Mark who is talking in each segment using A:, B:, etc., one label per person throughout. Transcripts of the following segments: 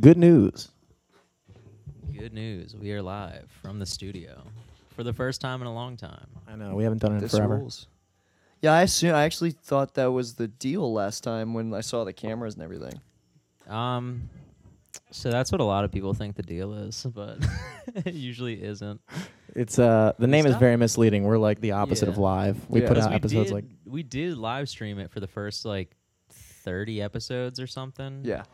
A: Good news.
B: Good news. We are live from the studio for the first time in a long time.
A: I know we haven't done it in
C: This
A: forever.
C: rules. Yeah, I assume, I actually thought that was the deal last time when I saw the cameras and everything.
B: Um so that's what a lot of people think the deal is, but it usually isn't.
A: It's uh the name is
B: Stop.
A: very misleading. We're like the opposite
B: Yeah.
A: of live. We
C: Yeah.
A: put
B: 'Cause
A: out
B: we
A: episodes
B: did,
A: like
B: we did live stream it for the first like 30 episodes or something.
C: Yeah.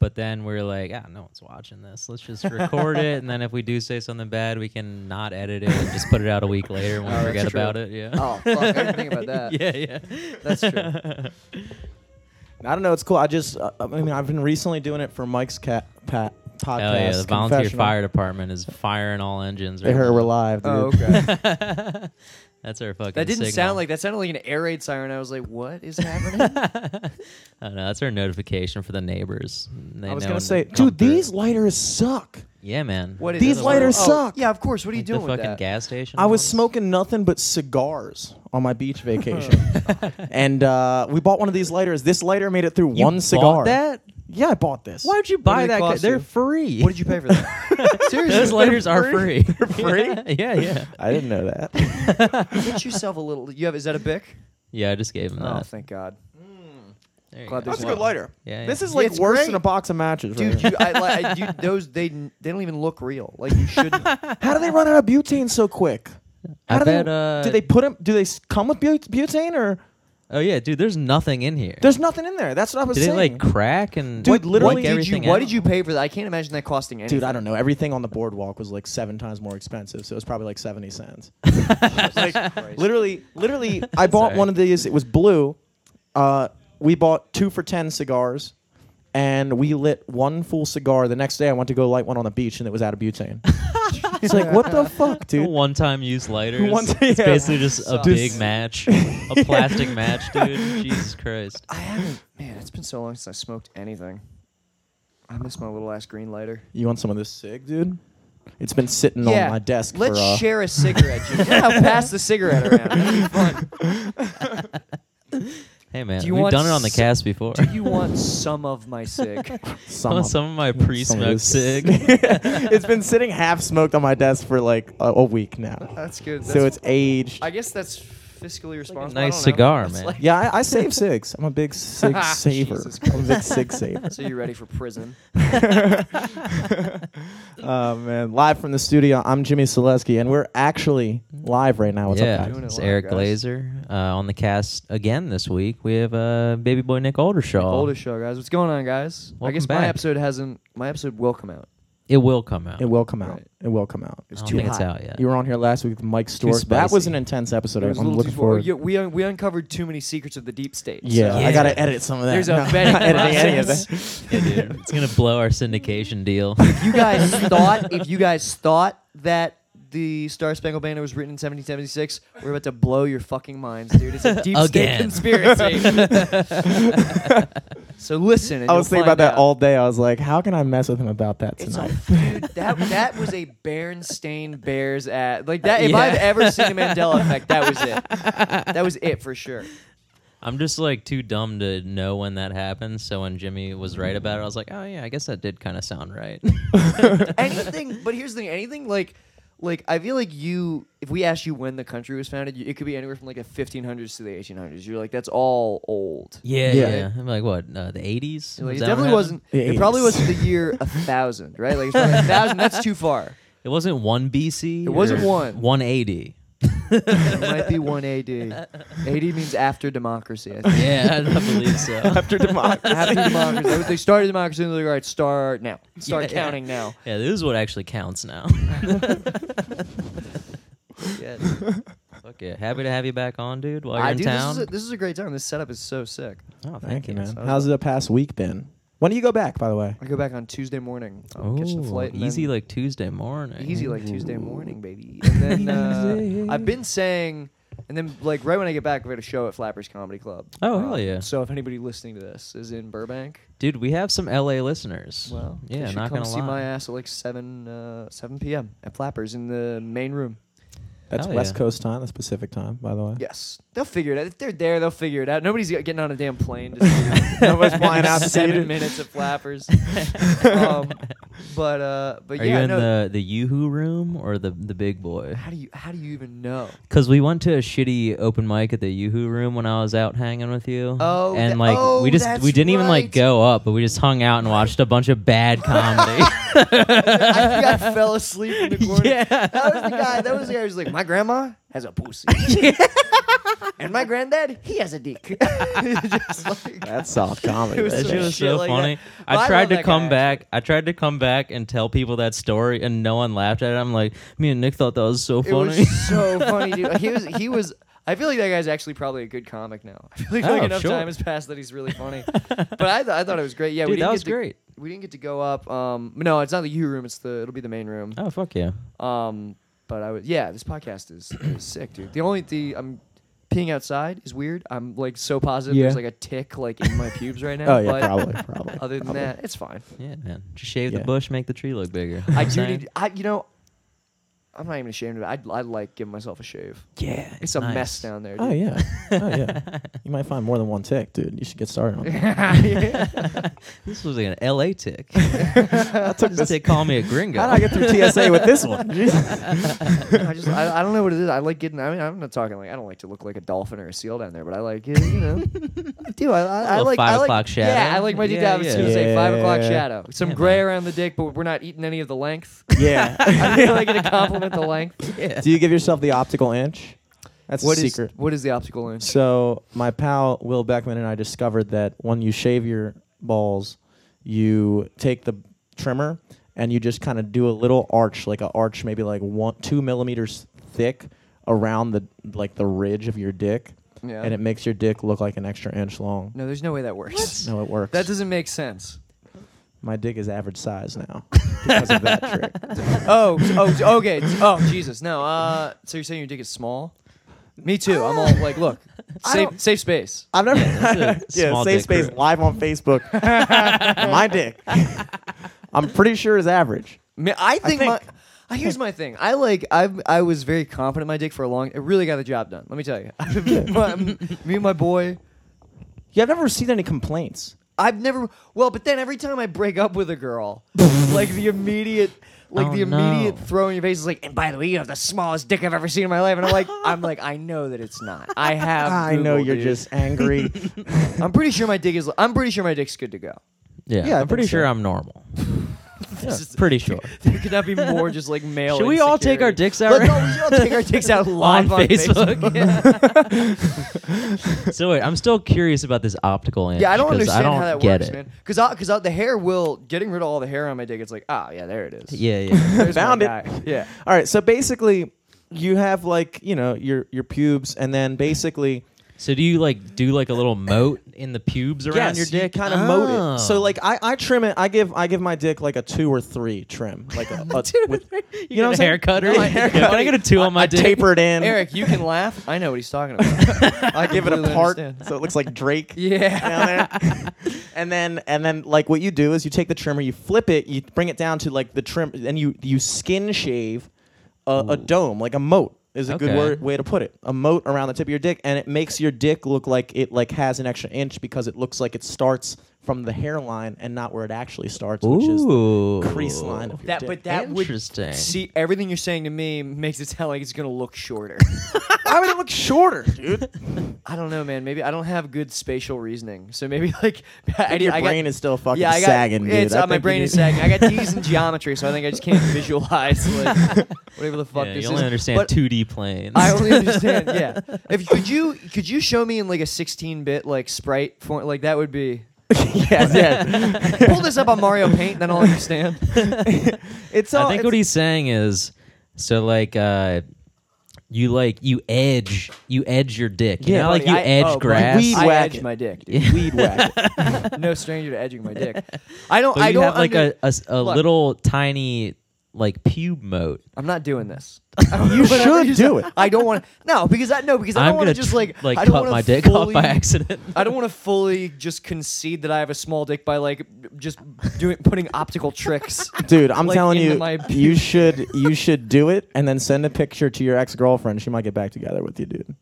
B: But then we are like, ah, no one's watching this. Let's just record it and then if we do say something bad, we can not edit it and just put it out a week later and we
C: Oh, that's
B: forget
C: true.
B: about it. Yeah.
C: Oh, fuck. I didn't think about that.
B: yeah, yeah.
C: That's
B: true.
A: I don't know. It's cool. I just uh, I mean I've been recently doing it for Mike's cat pat podcast.
B: Hell yeah, the volunteer
A: Confessional.
B: fire department is firing all engines.
A: They
B: Right
A: heard
B: now.
A: we're live. Dude.
C: Oh, okay.
B: That's our fucking.
C: that didn't
B: signal.
C: sound like that. Sounded like an air raid siren. I was like, "What is happening?"
B: I don't know. That's our notification for the neighbors. They
A: I was
B: know
A: gonna
B: when
A: say,
B: to come
A: dude, these
B: through.
A: lighters suck.
B: Yeah, man.
C: What is
A: These
C: oh,
A: lighters suck.
C: Yeah, of course. What are you
B: Like
C: doing
B: the
C: with
B: fucking
C: that?
B: gas station.
A: I was
B: ones?
A: smoking nothing but cigars on my beach vacation, and uh, we bought one of these lighters. This lighter made it through
B: You
A: one
B: bought
A: cigar.
B: that?
A: Yeah, I bought this.
B: Why'd you
C: did
B: buy
C: it
B: that?
C: cost
B: They're
C: you?
B: free.
C: What did you pay for that? Seriously,
B: Those lighters are free.
A: free?
B: yeah, yeah.
A: I didn't know that.
C: Get yourself a little. You have? Is that a bic?
B: Yeah, I just gave them
C: Oh,
B: that.
C: thank God,
B: There you
C: Glad
B: go.
C: there's
A: That's a
C: Wow.
A: good lighter.
B: Yeah, yeah.
A: This is
C: Yeah,
A: like
C: it's
A: worse
C: great.
A: than a box of matches, right
C: dude. You,
A: here.
C: I, like, I, you, those they they don't even look real. Like you shouldn't.
A: How do they run out of butane so quick?
B: I
A: How do
B: bet,
A: They,
B: uh,
A: do they put them? Do they s- come with but- butane or?
B: Oh yeah, dude. There's nothing in here.
A: There's nothing in there. That's what I was
B: Did
A: saying.
B: it like crack and
A: Dude,
B: like,
A: literally-
B: wipe
A: Did you-
C: Did you,
B: everything
C: what
B: out?
C: did you pay for that? I can't imagine that costing anything.
A: Dude, I don't know. Everything on the boardwalk was like seven times more expensive, so it was probably like seventy cents. like literally, literally, I bought
B: Sorry.
A: one of these. It was blue. Uh, we bought two for ten cigars, and we lit one full cigar. The next day, I went to go light one on the beach, and it was out of butane. it's like what the fuck, dude.
B: One time use lighters.
A: One-
B: It's
A: yeah.
B: basically just a
C: Sucks.
B: big match, a plastic match, dude. Jesus Christ.
C: I haven't. Man, it's been so long since I smoked anything. I miss my little ass green lighter.
A: You want some of this cig, dude? It's been sitting on my desk
C: Let's
A: for. Uh,
C: share a cigarette. Jim. yeah, I'll pass the cigarette around. It'll be fun.
B: Hey man,
C: Do you
B: we've
C: want
B: done it on the
C: s-
B: cast before.
C: Do you want some of my cig?
A: some
B: I want
A: of-
B: some of my
A: some of
B: pre-smoked
A: this.
B: cig.
A: it's been sitting half smoked on my desk for like a, a week now.
C: That's good.
A: so it's aged.
C: I guess that's fiscally responsible.
B: nice cigar, man.
A: yeah, I, I save cigs. I'm a big cig saver.
C: Jesus
A: I'm a big cig saver.
C: So you're ready for prison?
A: Oh man, live from the studio. I'm Jimmy Selesky, and we're actually live right now. What's
B: yeah,
A: up, guys?
C: Doing it
B: it's
C: live,
B: Eric
C: guys.
B: Glazer uh, on the cast again this week. We have uh, baby boy Nick Aldershaw.
A: Uh,
C: Oldest show, guys. What's going on, guys? I
B: Welcome
C: guess my
B: back.
C: episode hasn't. My episode will come out.
B: It will come out.
A: It will come out.
C: Right.
A: It will come out.
B: I don't think it's out yet.
A: You were on here last week with Mike Stork. That was
B: spicy.
A: an intense episode.
C: It was a
A: I'm
C: little
A: looking
C: too-
A: forward.
C: yeah, we un- we uncovered too many secrets of the deep state.
A: Yeah,
C: so-
B: Yeah.
A: I gotta edit some of that.
C: There's a
A: No, I'm
C: vetting
A: not editing any of
C: process.
A: that.
B: Yeah, dude. it's gonna blow our syndication deal.
C: you guys thought if you guys thought that the Star Spangled Banner was written in 1776, we're about to blow your fucking minds, dude. It's a deep state
B: Again.
C: conspiracy. so listen. and
A: I was
C: you'll
A: thinking about
C: find
A: that
C: out.
A: all day. I was like, how can I mess with him about that
C: It's a,
A: tonight?
C: dude, that that was a Berenstain Bears ad. Like that. If I've
B: Yeah.
C: ever seen a Mandela effect, that was it. That was it for sure.
B: I'm just like too dumb to know when that happened. So when Jimmy was right about it, I was like, oh yeah, I guess that did kind of sound right.
C: anything but here's the thing anything like like i feel like you if we asked you when the country was founded you, it could be anywhere from like the 1500s to the 1800s you're like that's all old
B: yeah, yeah,
A: Yeah.
B: I'm like, what? Uh, the 80s?
C: You're like,
B: Was
C: it
B: that what
C: definitely
B: happened?
C: wasn't
A: The
C: it probably
A: 80s.
C: wasn't the year a thousand right like it's probably a thousand that's too far
B: It wasn't one BC.
C: It wasn't
B: or
C: one.
B: 180.
C: it might be 1 ad ad means after democracy i think
B: Yeah, I believe so.
A: After democracy.
C: after democracy They- they started democracy and they're like all right start now start
B: Yeah, yeah.
C: counting now
B: Yeah, this is what actually counts now. yeah. dude. Fuck yeah. Happy to have you back on, dude, while you're
C: I,
B: in
C: dude, this
B: town.
C: is, a, this is a great time this setup is so sick
B: oh,
A: Thank you, man.
C: Sounds
A: How's the past week been? When do you go back, by the way?
C: i go back on tuesday morning i'll catch the
B: Ooh,
C: flight and
B: easy
C: then-
B: like Tuesday morning.
C: Easy like Tuesday morning, baby. And then uh, I've been saying, and then like right when I get back, we're at a show at Flappers Comedy Club.
B: Oh,
C: Uh,
B: hell yeah.
C: So if anybody listening to this is in Burbank,
B: Dude, we have some LA listeners.
C: well, they
B: yeah,
C: should
B: not
C: come
B: gonna
C: see
B: lie.
C: my ass at like seven uh, seven p.m. at Flappers in the main room.
A: That's
B: Hell
A: West
B: yeah.
A: Coast time. That's Pacific time, by the way.
C: Yes, they'll figure it out. If they're there, they'll figure it out. Nobody's getting on a damn plane. To see
A: Nobody's flying out to see it.
C: seven minutes of flappers. um, but uh, but
B: Are
C: yeah,
B: you in
C: no,
B: the the YooHoo room or the the big boy?
C: how do you how do you even know?
B: Cause we went to a shitty open mic at the YooHoo room when I was out hanging with you.
C: Oh,
B: and
C: tha-
B: like
C: oh,
B: we just
C: that's
B: we didn't even
C: right.
B: like go up, but we just hung out and watched a bunch of bad comedy.
C: I think I fell asleep in the corner.
B: Yeah.
C: That was the guy. That was the guy who was like, my grandma has a pussy, and my granddad he has a dick. Just like-
A: That's soft comedy.
C: It was
A: right
B: that
C: some
B: shit
A: there.
B: was
C: shit
B: so
C: like that.
B: funny.
C: Well,
B: I
C: I
B: tried
C: love
B: to
C: that
B: come
C: guy,
B: back. I tried to come back and tell people that story, and no one laughed at it. I'm like, me and Nick thought that was so
C: It
B: funny.
C: was so funny, dude. He was he was. I feel like that guy's actually probably a good comic now. I feel like, like
B: Oh,
C: enough
B: sure.
C: time has passed that he's really funny. but I, th- I thought it was great. Yeah, we
B: Dude,
C: didn't
B: that
C: get
B: was
C: to-
B: great.
C: We didn't get to go up. Um, no, it's not the U room. It's the it'll be the main room.
B: oh fuck yeah!
C: Um, but I would yeah, this podcast is, is sick, dude. The only the I'm peeing outside is weird. I'm like so positive. There's
A: Yeah.
C: like a tick like in my pubes right now.
A: Oh yeah,
C: but
A: probably, probably.
C: Other than
A: probably.
C: that, it's fine.
B: Yeah, man. Just shave
A: Yeah.
B: the bush, make the tree look bigger.
C: I
B: You know
C: do
B: what I'm
C: need. I you know. I'm not even ashamed of it. I'd, I'd like give myself a shave.
B: saying? Yeah,
C: It's, a mess down there. Dude.
A: Oh yeah, oh yeah. You might find more than one tick, dude. You should get started on that.
B: This was like an LA tick. Just They call me a gringo.
A: How did I get through TSA with this one?
C: I just I, I don't know what it is. I like getting. I mean, I'm not talking like I don't like to look like a dolphin or a seal down there, but I like it, you know. I do. I, I, I
B: little
C: like
B: five
C: I like,
B: o'clock
C: Yeah,
B: shadow.
C: I like my deep
B: Yeah,
C: down
B: yeah.
C: Tuesday five o'clock
A: Yeah.
C: shadow. Some
B: Yeah,
C: gray
B: man.
C: around the dick, but we're not eating any of the length.
A: yeah.
C: I'm really gonna compliment the length.
B: yeah.
A: Do you give yourself the optical inch? That's
C: What
A: a
C: is
A: secret.
C: what is the optical inch?
A: So my pal Will Beckman and I discovered that when you shave your balls, you take the trimmer and you just kind of do a little arch, like an arch, maybe like one two millimeters thick around the like the ridge of your dick,
C: Yeah.
A: and it makes your dick look like an extra inch long.
C: no, there's no way that works.
A: No, it works.
C: That doesn't make sense.
A: my dick is average size now because of that trick.
C: Oh, oh, okay. Oh, Jesus. No. Uh, so you're saying your dick is small? Me too. I'm all like, look,
A: I
C: safe,
A: don't-
C: safe space.
A: I've never yeah,
B: that's a small
A: safe
B: dick
A: space
B: crew.
A: live on Facebook. my dick. I'm pretty sure is average.
C: Ma- I think,
A: think-
C: my. uh, Here's my thing. I like. I I was very confident in my dick for a long. It really got the job done. Let me tell you. My- me and my boy.
A: Yeah, I've never received any complaints.
C: I've never. Well, but then every time I break up with a girl, like the immediate, like
B: Oh,
C: the immediate
B: no.
C: throw in your face is like. And by the way, you have the smallest dick I've ever seen in my life. And I'm like, I'm like, I know that it's not. I have.
A: I know
C: Googled
A: you're
C: it.
A: just angry.
C: I'm pretty sure my dick is. I'm pretty sure my dick's good to go.
B: Yeah,
A: Yeah, I
B: I'm pretty
A: think so.
B: sure I'm normal.
C: This is-
B: Pretty sure.
C: There could not be more just like male.
B: Should we all take our
C: insecurity.
B: dicks out
C: Let's all, we should all take our dicks out
B: on
C: live on,
B: Facebook? so wait, I'm still curious about this optical inch.
C: Yeah, I don't
B: 'cause
C: understand
B: I don't
C: how that
B: get
C: works,
B: it.
C: man. Because because the hair will getting rid of all the hair on my dick. It's like ah yeah, there it is.
B: Yeah, yeah.
C: There's my
A: Found it.
C: guy. Yeah.
A: All right, so basically, you have like you know your your pubes, and then basically
B: So do you like do like a little moat in the pubes around your dick?
A: kind of
B: oh.
A: moat it. So like I, I trim it. I give I give my dick like a two or three trim, like a, a with,
B: you,
A: know
B: know
A: what
B: a
A: I'm saying?
B: haircut or
A: Yeah,
B: like,
A: haircut.
B: can I get a two on my
A: I
B: dick?
A: taper it in.
C: Eric, you can laugh. I know what he's talking about. I
A: I give it
C: completely
A: a part
C: understand.
A: so it looks like Drake.
C: Yeah.
A: down there. and then and then like what you do is you take the trimmer, you flip it, you bring it down to like the trim, and you you skin shave a, a dome, like a moat is a good
B: Okay.
A: word, way to put it. A moat around the tip of your dick, and it makes your dick look like it like has an extra inch because it looks like it starts from the hairline and not where it actually starts, which is
B: Ooh.
A: the crease line of your
C: That
A: dick.
C: but that
B: Interesting.
C: would see everything you're saying to me makes it sound like it's gonna look shorter.
A: Why would it look shorter, dude?
C: I don't know, man. Maybe I don't have good spatial reasoning, so maybe like I,
A: your
C: I got-
A: brain is still fucking
C: yeah, I got,
A: sagging, dude.
C: It's,
A: I
C: uh, my
A: think you
C: brain is
A: need-
C: sagging. I got D's in geometry, so I think I just can't visualize like, whatever the fuck
B: yeah,
C: this
B: you
C: is.
B: only understand
C: But
B: 2D planes.
C: I only understand. Yeah, if could you could you show me in like a 16-bit like sprite form like that would be.
A: yes, yes.
C: Pull this up on Mario Paint, then I'll understand.
A: It's all.
B: I think
A: it's-
B: what he's saying is, so like, uh, you like you edge you edge your dick. You
A: Yeah,
B: know, like
C: Buddy,
B: you
C: I-
B: edge
C: oh, buddy,
B: grass.
A: we-
C: I
A: whack
C: edge
A: it.
C: my dick. Dude.
A: weed whack.
C: No stranger to edging my dick. I don't.
B: but
C: I
B: you
C: don't
B: have like
C: under-
B: a, a s- a
C: Look.
B: little tiny like pube mode.
C: I'm not doing this.
A: You should do it.
C: I don't want to. No, because I no, because I
B: I'm
C: don't want
B: gonna
C: to just
B: tr-
C: like
B: like
C: I don't
B: cut
C: wanna
B: my dick off
C: fully,
B: by accident.
C: I don't want to fully just concede that I have a small dick by like just doing putting optical tricks.
A: Dude, I'm
C: Like,
A: telling
C: into
A: you,
C: my-
A: you should you should do it, and then send a picture to your ex girlfriend. She might get back together with you, dude.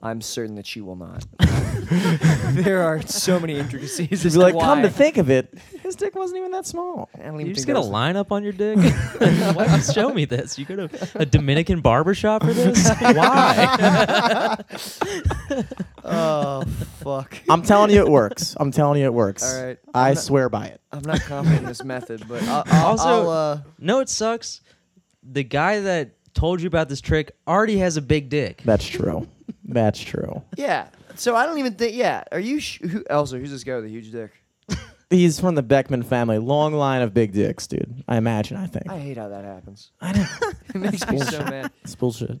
C: I'm certain that she will not. there are so many intricacies.
A: She'd
C: as
A: be like,
C: why.
A: come to think of it, his dick wasn't even that small.
C: I don't even
B: You
C: think
B: just
C: that
B: get a
C: was-
B: line up on your dick. Why did you show me this? You go to a Dominican barbershop for this? Why?
C: Oh fuck!
A: I'm telling you, it works. I'm telling you, it works.
C: All right.
A: I
C: I'm not-
A: swear by it.
C: I'm not confident in this method, but I'll, I'll,
B: Also-
C: I'll, uh,
B: no, it sucks. The guy that told you about this trick already has a big dick.
A: That's true. That's true.
C: yeah. So I don't even think. Yeah. Are you? Sh- who, also, who's this guy with a huge dick?
A: He's from the Beckman family. Long line of big dicks, dude. I imagine. I think.
C: I hate how that happens.
A: I know.
C: It makes me so mad.
A: It's bullshit.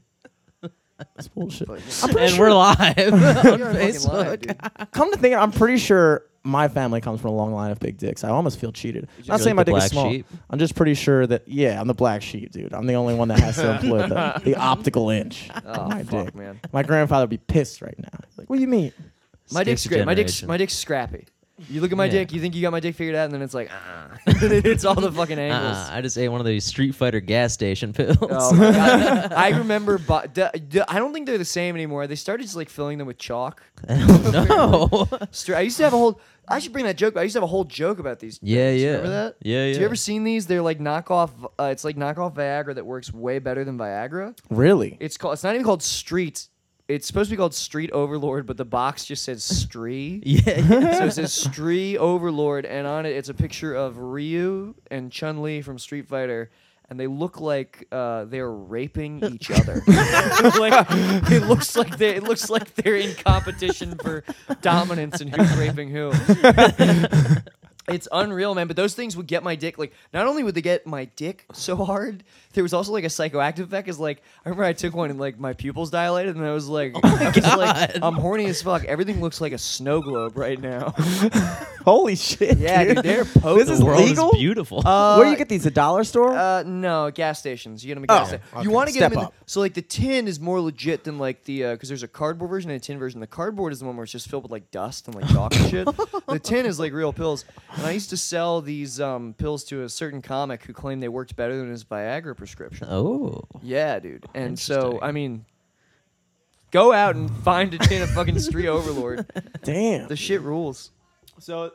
A: It's bullshit.
C: But, yeah.
B: and we're live on
C: We are fucking
B: Facebook.
C: live, dude.
A: Come to think, of it, I'm pretty sure my family comes from a long line of big dicks. I almost feel cheated.
B: you
A: Not
B: feel
A: saying my
B: like the
A: dick is
B: black
A: small.
B: sheep?
A: I'm just pretty sure that yeah, I'm the black sheep, dude. I'm the only one that has to employ the, the optical inch.
C: Oh,
A: on my
C: fuck,
A: dick.
C: man.
A: My grandfather would be pissed right now. He's Like, what do you mean?
C: My dick's
B: Skip the
C: great. My dick's
B: generation.
C: my dick's scrappy. You look at my
B: Yeah.
C: dick, you think you got my dick figured out, and then it's like, ah. it's all the fucking angles.
B: Uh-uh, I just ate one of these Street Fighter gas station pills.
C: Oh my God. I remember, but d- d- I don't think they're the same anymore. They started just like filling them with chalk.
B: no.
C: Stra- I used to have a whole. I should bring that joke. but I used to have a whole joke about these.
B: Yeah,
C: things.
B: yeah.
C: Remember that?
B: Yeah,
C: Do
B: yeah.
C: you ever seen these? They're like knockoff. Uh, it's like knockoff Viagra that works way better than Viagra.
A: Really?
C: It's called. It's not even called Street. It's supposed to be called Street Overlord, but the box just says Stree.
B: yeah, yeah.
C: so it says Stree Overlord, and on it, it's a picture of Ryu and Chun Li from Street Fighter, and they look like uh, they're raping each other. like it looks like they it looks like they're in competition for dominance and who's raping who. It's unreal, man. But those things would get my dick like. Not only would they get my dick so hard, there was also like a psychoactive effect. Is like I remember I took one and like my pupils dilated, and I was like, I was like, I'm horny as fuck. Everything looks like a snow globe right now.
A: Holy shit.
C: Yeah, dude,
A: dude.
C: they're potent.
A: This
B: the
A: is
B: world
A: legal?
B: is beautiful.
C: Uh,
A: Where do you get these? A dollar store?
C: Uh, no, gas stations. You get them at gas
A: Oh,
C: sta-
A: okay.
C: You want to get
A: Step
C: them in the-
A: up.
C: so like the tin is more legit than like the because there's a cardboard version and a tin version. The cardboard is the one where it's just filled with like dust and like dog and shit. The tin is like real pills. And I used to sell these um, pills to a certain comic who claimed they worked better than his Viagra prescription.
B: oh.
C: Yeah, dude. And so
B: Interesting.
C: I mean, go out and find a tin of fucking Street Overlord.
A: Damn.
C: The shit rules.
A: So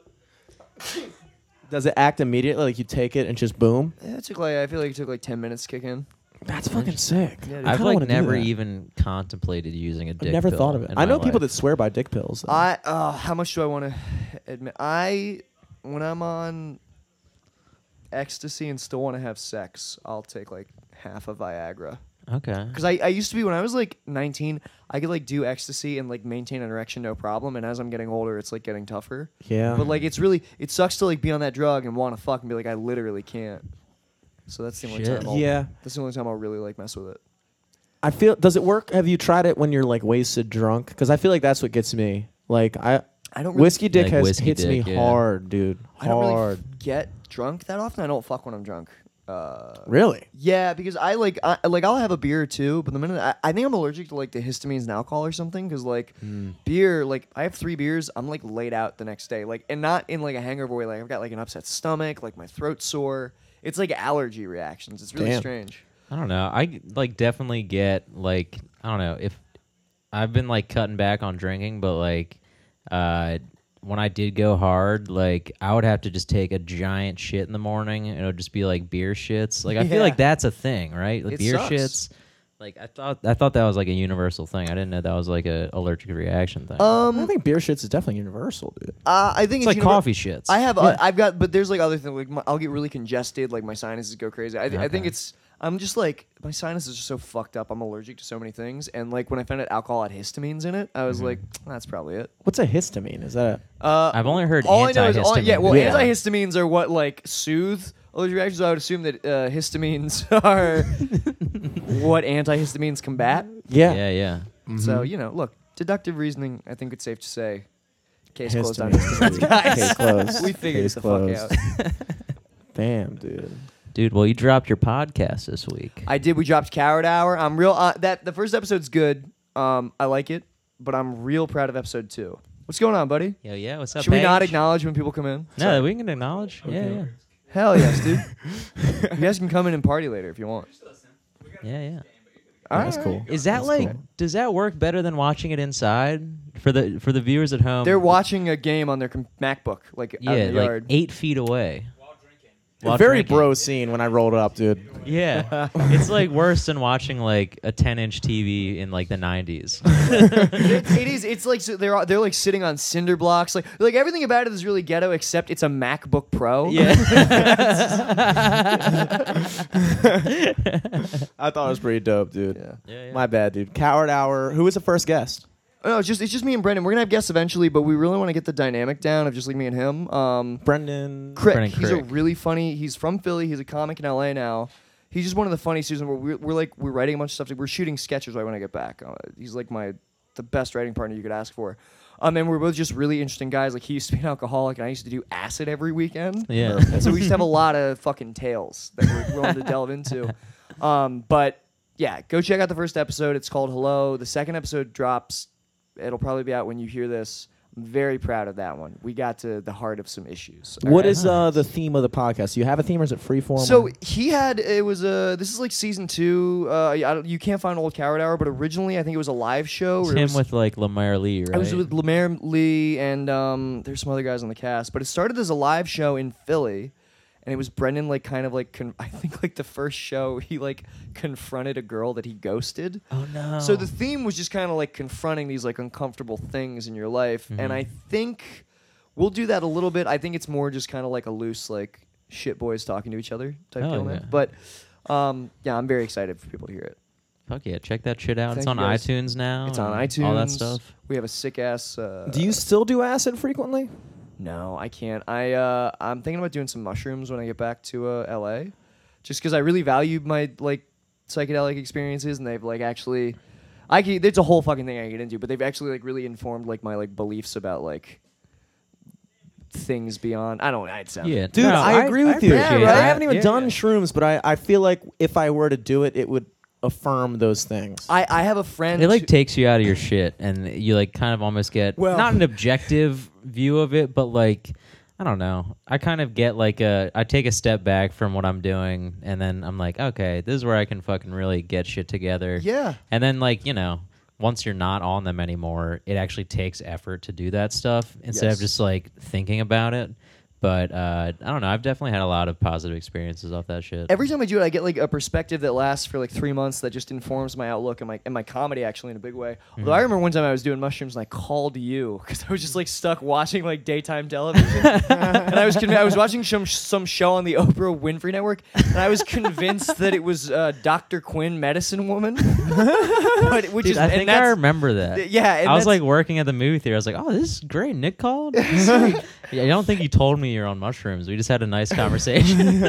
A: does it act immediately? Like you take it and just boom?
C: Yeah, it took like I feel like it took like ten minutes to kick in.
A: That's fucking sick.
C: Yeah, dude.
A: I
B: I've
A: kinda
B: like
A: wanna do
B: never
A: that.
B: even contemplated using a dick.
A: I've never
B: pill
A: thought of it.
B: in
A: I
B: my
A: know people
B: life.
A: that swear by dick pills. though.
C: I uh, how much do I want to admit? I when I'm on ecstasy and still want to have sex, I'll take like half a Viagra.
B: Okay.
C: Cause I, I used to be when I was like 19, I could like do ecstasy and like maintain an erection no problem. And as I'm getting older, it's like getting tougher.
A: yeah.
C: But like it's really it sucks to like be on that drug and want to fuck and be like I literally can't. So that's the only
B: Shit.
C: time. I'll,
A: Yeah.
C: That's the only time I'll really like mess with it.
A: I feel. Does it work? Have you tried it when you're like wasted drunk? Because I feel like that's what gets me. Like I,
C: I don't. Really,
A: whiskey dick
B: Like
A: has
B: whiskey
A: hits
B: dick,
A: me
B: yeah.
A: hard, dude.
C: I don't really
A: Hard.
C: f- get drunk that often. I don't fuck when I'm drunk. Uh,
A: Really?
C: Yeah, because I like I, like I'll have a beer too, but the minute I, I think I'm allergic to like the histamines and alcohol or something, because like
B: Mm.
C: beer, like I have three beers, I'm like laid out the next day, like and not in like a hangover way, like I've got like an upset stomach, like my throat's sore. It's like allergy reactions. It's really
A: Damn.
C: strange.
B: I don't know. I like definitely get like I don't know if I've been like cutting back on drinking, but like uh when I did go hard, like I would have to just take a giant shit in the morning, and it would just be like beer shits. Like I
C: Yeah.
B: feel like that's a thing, right? Like
C: It
B: beer
C: sucks.
B: shits. Like I thought, I thought that was like a universal thing. I didn't know that was like a allergic reaction thing.
C: Oh,
A: Um, I don't think beer shits is definitely universal, dude.
C: Um, Uh, I think
B: it's like
C: it's univer-
B: coffee shits.
C: I have uh, I've got, but there's like other things. Like my, I'll get really congested. Like my sinuses go crazy. I, I think it's I'm just like my sinuses are so fucked up. I'm allergic to so many things. And like when I found out alcohol had histamines in it, I
B: Mm-hmm.
C: was like, that's probably it.
A: What's a histamine? Is that? A,
C: Uh,
B: I've only heard
C: all I know is all,
B: antihistamine
C: yeah. Well,
A: Yeah.
C: antihistamines are what like soothe allergic reactions. I would assume that uh, histamines are what antihistamines combat.
A: yeah.
B: yeah, yeah.
C: So you know, look, deductive reasoning. I think it's safe to say, case closed on
A: Histamine.
C: histamines.
A: dude. Case closed.
C: We figured
A: Case
C: it the fuck
A: closed.
C: out.
A: Damn, dude.
B: Dude, well, you dropped your podcast this week.
C: I did. We dropped Coward Hour. I'm real. Uh, that the first episode's good. Um, I like it, but I'm real proud of episode two. What's going on, buddy?
B: Yo, yeah, what's up?
C: Should we not
B: Paige?
C: acknowledge when people come in?
B: No, we can acknowledge. Yeah, yeah,
C: Hell yes, dude. you guys can come in and party later if you want.
B: yeah, yeah.
C: All
A: that's
C: right.
A: cool.
B: Is that
A: That's
B: like?
A: cool.
B: Does that work better than watching it inside for the for the viewers at home?
C: They're watching a game on their com- MacBook, like
B: yeah,
C: out in the
B: like
C: yard.
B: eight feet away. While
A: Very
B: drinking.
A: bro scene when I rolled it up, dude.
B: Yeah, it's like worse than watching like a 10 inch TV in like the 90s.
C: it it is. It's like so they're they're like sitting on cinder blocks. Like like everything about it is really ghetto, except it's a MacBook Pro.
B: yeah.
A: I thought it was pretty dope, dude.
C: Yeah.
A: My bad, dude. Coward Hour. Who was the first guest?
C: No, it's just it's just me and Brendan. We're gonna have guests eventually, but we really want to get the dynamic down of just like me and him. Um,
A: Brendan.
C: Crick,
B: Brendan
C: he's a
B: Crick.
C: really funny. He's from Philly. He's a comic in LA now. He's just one of the funny students. Where we're, we're like we're writing a bunch of stuff. We're shooting sketches right when I get back. Uh, he's like my the best writing partner you could ask for. Um, and we're both just really interesting guys. Like he used to be an alcoholic, and I used to do acid every weekend.
B: Yeah.
C: And so we just have a lot of fucking tales that we're willing to delve into. Um, but yeah, go check out the first episode. It's called Hello. The second episode drops. It'll probably be out when you hear this. I'm very proud of that one. We got to the heart of some issues.
A: What is uh, the theme of the podcast? Do you have a theme or is it freeform?
C: So he had it was a this is like season two. Uh, I don't- you can't find old Coward Hour, but originally I think it was a live show.
B: It's
C: where it
B: him
C: was-
B: with like Lamar Lee, right?
C: I was with Lemaire Lee and um, there's some other guys on the cast, but it started as a live show in Philly, and it was Brendan like kind of like con- I think like the first show he like confronted a girl that he ghosted.
B: oh no.
C: So the theme was just kind of like confronting these like uncomfortable things in your life,
B: Mm-hmm.
C: and I think we'll do that a little bit. I think it's more just kind of like a loose like shit boys talking to each other type
B: Oh,
C: deal, man.
B: yeah.
C: But um, yeah, I'm very excited for people to hear it.
B: fuck yeah, check that shit out. It's on
C: Thank you guys.
B: iTunes now.
C: It's on
B: and
C: iTunes.
B: Oh, All that stuff.
C: We have a sick ass. Uh,
A: do you still do acid frequently?
C: No, I can't. I uh, I'm thinking about doing some mushrooms when I get back to uh, LA, just because I really value my like psychedelic experiences, and they've like actually, I can. There's a whole fucking thing I can get into, but they've actually like really informed like my like beliefs about like things beyond. I don't. I'd sound
B: Yeah,
A: Dude,
B: no,
A: I, agree with you.
B: appreciate
C: Yeah, right?
B: that.
A: I haven't even
B: Yeah.
A: done shrooms, but I, I feel like if I were to do it, it would affirm those things.
C: I I have a friend.
B: It like
C: who-
B: takes you out of your shit, and you like kind of almost get
A: Well-
B: not an objective view of it, but like I don't know. I kind of get like a I take a step back from what I'm doing, and then I'm like, okay, this is where I can fucking really get shit together.
C: Yeah.
B: And then like you know, once you're not on them anymore, it actually takes effort to do that stuff instead
C: Yes.
B: of just like thinking about it. But uh, I don't know. I've definitely had a lot of positive experiences off that shit.
C: every time I do it, I get like a perspective that lasts for like three months that just informs my outlook and my and my comedy actually in a big way. Although
B: Mm.
C: I remember one time I was doing mushrooms and I called you because I was just like stuck watching like daytime television, and I was conv- I was watching some some show on the Oprah Winfrey Network, and I was convinced that it was uh, Dr. Quinn, Medicine Woman, but which
B: Dude,
C: is
B: I
C: and
B: think I
C: that's-
B: remember that.
C: th- yeah, and
B: I was
C: that's-
B: like working at the movie theater. I was like, "Oh, this is great." Nick called. yeah, I don't think you told me you're on mushrooms. We just had a nice conversation.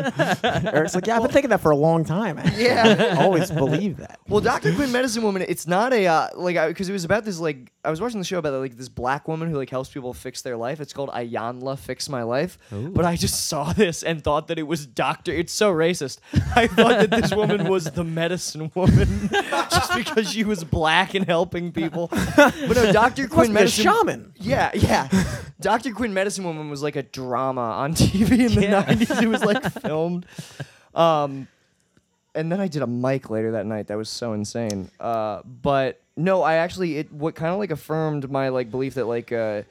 A: Eric's like, yeah, I've been thinking that for a long time. actually.
C: Yeah.
A: I always believe that.
C: Well, Doctor Quinn, Medicine Woman, it's not a uh, like because it was about this like I was watching the show about like this black woman who like helps people fix their life. It's called Ayanla Fix My Life. But I just saw this and thought that it was Doctor. It's so racist. I thought that this woman was the medicine woman just because she was black and helping people. But no, Doctor
A: Must
C: Quinn,
A: be a
C: Medicine
A: shaman.
C: yeah, yeah. Dr. Quinn Medicine Woman was like a drama on TV in the 90s. It was like filmed. Um, and then I did a mic later that night. That was so insane. Uh, but no, I actually it what kind of like affirmed my like belief that like uh,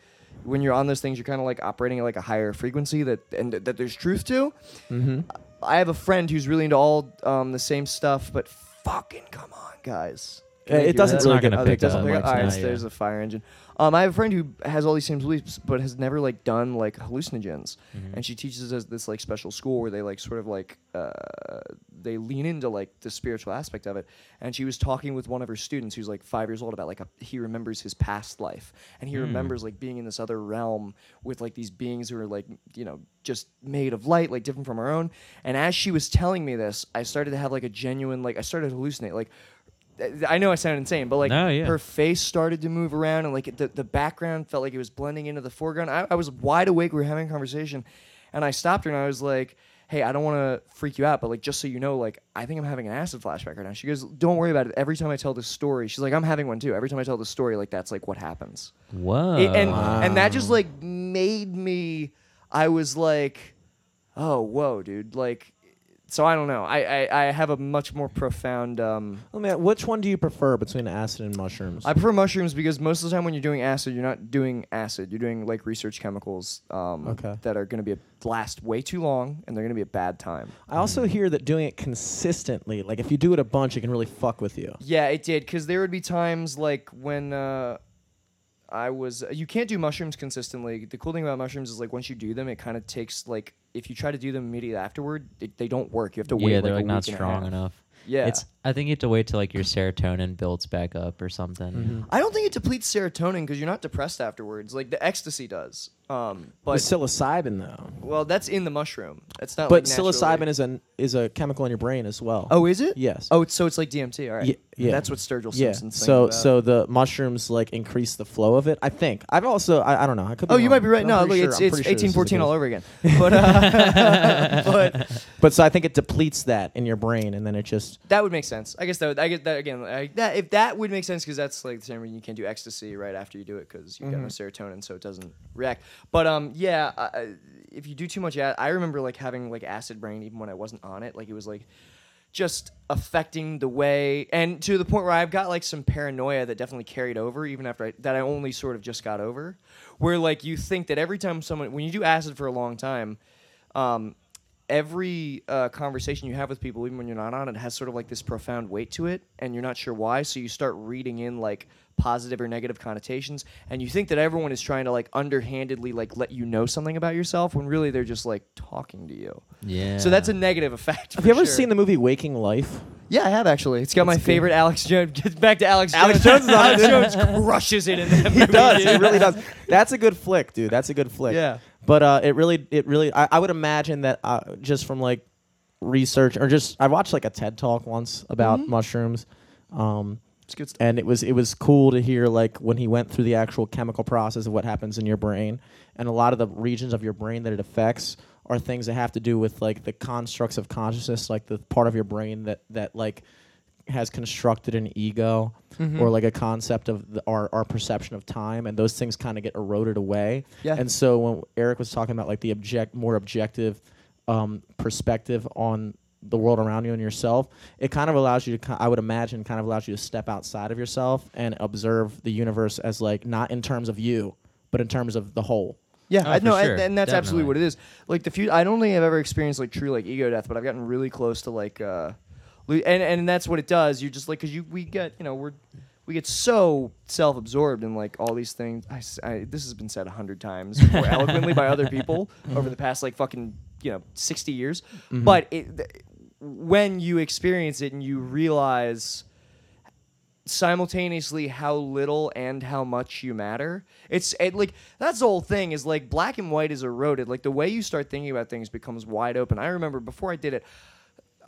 C: when you're on those things, you're kind of like operating at like a higher frequency that and th- that there's truth to.
A: Mm-hmm.
C: I have a friend who's really into all um, the same stuff, but fucking come on, guys. Can
A: Uh,
C: I
A: it
C: hear
A: doesn't
C: that?
A: really
B: It's not
A: get
B: gonna
A: picked
B: pick
A: doesn't
B: up.
A: pick
B: Mike's
C: all right,
B: not,
C: so
B: yeah.
C: there's a fire engine. Um, I have a friend who has all these same beliefs, but has never like done like hallucinogens,
B: Mm-hmm.
C: and she teaches us this like special school where they like sort of like uh, they lean into like the spiritual aspect of it. And she was talking with one of her students who's like five years old about like a, he remembers his past life, and
B: Hmm.
C: he remembers like being in this other realm with like these beings who are like you know just made of light, like different from our own. And as she was telling me this, I started to have like a genuine like I started to hallucinate like. I- I know I sound insane, but like
B: No, yeah.
C: her face started to move around and like the, the background felt like it was blending into the foreground. I, I was wide awake. We were having a conversation and I stopped her and I was like, hey, I don't want to freak you out, but like, just so you know, like, I think I'm having an acid flashback right now. She goes, don't worry about it. Every time I tell this story, she's like, I'm having one too. Every time I tell this story, like, that's like what happens.
B: Whoa.
C: It- and and that just like made me. I was like, oh whoa, dude. Like, so I don't know. I I, I have a much more profound. Um,
A: Let me. Which one do you prefer between acid and mushrooms?
C: I prefer mushrooms because most of the time when you're doing acid, you're not doing acid. You're doing like research chemicals um,
A: Okay.
C: that are going to be a, last way too long, and they're going to be a bad time.
A: I also hear that doing it consistently, like if you do it a bunch, it can really fuck with you.
C: Yeah, it did because there would be times like when uh, I was. uh, You can't do mushrooms consistently. The cool thing about mushrooms is like once you do them, it kind of takes like if you try to do them immediately afterward, it, they don't work. You have to wait.
B: yeah, they're
C: like,
B: like
C: a
B: not
C: week and a
B: strong
C: half.
B: enough.
C: Yeah.
B: It's I think you have to wait till like your serotonin builds back up or something.
C: I don't think it depletes serotonin because you're not depressed afterwards. Like the ecstasy does. Um,
A: But
C: but
A: psilocybin though.
C: well, that's in the mushroom. It's not.
A: But
C: like,
A: psilocybin
C: naturally-
A: is an is a chemical in your brain as well.
C: Oh, is it?
A: Yes.
C: Oh, it's, so it's like DMT. All right.
A: Ye- yeah.
C: That's what Sturgill
A: yeah.
C: Simpson's saying
A: So
C: about.
A: so the mushrooms like increase the flow of it. I think. I've also I, I don't know. I could. Be
C: Oh, you
A: wrong,
C: might be right.
A: but I'm
C: No, look,
A: pretty
C: it's
A: sure- I'm
C: it's
A: pretty sure this is the
C: 1814 all
A: case.
C: over again. But uh, but
A: But so I think it depletes that in your brain, and then it just
C: that would make sense. I guess that would, I get that again. I, that if that would make sense because that's like the same reason you can't do ecstasy right after you do it because you have got no serotonin, so it doesn't react. But um, yeah, I- I, if you do too much, a- I remember like having like acid brain even when I wasn't on it. Like it was like just affecting the way and to the point where I've got like some paranoia that definitely carried over even after I, that I only sort of just got over. Where like you think that every time someone when you do acid for a long time, um, every uh, conversation you have with people, even when you're not on it, has sort of like this profound weight to it, and you're not sure why. So you start reading in like positive or negative connotations, and you think that everyone is trying to like underhandedly like let you know something about yourself, when really they're just like talking to you.
B: Yeah.
C: So that's a negative effect.
A: Have you ever seen the movie Waking Life?
C: Yeah, I have actually. It's got my favorite Alex Jones. Gets back to Alex Jones.
A: Alex Jones is on
C: Alex
A: it.
C: Jones crushes it in that movie.
A: He does. He really does. That's a good flick, dude. That's a good flick.
C: Yeah.
A: But uh, it really, it really, I, I would imagine that uh, just from like research or just I watched like a TED talk once about
C: Mm-hmm.
A: mushrooms, um,
C: It's good stuff.
A: and it was it was cool to hear like when he went through the actual chemical process of what happens in your brain, and a lot of the regions of your brain that it affects are things that have to do with like the constructs of consciousness, like the part of your brain that that like has constructed an ego or like a concept of the, our, our perception of time and those things kind of get eroded away
C: Yeah.
A: and so when eric was talking about like the object more objective um, perspective on the world around you and yourself it kind of allows you to ki- i would imagine kind of allows you to step outside of yourself and observe the universe as like not in terms of you but in terms of the whole
C: Yeah,
B: Oh,
C: I,
B: for
C: no,
B: sure.
C: and, and that's absolutely
B: Definitely.
C: what it is. Like the few, I don't think I've ever experienced like true like ego death, but I've gotten really close to like, uh, lo- and and that's what it does. You're just like, cause you we get you know we're we get so self absorbed in like all these things. I s I this has been said a hundred times more eloquently by other people over the past like fucking you know sixty years,
B: Mm-hmm.
C: but it, th- when you experience it and you realize simultaneously how little and how much you matter. It's it, like that's the whole thing is like black and white is eroded. Like the way you start thinking about things becomes wide open. I remember before I did it,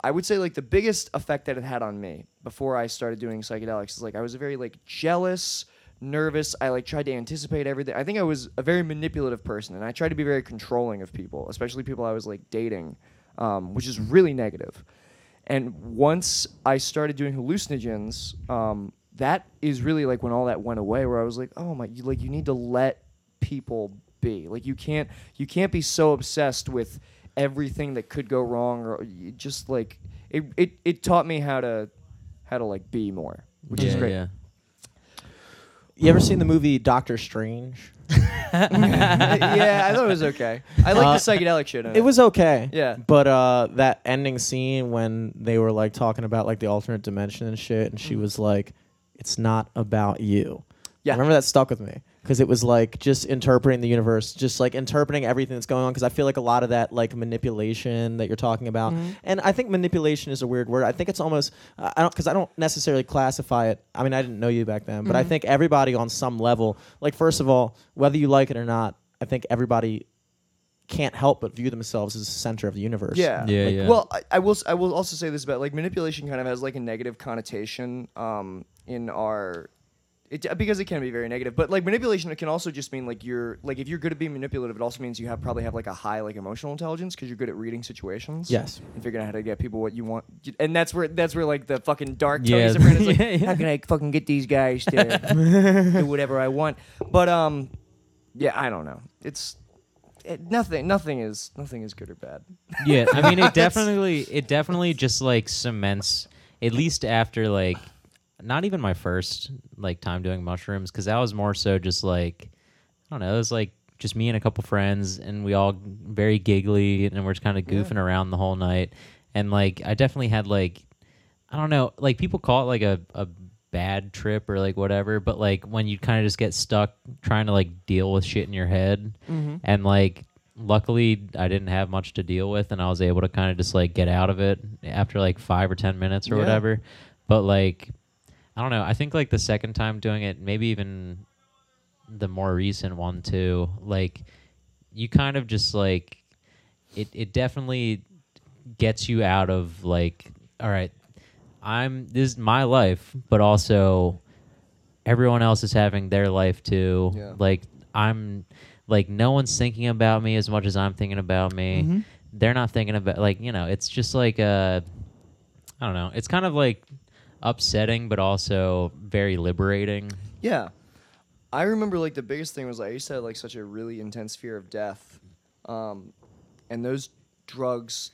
C: I would say like the biggest effect that it had on me before I started doing psychedelics is like I was very like jealous, nervous. I like tried to anticipate everything. I think I was a very manipulative person, and I tried to be very controlling of people, especially people I was like dating, um, which is really negative. And once I started doing hallucinogens, um, that is really like when all that went away. Where I was like, oh my, you, like you need to let people be. Like you can't you can't be so obsessed with everything that could go wrong or you just like it, it. It taught me how to how to like be more, which is
B: Yeah,
C: great.
B: yeah.
A: you ever seen the movie doctor strange
C: yeah, I thought it was okay. I like the
B: Uh,
C: psychedelic shit. In it,
A: It was okay.
C: Yeah.
A: But uh, that ending scene when they were like talking about like the alternate dimension and shit, and she was like, "It's not about you."
C: Mm-hmm. Yeah.
A: I remember that stuck with me because it was like just interpreting the universe, just like interpreting everything that's going on. Because I feel like a lot of that like manipulation that you're talking about,
C: Mm-hmm.
A: and I think manipulation is a weird word. I think it's almost I I don't because I don't necessarily classify it. I mean, I didn't know you back then, but
C: Mm-hmm.
A: I think everybody on some level, like first of all, whether you like it or not, I think everybody can't help but view themselves as the center of the universe.
C: Yeah.
B: Yeah,
C: Like,
B: yeah.
C: Well, I, I will. s- I will also say this about like manipulation. Kind of has like a negative connotation um, in our It, because it can be very negative, but like manipulation, it can also just mean like you're like if you're good at being manipulative, it also means you have probably have like a high like emotional intelligence because you're good at reading situations.
A: Yes.
C: and figuring out how to get people what you want, and that's where that's where like the fucking dark Tony
B: Yeah.
C: Soprano is like,
B: Yeah, yeah.
C: how can I fucking get these guys to do whatever I want? But um, yeah, I don't know. It's it, nothing. Nothing is nothing is good or bad.
B: Yeah, I mean, it definitely, it definitely just like cements. At least after like, not even my first like time doing mushrooms, because that was more so just like, I don't know, it was like just me and a couple friends, and we all very giggly, and we're just kind of goofing around the whole night, and like, I definitely had like, I don't know, like people call it like a a bad trip or like whatever, but like when you kind of just get stuck trying to like deal with shit in your head,
C: Mm-hmm.
B: and like luckily I didn't have much to deal with, and I was able to kind of just like get out of it after like five or ten minutes or
C: Yeah.
B: whatever. But like, I don't know. I think like the second time doing it, maybe even the more recent one too, like you kind of just like it. It definitely gets you out of like, all right, I'm this is my life, but also everyone else is having their life too.
C: Yeah.
B: Like I'm like no one's thinking about me as much as I'm thinking about me.
C: Mm-hmm.
A: Mm-hmm.
B: They're not thinking about like, you know, it's just like uh I don't know. It's kind of like upsetting but also very liberating.
C: Yeah. I remember like the biggest thing was I used to have like such a really intense fear of death. Um, and those drugs,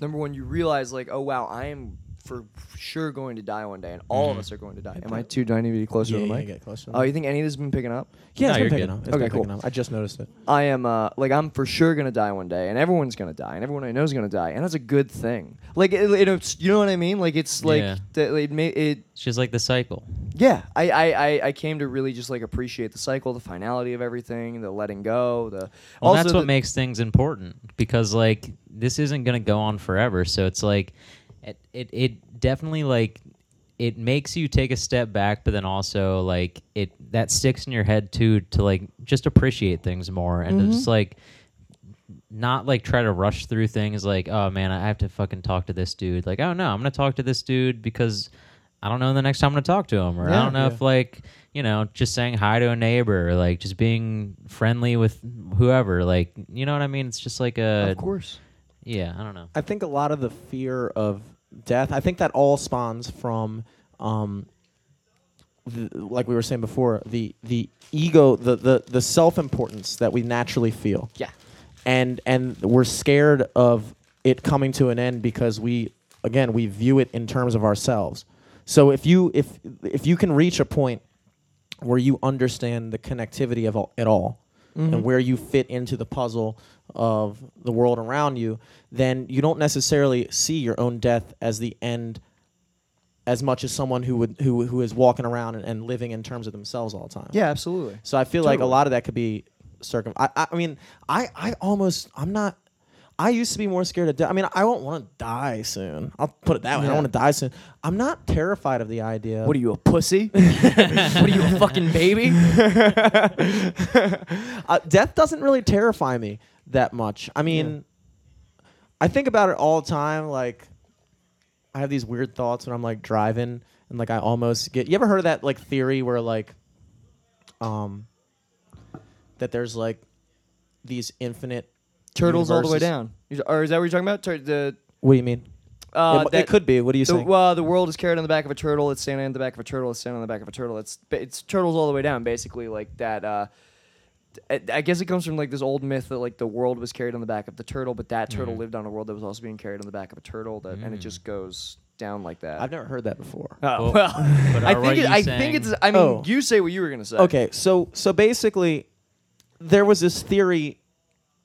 C: number one, you realize like, oh wow, I am for sure going to die one day, and all of
B: Mm-hmm.
C: us are going to die. Am I too? Do I need to be closer
A: Yeah,
C: to the
A: yeah,
C: mic?
A: get closer to the
C: Oh,
A: mic.
C: you think any of this has been picking up?
B: No,
A: Yeah, it's
B: you're
A: been picking
B: good.
A: up. It's
C: Okay,
A: been picking
C: cool.
A: up. I just noticed it.
C: I am uh, like I'm for sure gonna die one day, and everyone's gonna die, and everyone I know is gonna die, and that's a good thing. Like it, it, it's- you know what I mean? Like it's like
B: Yeah.
C: that. It, ma- it
B: It's just like the cycle.
C: yeah I, I i i came to really just like appreciate the cycle the finality of everything the letting go the
B: Well,
C: also
B: that's what
C: the-
B: makes things important because like this isn't going to go on forever. So it's like it, it it definitely like it makes you take a step back, but then also like it that sticks in your head too to like just appreciate things more and to just like not like try to rush through things like oh man i have to fucking talk to this dude like oh no i'm gonna talk to this dude because i don't know the next time i'm gonna talk to him or i
A: Yeah,
B: don't know
A: yeah.
B: if like you know just saying hi to a neighbor or like just being friendly with whoever like you know what i mean it's just like a
C: of course
B: yeah i don't know
A: I think a lot of the fear of death. I think that all spawns from, um, the, like we were saying before, the the ego, the the the self importance that we naturally feel,
C: yeah
A: and and we're scared of it coming to an end because we, again, we view it in terms of ourselves. So if you if if you can reach a point where you understand the connectivity of all, it all and where you fit into the puzzle of the world around you, then you don't necessarily see your own death as the end as much as someone who would who who is walking around and, and living in terms of themselves all the time.
C: yeah absolutely
A: So I feel like a
C: Totally.
A: lot of that could be circum. I, I I mean I I almost I'm not. I used to be more scared of death. I mean, I don't want to die soon. I'll put it that way. I
C: Yeah.
A: don't want to die soon. I'm not terrified of the idea.
C: what are you a pussy what are you a fucking baby
A: uh, death doesn't really terrify me that much. I mean, I think about it all the time. Like, I have these weird thoughts when I'm like driving, and like I almost get. You ever heard of that like theory where like, um, that there's like these infinite
C: turtles all the way
A: universes-
C: down Is- or is that what you're talking about Tur- the
A: What do you mean?
C: uh,
A: it, it
C: that-
A: could be. What do you
C: the,
A: think?
C: well, the world is carried on the back of a turtle. It's sand on the back of a turtle. It's sand on the back of a turtle. It's it's turtles all the way down, basically. Like that. Uh, I, I guess it comes from like this old myth that like the world was carried on the back of the turtle, but that turtle lived on a world that was also being carried on the back of a turtle. That and it just goes down like that.
A: I've never heard that before.
C: oh,
B: Well,
C: well,
B: but
C: I
B: are
C: think
B: you
C: it, I
B: saying-
C: think it's. I mean,
A: Oh.
C: you say what you were gonna say.
A: Okay, so so basically, there was this theory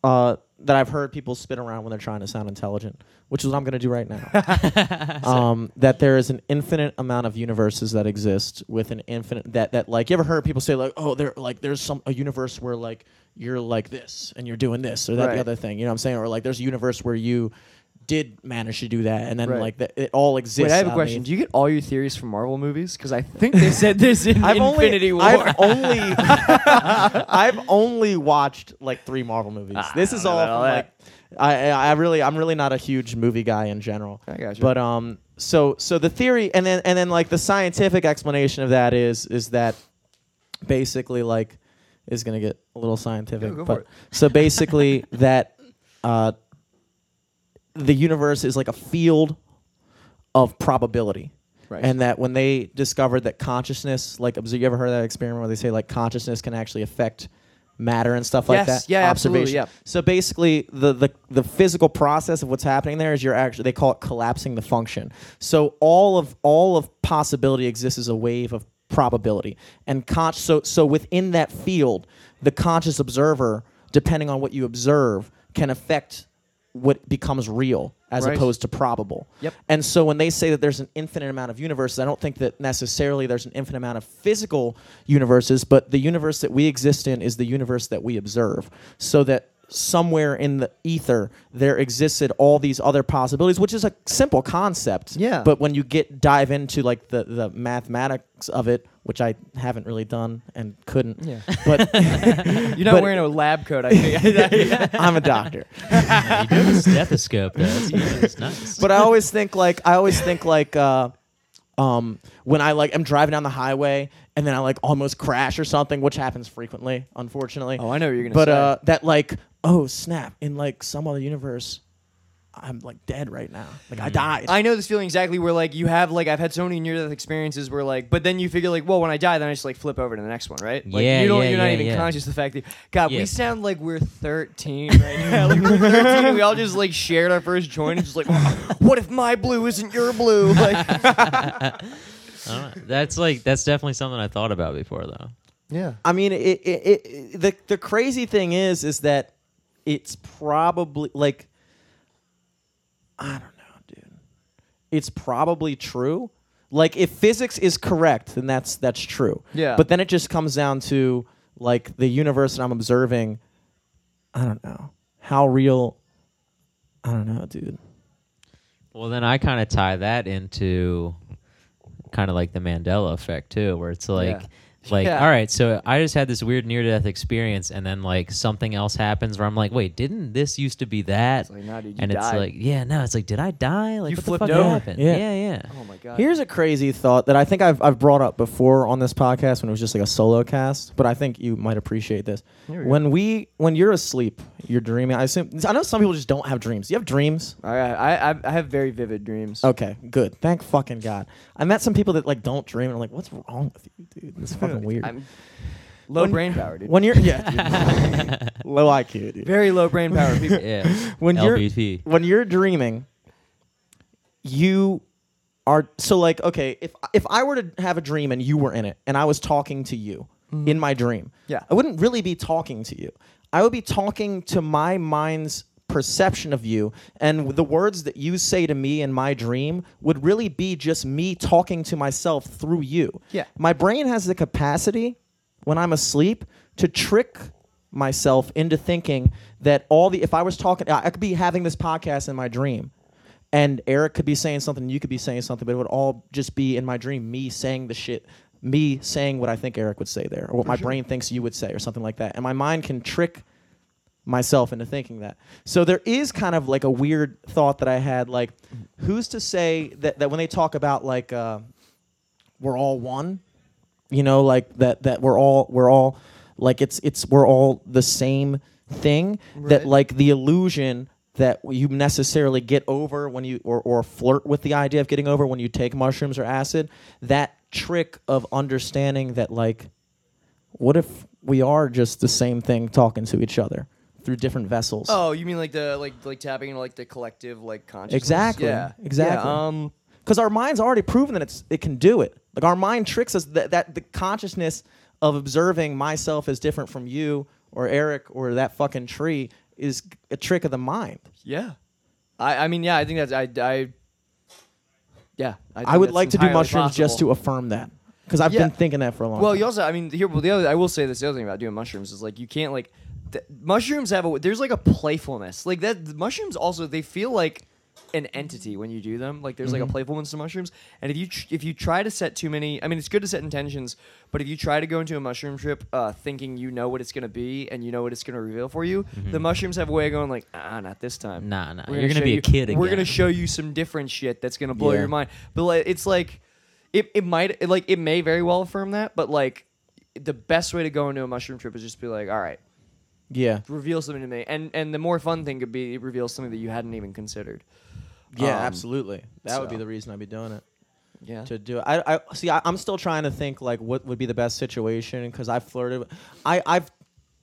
A: uh, that I've heard people spin around when they're trying to sound intelligent, which is what I'm going to do right now. um, that there is an infinite amount of universes that exist with an infinite that that like you ever heard people say like oh there like there's some a universe where like you're like this and you're doing this or that
C: Right.
A: the other thing you know what I'm saying or like there's a universe where you did manage to do that and then
C: Right.
A: like that it all exists.
C: Wait, I have a
A: out
C: question.
A: in the-
C: Do you get all your theories from Marvel movies? Because I think they said this in
A: I've
C: Infinity
A: only,
C: War.
A: I've only, I've only watched like three Marvel movies. this is all,
C: about
A: from,
C: all
A: like,
C: Ah, that.
A: I I really I'm really not a huge movie guy in general.
C: I gotcha.
A: But um, so so the theory and then and then like the scientific explanation of that is is that basically like is gonna get a little scientific.
C: Yeah, go
A: but
C: for it.
A: so basically that uh, the universe is like a field of probability.
C: Right.
A: And that when they discovered that consciousness, like, obs- you ever heard of that experiment where they say like consciousness can actually affect matter and stuff like
C: Yes,
A: that?
C: yeah, absolutely, yeah.
A: So basically, the, the the physical process of what's happening there is you're actually they call it collapsing the function. So all of all of possibility exists as a wave of probability, and con- so so within that field, the conscious observer, depending on what you observe, can affect what becomes real as
C: Right.
A: opposed to probable.
C: Yep.
A: And so when they say that there's an infinite amount of universes, I don't think that necessarily there's an infinite amount of physical universes, but the universe that we exist in is the universe that we observe. So that somewhere in the ether there existed all these other possibilities, which is a simple concept.
C: Yeah.
A: But when you get dive into like the, the mathematics of it, which I haven't really done and couldn't.
C: Yeah.
A: But
C: You're not
A: but-
C: wearing a lab coat. I think.
A: I'm a doctor.
B: you do have a stethoscope, though. It's, it's nice.
A: but I always think like I always think like uh, um, when I like am driving down the highway and then I like almost crash or something, which happens frequently, unfortunately.
C: oh, I know what you're gonna
A: but
C: say.
A: uh, that like oh snap in like some other universe, I'm like dead right now. Like I died.
C: I know this feeling exactly where like you have like I've had so many near death experiences where like but then you figure like well when I die then I just like flip over to the next one right like
B: Yeah,
C: you don't
B: yeah,
C: you're not
B: yeah,
C: even
B: yeah.
C: conscious of the fact that God we
B: Yeah.
C: sound like we're 13 right now like we're 13 we all just like shared our first joint and just like what if my blue isn't your blue like
B: I don't know. That's like that's definitely something I thought about before, though.
C: yeah
A: I mean, it, it, it, it the the crazy thing is, is that it's probably like I don't know, dude. It's probably true. Like, if physics is correct, then that's that's true.
C: Yeah.
A: But then it just comes down to like the universe that I'm observing. I don't know how real. I don't know, dude.
B: Well, then I kind of tie that into kind of like the Mandela effect too, where it's like,
C: Yeah.
B: like,
C: Yeah.
B: all right, so I just had this weird near death experience, and then like something else happens where I'm like, wait, didn't this used to be that?
C: It's like, nah, dude, you
B: and it's
C: died.
B: like, yeah, no, it's like, did I die? Like,
C: You
B: what
C: flipped
B: the fuck
C: over.
B: happened?
A: Yeah.
B: Yeah, yeah.
C: oh my god
A: Here's a crazy thought that I think I've, I've brought up before on this podcast when it was just like a solo cast, but I think you might appreciate this.
C: we go.
A: when we when you're asleep, you're dreaming. I assume I know some people just don't have dreams. You have dreams?
C: I, I I- I have very vivid dreams
A: Okay, good. Thank fucking god. I met some people that like don't dream, and I'm like, what's wrong with you, dude? It's fucking weird.
C: I'm low
A: When-
C: brain power dude
A: when you're yeah, dude. low IQ, dude.
C: very low brain power people
B: Yeah.
A: When you're
B: LBP.
A: when you're dreaming, you are so like okay if if I were to have a dream and you were in it and I was talking to you in my dream,
C: Yeah.
A: I wouldn't really be talking to you. I would be talking to my mind's perception of you and the words that you say to me in my dream would really be just me talking to myself through you.
C: Yeah.
A: My brain has the capacity when I'm asleep to trick myself into thinking that all the if I was talking I I could be having this podcast in my dream and Eric could be saying something, you could be saying something, but it would all just be in my dream me saying the shit, me saying what I think Eric would say there, or what my brain thinks you would say, or something like that. And my mind can trick myself into thinking that. So there is kind of like a weird thought that I had, like, who's to say that, that when they talk about like uh, we're all one, you know, like that that we're all we're all like it's it's we're all the same thing. That
C: Right.
A: like the illusion that you necessarily get over when you or, or flirt with the idea of getting over when you take mushrooms or acid, that trick of understanding that like what if we are just the same thing talking to each other through different vessels?
C: Oh, you mean like the like like tapping into like the collective like consciousness?
A: Exactly,
C: Yeah.
A: exactly.
C: Yeah, um.
A: because our mind's already proven that it's it can do it. Like our mind tricks us that, that the consciousness of observing myself as different from you or Eric or that fucking tree is a trick of the mind.
C: Yeah. I I mean yeah. I think that's I I. Yeah. think
A: I would
C: that's
A: like to do
C: entirely
A: mushrooms just to
C: possible.
A: affirm that because I've
C: Yeah.
A: been thinking that for a long.
C: Well,
A: time.
C: you also I mean here well, the other I will say this the other thing about doing mushrooms is like you can't like th- mushrooms have a there's like a playfulness like that mushrooms also they feel like an entity when you do them. Like there's
B: Mm-hmm.
C: like a playfulness to mushrooms, and if you tr- if you try to set too many, I mean it's good to set intentions, but if you try to go into a mushroom trip uh, thinking you know what it's gonna be and you know what it's gonna reveal for you, the mushrooms have a way of going like ah not this time.
B: Mm-hmm. Nah, nah,
C: We're
B: you're gonna
C: show
B: be a
C: you-
B: kid
C: We're
B: again."
C: gonna show you some different shit that's gonna blow
A: Yeah.
C: your mind. But like, it's like it it might it, like it may very well affirm that, but like the best way to go into a mushroom trip is just be like all right
A: Yeah.
C: reveal something to me and and the more fun thing could be it reveals something that you hadn't even considered
A: Yeah,
C: Um,
A: absolutely. That would be the
C: so.
A: reason I'd be doing it.
C: yeah
A: To do it, I, I see. I, I'm still trying to think like what would be the best situation because I flirted. with- I, I've,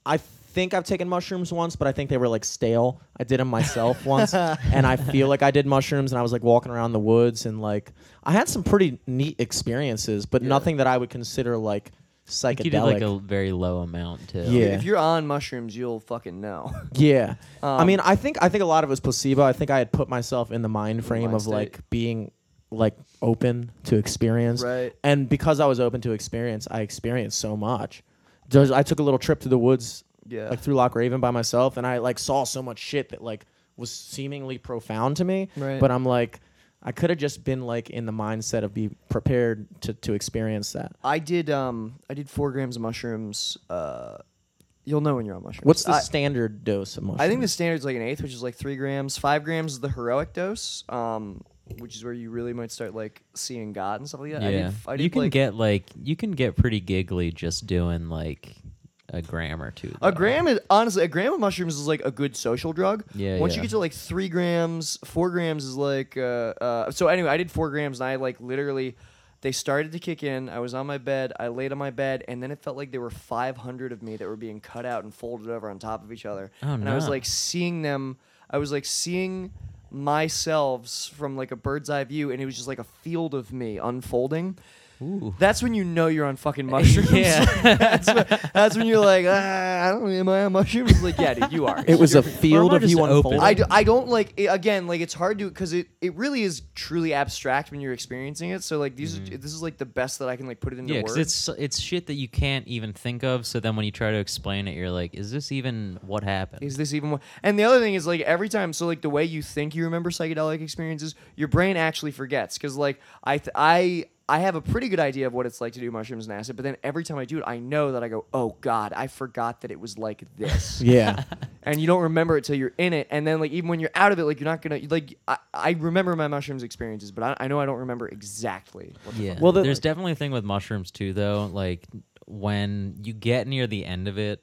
A: I think I've taken mushrooms once, but I think they were like stale. I did them myself once, and I feel like I did mushrooms, and I was like walking around the woods, and like I had some pretty neat experiences, but nothing that I would consider like
B: I think you did like
A: psychedelic.
B: a very low amount too.
A: Yeah.
C: if you're on mushrooms you'll fucking know
A: Yeah. I
C: Um,
A: mean, I think I think a lot of it was placebo. I think I had put myself in the mind frame
C: mind
A: of
C: state.
A: like being like open to experience.
C: Right.
A: And because I was open to experience, I experienced so much. There's, I took a little trip to the woods,
C: Yeah.
A: like through Lock Raven by myself, and I like saw so much shit that like was seemingly profound to me.
C: Right.
A: But I'm like, I could have just been like in the mindset of be prepared to to experience that.
C: i did um i did four grams of mushrooms uh you'll know when you're on mushrooms
A: What's the
C: I,
A: standard dose of mushrooms?
C: I think the standard's like an eighth which is like three grams five grams is the heroic dose um which is where you really might start like seeing god and stuff like that I did,
B: Yeah.
C: f- I did
B: you can
C: like,
B: get like you can get pretty giggly just doing like a gram or two.
C: A
B: though.
C: gram is honestly a gram of mushrooms is like a good social drug.
B: Yeah,
C: Once you
B: yeah.
C: get to like three grams, four grams is like. Uh, uh, so anyway, I did four grams and I like literally, they started to kick in. I was on my bed. I laid on my bed and then it felt like there were 500 of me that were being cut out and folded over on top of each other.
B: Oh,
C: and I was
B: no.
C: like seeing them. I was like seeing myself from like a bird's eye view and it was just like a field of me unfolding.
B: Ooh.
C: That's when you know you're on fucking mushrooms.
B: Yeah.
C: that's, when, that's when you're like, ah, I don't am I on mushrooms? Like, yeah, dude, you are.
A: it was
C: You're-
A: a field
B: I
A: of you
B: just open?
A: unfolding.
C: I, do, I don't like it, again like it's hard to because it, it really is truly abstract when you're experiencing it so like these are, this is like the best that I can like put it into
B: Yeah,
C: words
B: because it's it's shit that you can't even think of. So then when you try to explain it, you're like, is this even what happened?
C: Is this even more? And the other thing is like every time, so like the way you think you remember psychedelic experiences, your brain actually forgets because like I th- I I have a pretty good idea of what it's like to do mushrooms and acid, but then every time I do it, I know that I go, oh god, I forgot that it was like this,
A: yeah.
C: and you don't remember it till you're in it, and then like even when you're out of it, like you're not gonna like I, I remember my mushrooms experiences, but I, I know I don't remember exactly. What the
B: Yeah.
A: Well,
B: Well,
A: the-
B: there's definitely a thing with mushrooms too, though. Like when you get near the end of it,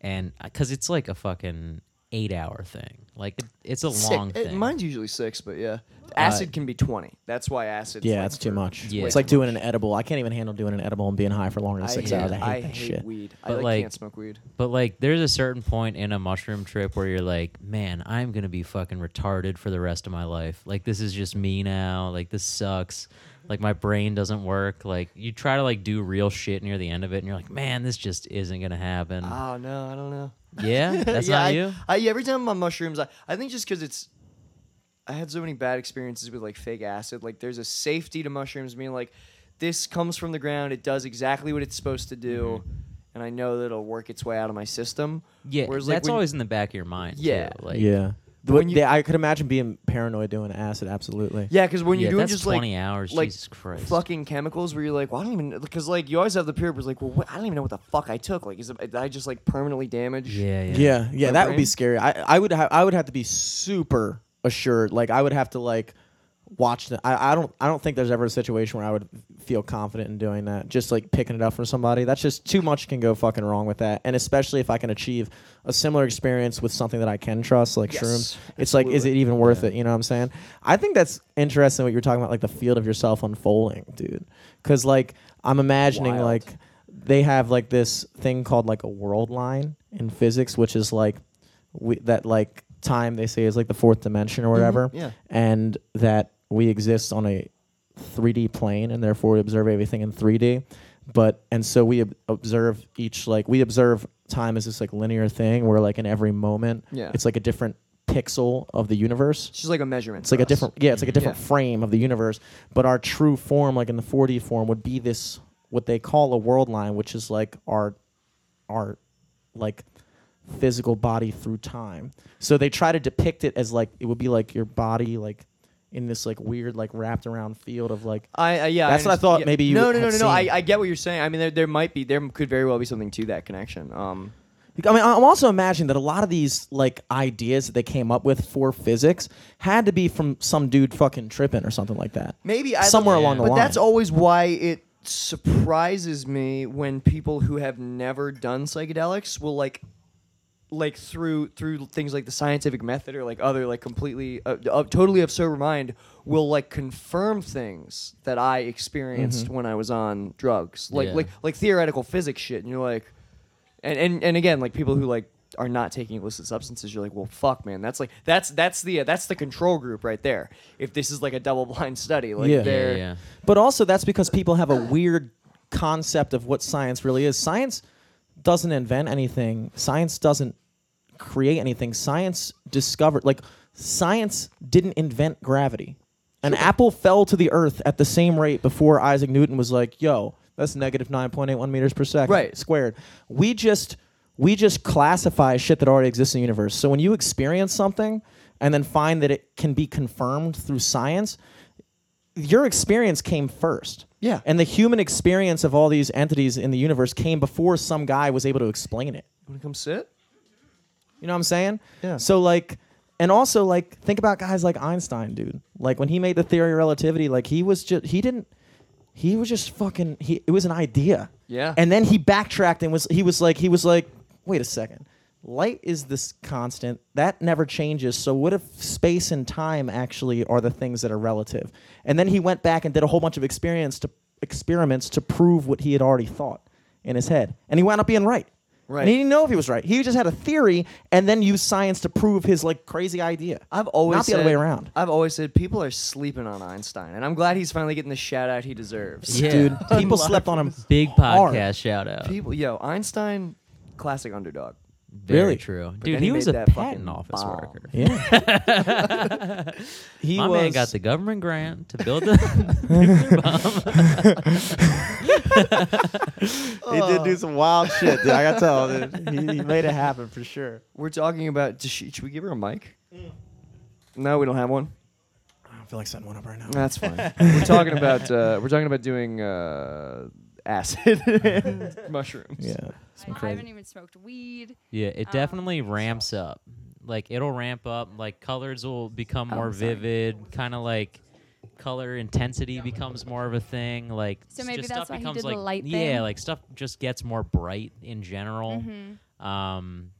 B: and because it's like a fucking eight hour thing, like it, it's a
C: Six-
B: long
C: it-
B: thing.
C: Uh, mine's usually six, but yeah, acid can be twenty. That's why acid.
A: Yeah, it's too much.
B: Yeah.
A: It's
B: way
A: like
C: too
A: doing an edible. I can't even handle doing an edible and being high for longer than
C: I
A: six
C: hate,
A: hours. I hate
C: I
A: that
C: hate
A: shit.
C: weed. I
B: But,
C: like,
B: like,
C: can't smoke weed.
B: But like, there's a certain point in a mushroom trip where you're like, man, I'm gonna be fucking retarded for the rest of my life. Like, this is just me now. Like, this sucks. Like, my brain doesn't work. Like, you try to like do real shit near the end of it, and you're like, man, this just isn't gonna happen.
C: Oh no, I don't know.
B: yeah, that's
C: yeah,
B: not
C: I,
B: you.
C: I, yeah, every time I'm on mushrooms, I, I think just because it's, I had so many bad experiences with like fake acid. Like there's a safety to mushrooms, meaning like this comes from the ground. It does exactly what it's supposed to do, and I know that it'll work its way out of my system.
B: Mm-hmm. Yeah,
C: Whereas, like,
B: that's
C: when-
B: always in the back of your mind.
C: Yeah.
B: too. like
A: yeah. The
C: when
A: way-
C: you-
A: they- I could imagine being paranoid doing acid. Absolutely.
C: Yeah, because when
B: yeah,
C: you're doing
B: that's
C: just like
B: twenty hours.
C: like
B: Jesus Christ.
C: fucking chemicals, where you're like, well, I don't even because like you always have the period where it's like, well, what, I don't even know what the fuck I took. Like, is it, did I just like permanently damage?
B: yeah, yeah,
A: Yeah. Yeah.
C: My
A: that would be
C: brain-
A: scary. I, I would have I would have to be super assured. Like I would have to like watch the I, I don't I don't think there's ever a situation where I would feel confident in doing that. Just like picking it up from somebody. That's just too much can go fucking wrong with that. And especially if I can achieve a similar experience with something that I can trust, like
C: Yes,
A: shrooms. It's like is it even worth it? You know what I'm saying? I think that's interesting what you're talking about, like the field of yourself unfolding, dude. Cause like I'm imagining
C: Wild.
A: like they have like this thing called like a world line in physics, which is like we, that like time they say is like the fourth dimension or whatever,
C: Mm-hmm. yeah.
A: and that we exist on a 3D plane and therefore we observe everything in 3D. But and so we ob- observe each like we observe time as this like linear thing where like in every moment
C: Yeah.
A: it's like a different pixel of the universe.
C: It's just like a measurement.
A: It's like
C: for
A: a
C: us.
A: different, Mm-hmm. yeah, it's like a different
C: Yeah.
A: frame of the universe. But our true form, like in the 4D form, would be this what they call a world line, which is like our, our, like physical body through time. So they try to depict it as like it would be like your body like in this like weird like wrapped around field of like
C: I, uh, yeah,
A: That's what I
C: underst-
A: thought
C: yeah.
A: maybe you
C: No, no,
A: had
C: no, no, no. I,
A: seen.
C: I get what you're saying. I mean, there, there might be, there could very well be something to that connection. Um,
A: I mean, I'm also imagining that a lot of these like ideas that they came up with for physics had to be from some dude fucking tripping or something like that.
C: maybe
A: Somewhere along the
C: but
A: line.
C: that's always why it surprises me when people who have never done psychedelics will like like through through things like the scientific method or like other like completely uh, uh, totally of sober mind will like confirm things that I
A: Mm-hmm.
C: experienced when I was on drugs like
B: Yeah.
C: like like theoretical physics shit and you're like and, and and again like people who like are not taking illicit substances you're like well fuck man that's like that's that's the uh, that's the control group right there if this is like a double blind study like
A: Yeah. Yeah,
B: Yeah,
C: they're
B: yeah.
A: But also, that's because people have a weird concept of what science really is. Science doesn't invent anything. Science doesn't create anything. Science discovered, like, science didn't invent gravity. An apple fell to the earth at the same rate before Isaac Newton was like, "Yo, that's negative nine point eight one meters per second
C: Right.
A: squared." We just we just classify shit that already exists in the universe. So when you experience something and then find that it can be confirmed through science, your experience came first.
C: Yeah.
A: And the human experience of all these entities in the universe came before some guy was able to explain it.
C: wanna come sit
A: You know what I'm saying?
C: Yeah.
A: So like and also like think about guys like Einstein, dude. Like when he made the theory of relativity, like he was just he didn't he was just fucking he it was an idea.
C: Yeah.
A: And then he backtracked and was he was like he was like, wait a second. Light is this constant. That never changes. So what if space and time actually are the things that are relative? And then he went back and did a whole bunch of experience to experiments to prove what he had already thought in his head. And he wound up being right.
C: Right.
A: And he didn't know if he was right. He just had a theory and then used science to prove his like crazy idea.
C: I've always
A: not the other
C: said-
A: way around.
C: I've always said people are sleeping on Einstein and I'm glad he's finally getting the shout out he deserves
B: Yeah.
A: Dude, people slept on him.
B: Big
A: Hard.
B: podcast shout out.
C: people yo Einstein classic underdog
A: Really?
B: Very true.
C: But
B: Dude,
C: then
B: he
C: he
B: was
C: made
B: a
C: that fucking
B: patent office
C: bomb.
B: worker.
A: Yeah. he
B: My
A: was
B: man got the government grant to build the nuclear bomb.
A: He did do some wild shit, dude. I got to tell dude. He, he made it happen for sure.
C: we're talking about does she, should we give her a mic
B: Mm.
C: no we don't have one
A: I don't feel like setting one up right now.
C: That's fine. we're talking about uh, we're talking about doing uh, acid and mushrooms.
A: Yeah.
D: I,
A: Some
D: I haven't
A: crazy.
D: even smoked weed.
B: Yeah, it
D: Um,
B: definitely ramps up. Like it'll ramp up. Like colors will become
D: Oh,
B: more vivid. Kind of like color intensity becomes more of a thing. Like
D: So
B: s-
D: maybe
B: just
D: that's
B: stuff
D: why he
B: becomes
D: did the
B: like
D: light
B: yeah,
D: thing?
B: like stuff just gets more bright in general.
D: Mm-hmm.
B: Um,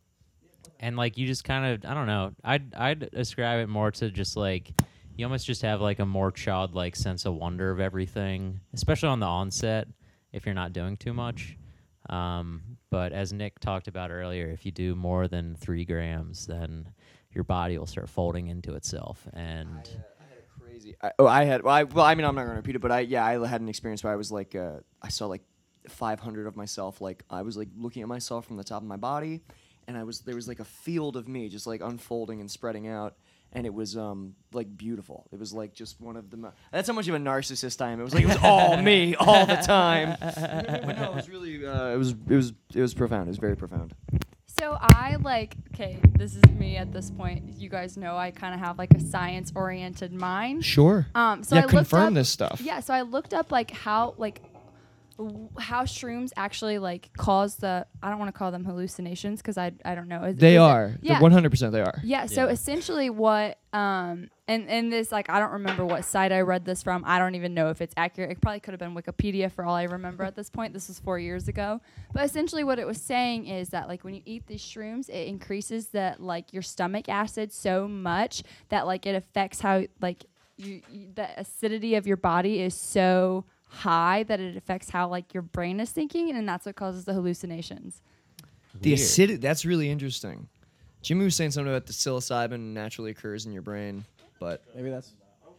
B: and like you just kind of I don't know. I'd I'd ascribe it more to just like you almost just have like a more childlike sense of wonder of everything, especially on the onset if you're not doing too much. Um, but as Nick talked about earlier, if you do more than three grams, then your body will start folding into itself. And
C: Crazy. uh, I, oh, I had. Well I, well, I mean, I'm not gonna repeat it, but I yeah, I had an experience where I was like, uh, I saw like 500 of myself. Like I was like looking at myself from the top of my body, and I was there was like a field of me just like unfolding and spreading out. And it was um like beautiful. It was like just one of the. Mo- That's how much of a narcissist I am. It was like it was all me all the time. but no, it was really. Uh, it was it was it was profound. It was very profound.
D: So I like, okay, this is me at this point. You guys know I kind of have like a science oriented mind.
C: Sure.
D: Um, so
C: yeah,
D: I looked
C: confirm
D: up-
C: this stuff.
D: Yeah, so I looked up like how, like, w- how shrooms actually like cause the I don't want to call them hallucinations because I, I don't know Is- is
C: They
D: it-
C: are.
D: yeah
C: 100% they are.
D: Yeah, so
B: Yeah.
D: essentially what um and and this like I don't remember what site I read this from. I don't even know if it's accurate. It probably could have been Wikipedia for all I remember at this point. This was 4 years ago. But essentially what it was saying is that like when you eat these shrooms, it increases the like your stomach acid so much that like it affects how like you, you the acidity of your body is so high that it affects how like your brain is thinking and that's what causes the hallucinations.
C: The
B: Weird.
C: acidity, that's really interesting. Jimmy was saying something about the psilocybin naturally occurs in your brain, but
A: Maybe that's
B: oh,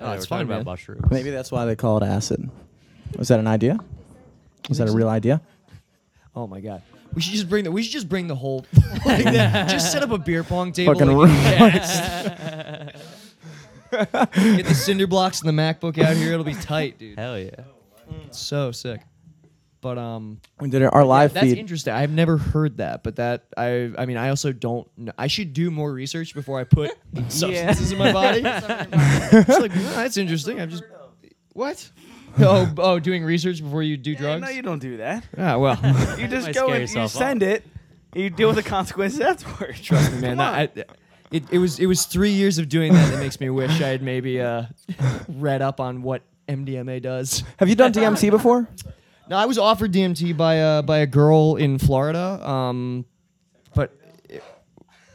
C: Oh,
B: we're
C: it's
B: talking
C: fine,
B: about
C: man.
B: mushrooms.
A: maybe that's why they call it acid. Was that an idea? Was that a real idea?
C: oh my god. We should just bring the we should just bring the whole like that. just set up a beer pong table.
A: Fucking
C: like, yeah. Get the cinder blocks and the MacBook out here, it'll be tight, dude.
B: Hell yeah.
C: It's so sick. But um,
A: We did it. Our live
C: yeah, that's
A: feed.
C: interesting. I've never heard that, but that I I mean I also don't. Know. I should do more research before I put substances in my body. It's like "Oh, that's interesting. I'm just what? Oh, b- oh, doing research before you do drugs?
E: No, you don't do that.
C: ah, well,
E: You just
B: might
E: go
B: scare
E: and you
B: yourself up.
E: send it. and You deal with the consequences afterwards.
C: trust me, man. that- I, it, it was it was three years of doing that that makes me wish I had maybe uh, read up on what MDMA does.
A: Have you done DMT before?
C: No, I was offered DMT by a by a girl in Florida. Um, but it-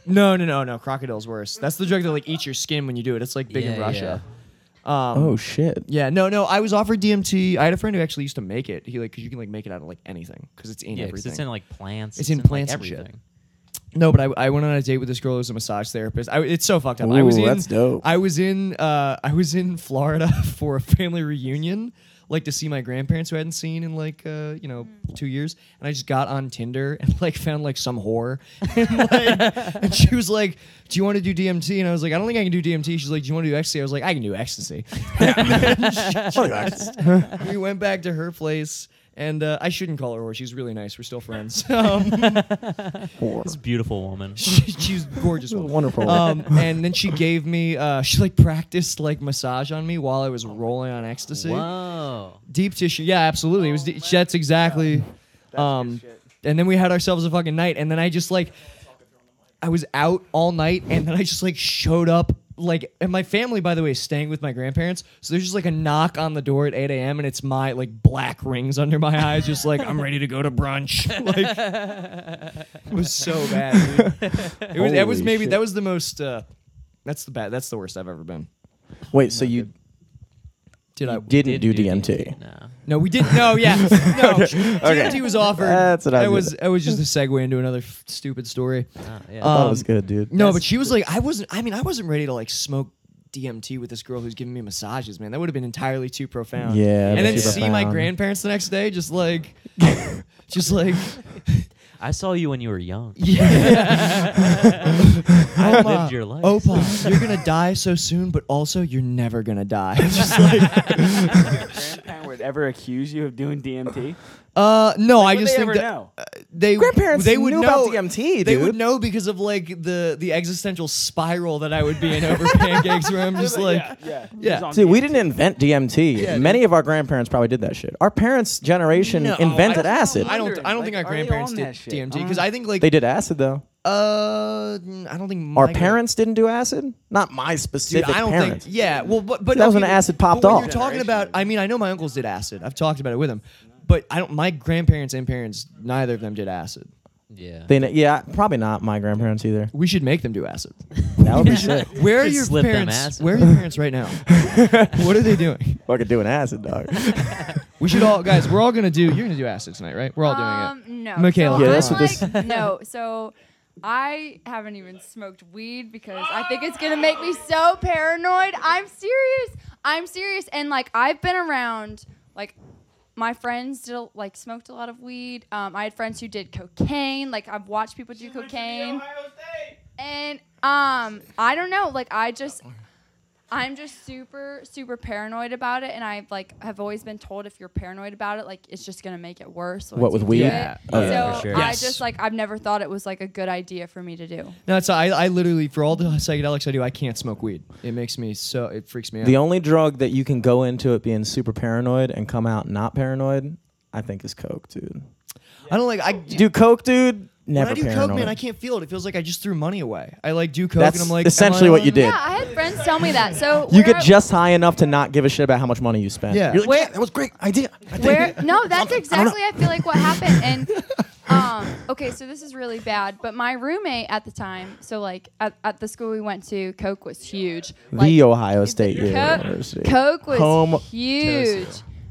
C: no, no, no, no. Crocodile's worse. That's the drug that like eats your skin when you do it. It's like big in
B: Yeah,
C: Russia. Um,
A: Oh shit.
C: yeah, no, no. I was offered DMT. I had a friend who actually used to make it. He like because you can like make it out of like anything because it's in
B: Yeah, 'cause
C: everything.
B: it's in like plants.
C: It's in
B: like,
C: plants and shit.
B: everything.
C: No, but I, I went on a date with this girl who's a massage therapist. I, it's so fucked up. I was
A: Ooh,
C: in,
A: that's dope.
C: I was in uh, I was in Florida for a family reunion, like to see my grandparents who I hadn't seen in like uh, you know two years. And I just got on Tinder and like found like some whore, and, like, and she was like, "Do you want to do DMT?" And I was like, "I don't think I can do DMT." She's like, "Do you want to do ecstasy?" I was like, "I can do ecstasy." we went back to her place. And uh, I shouldn't call her whore. She's really nice. We're still friends. Um,
B: This beautiful woman.
C: she, she's a gorgeous. woman.
A: Wonderful.
C: um, and then she gave me uh, she like practiced like massage on me while I was rolling on ecstasy.
B: Whoa.
C: Deep tissue, yeah, absolutely. It was de- that's exactly. um, and then we had ourselves a fucking night, and then I just like, I was out all night, and then I just like showed up. Like and my family, by the way, is staying with my grandparents, so there's just like a knock on the door at 8 a.m. and it's my like black rings under my eyes, just like I'm ready to go to brunch. like it was so bad. Dude. It was. that was
A: Holy
C: maybe
A: shit.
C: that was the most. Uh, that's the bad. That's the worst I've ever been.
A: Wait, so you
C: Did I?
A: didn't do DMT?
B: No.
C: No, we didn't. No, yeah, no. DMT was offered.
A: That's what I
C: That
A: did.
C: was. That was just a segue into another f- stupid story.
B: Oh, yeah.
A: I thought
C: Um,
A: it was good, dude.
C: No, but she was like, I wasn't. I mean, I wasn't ready to like smoke DMT with this girl who's giving me massages, man. That would have been entirely too profound.
A: Yeah,
C: and then
A: too
C: see my
A: profound.
C: grandparents the next day, just like, just like,
B: I saw you when you were young.
C: yeah.
B: I
C: Oma,
B: lived your life.
C: Opa, you're gonna die so soon, but also you're never gonna die. just like,
E: grandparent would ever accuse you of doing DMT?
C: uh, no, I
E: would
C: just
E: they
C: think
E: ever
C: that
E: know?
C: uh, they
A: Grandparents
C: they would
A: knew
C: know
A: about DMT,
C: They
A: dude.
C: would know because of like the the existential spiral that I would be in over pancakes, where I'm just like,
E: yeah,
C: yeah.
E: He's on
A: Dude, we
E: DMT.
A: didn't invent DMT.
C: Yeah,
A: Many of our grandparents probably did that shit. Our parents' generation
C: No,
A: invented
C: I-
A: acid.
C: I don't. I don't
E: Wondering,
C: think our
E: like, are they
C: grandparents
E: on
C: did
E: that shit? Uh-huh.
C: DMT because I think like
A: they did acid though.
C: Uh, n- I don't think my
A: Our
C: grand-
A: parents didn't do acid. Not my
C: Dude,
A: specific
C: I don't
A: parents.
C: think. Yeah. Well, but, but
A: That was
C: no,
A: when
C: you-
A: acid
C: but
A: popped
C: when
A: off.
C: You're talking about. I mean, I know my uncles did acid. I've talked about it with them, but I don't. My grandparents and parents, neither of them did acid.
B: Yeah.
A: They ne- yeah, probably not my grandparents either.
C: We should make them do acid.
A: That would be sick.
C: Where are
B: Just
C: your
B: slip them
C: parents?
B: acid.
C: Where are your parents right now? what are they doing?
A: Fucking doing acid, dog.
C: We should all, guys. We're all gonna do. You're gonna do acid tonight, right? We're all doing it.
D: Um, no.
C: Michaela,
D: So
A: Yeah,
D: I'm
A: that's what
D: like,
A: this-
D: no. So I haven't even smoked weed because I think it's gonna make me so paranoid. I'm serious. I'm serious. And like I've been around like my friends did a- like smoked a lot of weed. Um, I had friends who did cocaine. Like I've watched people do cocaine. And um, I don't know. Like I just, I'm just super, super paranoid about it. And I like have always been told if you're paranoid about it, like it's just gonna make it worse. once
A: What, with
D: you do
A: weed?
D: it.
C: Yeah.
A: Oh,
D: so
A: yeah,
B: for sure.
D: I
C: Yes.
D: just like I've never thought it was like a good idea for me to do.
C: No, it's I. I literally for all the psychedelics I do, I can't smoke weed. It makes me so. It freaks me out.
A: The only drug that you can go into it being super paranoid and come out not paranoid, I think, is coke, dude.
C: I don't like. I
A: Do coke, dude. Never
C: when I do
A: paranoid.
C: coke, man, I can't feel it. It feels like I just threw money away. I like do coke,
A: That's
C: and I'm like, am
A: essentially
C: I
A: what you
C: on-
A: did.
D: Yeah, I had friends tell me that. So
A: You
D: where-
A: get just high enough to not give a shit about how much money you spent.
C: Yeah.
A: You're like,
D: Where-
A: yeah, that was a great idea.
D: Where? No, that's exactly. I feel like what happened. And um, okay, so this is really bad. But my roommate at the time, so like at, at the school we went to, coke was huge. Like,
A: the Ohio State
D: Co-
A: University.
D: Coke was
A: Home
D: huge.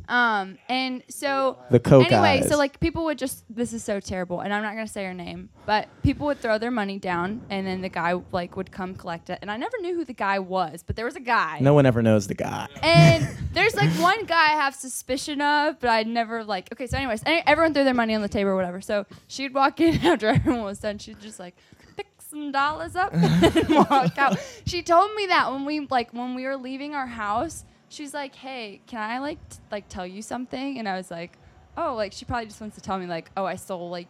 D: Um, and so
A: The Coke
D: Anyway,
A: eyes.
D: so like people would just this is so terrible, and I'm not gonna say her name, but people would throw their money down, and then the guy like would come collect it, and I never knew who the guy was, but there was a guy.
A: No one ever knows the guy.
D: And there's like one guy I have suspicion of, but I never like. Okay, so anyways, any, everyone threw their money on the table or whatever. So she'd walk in after everyone was done. She'd just like pick some dollars up and walk out. She told me that when we like when we were leaving our house, she's like, "Hey, can I like t- like tell you something?" And I was like, oh, like she probably just wants to tell me like, oh, I stole like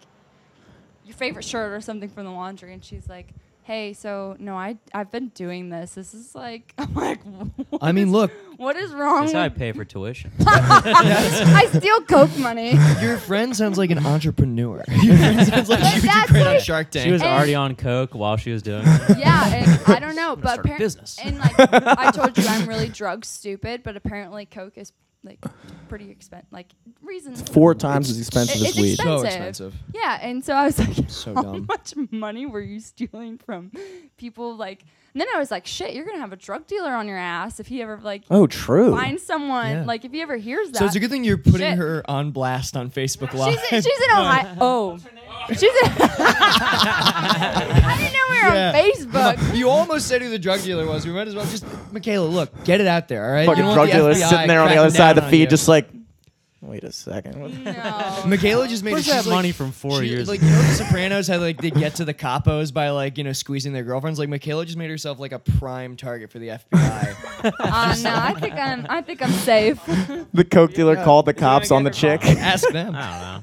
D: your favorite shirt or something from the laundry, and she's like, hey, so no, I I've been doing this. This is like, I'm like, what
C: I mean,
D: is-
C: look,
D: what is wrong?
B: That's how I
D: with-
B: pay for tuition.
D: I steal Coke money.
C: your friend sounds like an entrepreneur. your friend sounds like
D: But
C: she
D: that's
C: ran on
D: what-
C: Shark Tank.
B: she was
D: And-
B: already on coke while she was doing it.
D: yeah, and I don't know, but
B: start a
D: apparently,
B: business.
D: and like I told you, I'm really drug stupid, but apparently Coke is like pretty expensive, like reasons.
A: Four times as expensive
D: It-
A: as
D: it's
A: weed.
C: so
D: expensive.
C: expensive.
D: Yeah, and so I was like,
C: So
D: how
C: dumb.
D: much money were you stealing from people? Like, and then I was like, shit, you're gonna have a drug dealer on your ass if he ever like
A: Oh, true.
D: finds someone.
C: Yeah.
D: Like, if he ever hears that.
C: So it's a good thing you're putting
D: Shit.
C: her on blast on Facebook Live.
D: She's, in- she's in Ohio. Oh, she's. In I didn't know we were on Facebook.
C: you almost said who the drug dealer was. We might as well just Michaela. Look, get it out there. All right.
A: Fucking
C: You don't
A: drug
C: want the
A: dealer
C: FBI
A: sitting there on the
C: cracking
A: other side of
C: down
A: the
C: on
A: feed,
C: you.
A: just like, wait a second. what-
D: No.
C: Michaela just made
B: Where's
C: it.
B: that
C: she's
B: money
C: like,
B: from four
C: she-
B: years
C: Like
B: ago?
C: you know, The Sopranos how like they get to the capos by like you know squeezing their girlfriends. Like Michaela just made herself like a prime target for the FBI.
D: Uh, no, I think I'm. I think I'm safe. How
A: The coke dealer called the cops
E: get
A: on the
E: her
A: chick.
C: Ask them.
B: I don't know.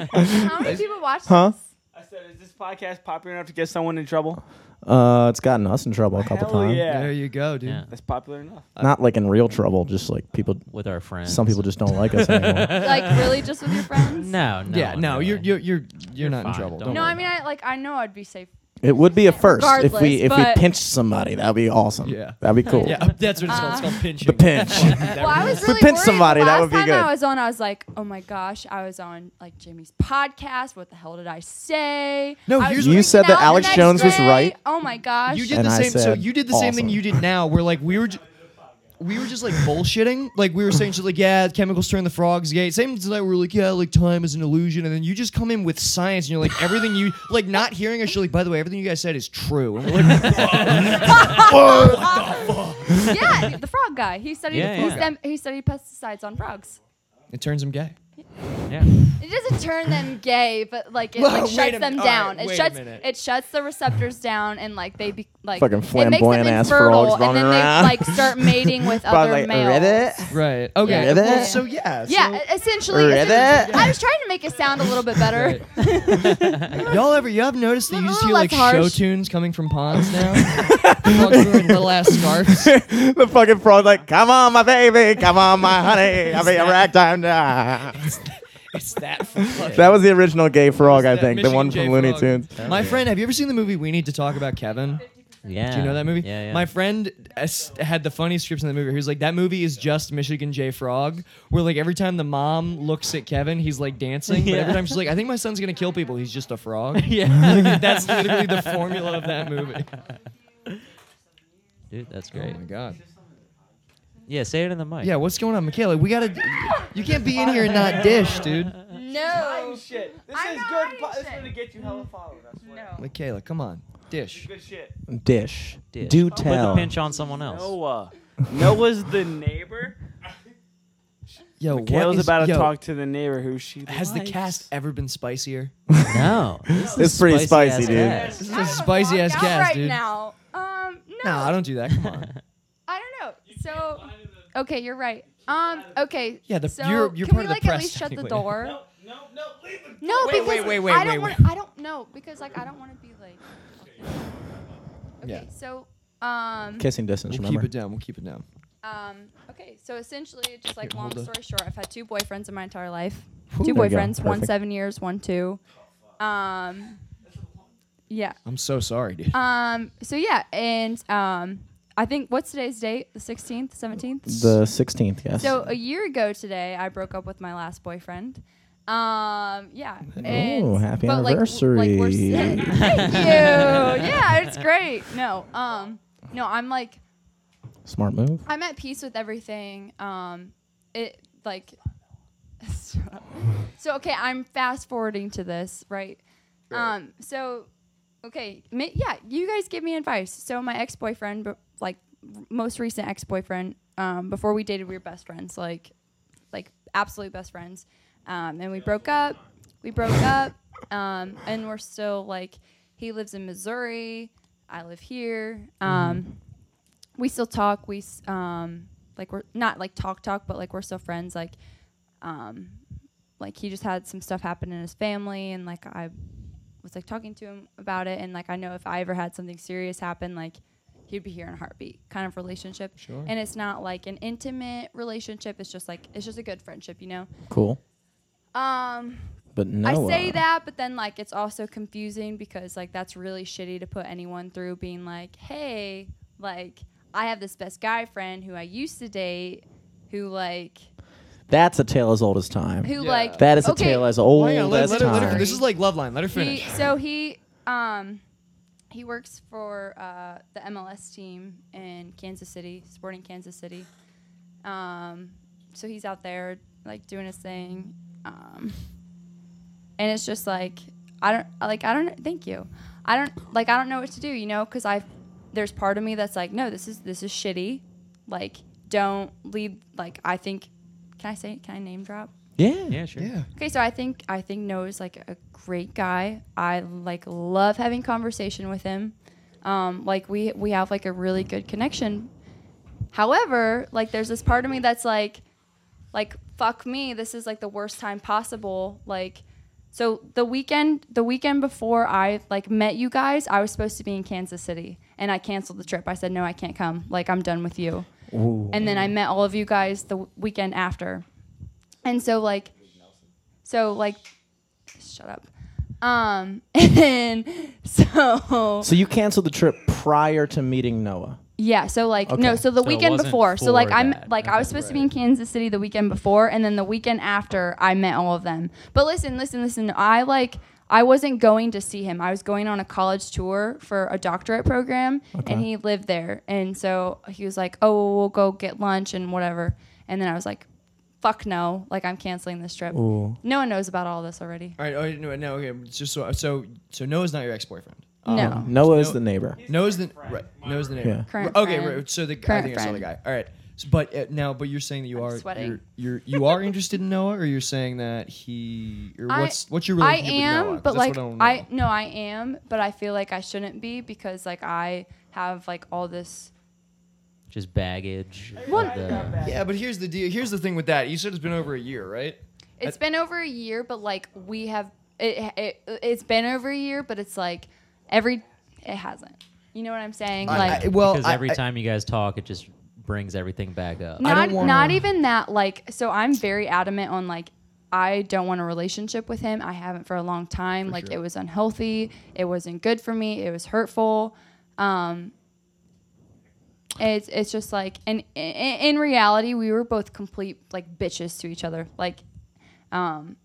D: many people watch
A: Huh?
D: this?
E: I said, is this podcast popular enough to get someone in trouble?
A: Uh, it's gotten us in trouble a couple
E: Hell
A: times.
E: yeah.
C: There you go, dude.
B: Yeah.
E: That's popular enough.
A: Not like in real trouble, just like people.
B: With our friends.
A: Some people just don't like us anymore.
D: Like really, just with your friends?
B: No, no.
C: Yeah, no,
B: really.
C: you're you're you're you're, not in
B: fine.
C: trouble.
B: Don't
C: Don't
D: No,
C: worry.
D: I mean, I like. I know I'd be safe.
A: It would be a first if we
D: Regardless,
A: if we
D: but-
A: pinched somebody. That'd be awesome.
C: Yeah.
A: That'd be cool.
C: Yeah, that's what it's called. It's
B: Uh,
C: called pinching.
A: The pinch.
D: Well, I was
A: If we
D: really
A: pinch
D: worried
A: somebody,
D: the
A: that
D: last
A: would be
D: time
A: good.
D: I was on, I was like, oh my gosh, I was on like Jimmy's podcast. What the hell did I say?
C: No,
D: I was
C: here's what- You
D: freaking
A: said that
D: out the
A: Alex
D: next
A: Jones was
D: day.
A: right.
D: Oh my gosh.
C: You did
A: And
C: the
A: I
C: same. so
A: said,
C: you did the same thing
A: "Awesome."
C: you did now. Where like we were, j- we were just like bullshitting. Like we were saying, just like yeah, chemicals turn the frogs gay. Same tonight. We were like yeah, like time is an illusion. And then you just come in with science, and you're like everything you like. Not hearing us, you're like by the way, everything you guys said is true. And we're like,
D: yeah, the frog guy. He studied.
B: Yeah,
D: he,
B: yeah.
D: stem- he studied pesticides on frogs.
C: it turns them gay.
B: Yeah.
D: It doesn't turn them gay, but like it
C: Wait
D: like
C: a
D: shuts them
C: minute.
D: down.
C: Alright, wait
D: it
C: a
D: shuts
C: minute.
D: it shuts the receptors down, and like they be like
A: Fucking
D: it makes them
A: flamboyant ass
D: infertile,
A: frogs
D: and
A: running
D: then
A: around.
D: they like start mating with other
A: Probably like,
D: males.
A: Reddit?
C: Right. Okay.
A: Yeah.
C: well,
A: Yeah.
C: so yeah. so-
D: Yeah, e- essentially.
A: Reddit?
D: essentially- I was trying to make it sound a little bit better.
C: Y'all ever you have noticed that you just
D: A
C: hear
D: little
C: like
D: less harsh.
C: show tunes coming from ponds now? Frogs wearing little ass scarves.
A: the fucking frog like, come on, my baby, come on, my honey, I'll be a ragtime. now."
C: It's that.
A: That was the original gay frog, I
C: that
A: think, the
C: Michigan
A: one
C: J
A: from Looney
C: Frog.
A: Tunes.
C: My friend, have you ever seen the movie We Need to Talk About Kevin?
B: Yeah.
C: Do you know that movie?
B: Yeah, yeah.
C: My friend as- had the funniest scripts in the movie. He was like, that movie is just Michigan J Frog, where like every time the mom looks at Kevin, he's like dancing. But every time she's like, I think my son's gonna kill people. He's just a frog.
B: yeah.
C: Like, that's literally the formula of that movie. Oh
B: Dude, that's great.
C: god.
B: Yeah, say it in the mic.
C: Yeah, what's going on, Michaela? We gotta. You can't be in here and not dish, dude.
D: No.
E: Oh, shit. This
D: I
E: is
D: know
E: good.
D: I'm
E: po- this is
D: shit.
E: gonna get you hella followed. I swear.
D: No.
C: Michaela, come on, dish.
E: Good shit.
A: Dish.
B: Dish.
A: Do
B: Put
A: tell.
B: the pinch on someone else.
E: Noah. Noah's the neighbor.
C: Yo, what
E: Kale's
C: is-
E: about to
C: yo,
E: talk to the neighbor who she
C: Has the
E: likes.
C: cast ever been spicier?
B: No.
A: It's pretty spicy,
B: ass
A: dude.
B: ass.
C: This is
D: I
C: a
D: was
C: spicy ass
D: walked out
C: cast,
D: right
C: dude.
D: now. Um, no,
C: No, I don't do that. Come on.
D: I don't know. So, okay, you're right. Um, okay.
C: Yeah, the-
D: so
C: you're- you're
D: can
C: part
D: we
C: of the
D: like at
C: press
D: least shut the
C: technically.
D: door?
E: No, no, leave him.
D: No,
C: Wait,
D: because
C: wait, wait, wait,
D: I don't
C: wait,
D: wanna-
C: wait.
D: I don't know because like I don't want to be like. Okay,
C: Yeah.
D: so um
A: Kissing distance,
C: We'll
A: remember?
C: keep it down. We'll keep it down.
D: um okay, so essentially, just like
C: Here,
D: long
C: hold up.
D: story short, I've had two boyfriends in my entire life.
A: There you
D: two
A: go.
D: boyfriends, one
A: Perfect.
D: seven years, one two.
E: Oh,
D: Um, yeah.
C: I'm so sorry, dude.
D: Um, so yeah, and um, I think what's today's date? The sixteenth, seventeenth.
A: The 16th, yes.
D: So uh, a year ago today, I broke up with my last boyfriend. Um, yeah. and-
A: Ooh, happy
D: but, like, w- like, we're
A: anniversary.
D: s- Thank you. Yeah, it's great. No, um, no, I'm like,
A: Smart move.
D: I'm at peace with everything. Um, it like, so, okay, I'm fast forwarding to this, right? Um, so okay, ma- yeah, you guys give me advice. So my ex boyfriend, but like r- most recent ex boyfriend, um, before we dated, we were best friends, like, like absolute best friends. Um, and we broke up. We broke up, um, and we're still like, he lives in Missouri. I live here. Um, we still talk. We s- um like we're not like talk talk, but like we're still friends. Like um like he just had some stuff happen in his family and like I was like talking to him about it and like I know if I ever had something serious happen like he'd be here in a heartbeat kind of relationship.
C: Sure.
D: And it's not like an intimate relationship, it's just like it's just a good friendship, you know.
A: Cool.
D: Um
A: But no.
D: I say that, but then like it's also confusing because like that's really shitty to put anyone through being like, hey, like I have this best guy friend who I used to date, who like
A: That's a tale as old as time.
D: who
F: Yeah.
D: like
A: That is a
D: okay,
A: tale as old
C: Hang on, let,
A: as
C: let her,
A: time.
C: let her, fin- this is like Love Line. Let her
D: he,
C: finish.
D: so he um he works for uh, the MLS team in Kansas City, Sporting Kansas City. Um, so he's out there like doing his thing, um, and it's just like I don't like I don't thank you, I don't like I don't know what to do, you know, because I there's part of me that's like no this is this is shitty, like don't leave like I think can I say can I name drop?
A: yeah.
B: Yeah, sure.
C: yeah.
D: Okay, so I think I think Noah is like a great guy. I like love having conversation with him. Um, like we we have like a really good connection. However, like there's this part of me that's like, like fuck me, this is like the worst time possible. Like, so the weekend the weekend before I like met you guys, I was supposed to be in Kansas City, and I canceled the trip. I said no, I can't come. Like I'm done with you. And then I met all of you guys the w- weekend after. And so like so like shut up. Um and so
A: So you canceled the trip prior to meeting Noah.
D: yeah, so like no,
A: Okay.
D: so
B: So
D: the
B: it
D: weekend
B: wasn't
D: before. So like
B: for
D: I'm
B: that.
D: like I was
B: Okay.
D: supposed to be in Kansas City the weekend before and then the weekend after I met all of them. But listen, listen, listen. I like I wasn't going to see him. I was going on a college tour for a doctorate program and he lived there. And so he was like, "Oh, we'll go get lunch and whatever." And then I was like, "Fuck no. Like I'm canceling this trip."
A: Ooh.
D: No one knows about all this already.
C: All right. All right no, no. Okay. it's Just so so so Noah's not your ex boyfriend.
A: Oh.
D: No.
A: Noah is
C: No-
A: the neighbor.
C: Noah's the right. Noah's the neighbor.
A: Yeah.
D: Current
C: R- okay.
D: friend.
C: Right, so the I
D: Current
C: think I saw the
D: friend.
C: guy. All right. So, but uh, now, but you're saying that you
D: I'm
C: are
D: sweating.
C: You're, you're you are interested in Noah, or you're saying that he or
D: I-
C: what's what's your
D: I
C: relationship with Noah?
D: am,
C: 'Cause
D: but
C: that's
D: like
C: what I, don't know.
D: I no, I am, but I feel like I shouldn't be because like I have like all this.
B: Just baggage. of
D: Well-
B: the-
C: yeah, but here's the deal. Here's the thing with that. You said it's been over a year, right?
D: It's been over a year, but like we have it. it it's been over a year, but it's like every it hasn't. You know what I'm saying? like
C: I, well,
B: because
C: I-
B: every
C: I-
B: time you guys talk, it just brings everything back up.
C: I
D: not
C: don't wanna-
D: not even that like so i'm very adamant on like i don't want a relationship with him i haven't for a long time like it was unhealthy it wasn't good for me it was hurtful um it's it's just like and i- i- in reality we were both complete like bitches to each other like um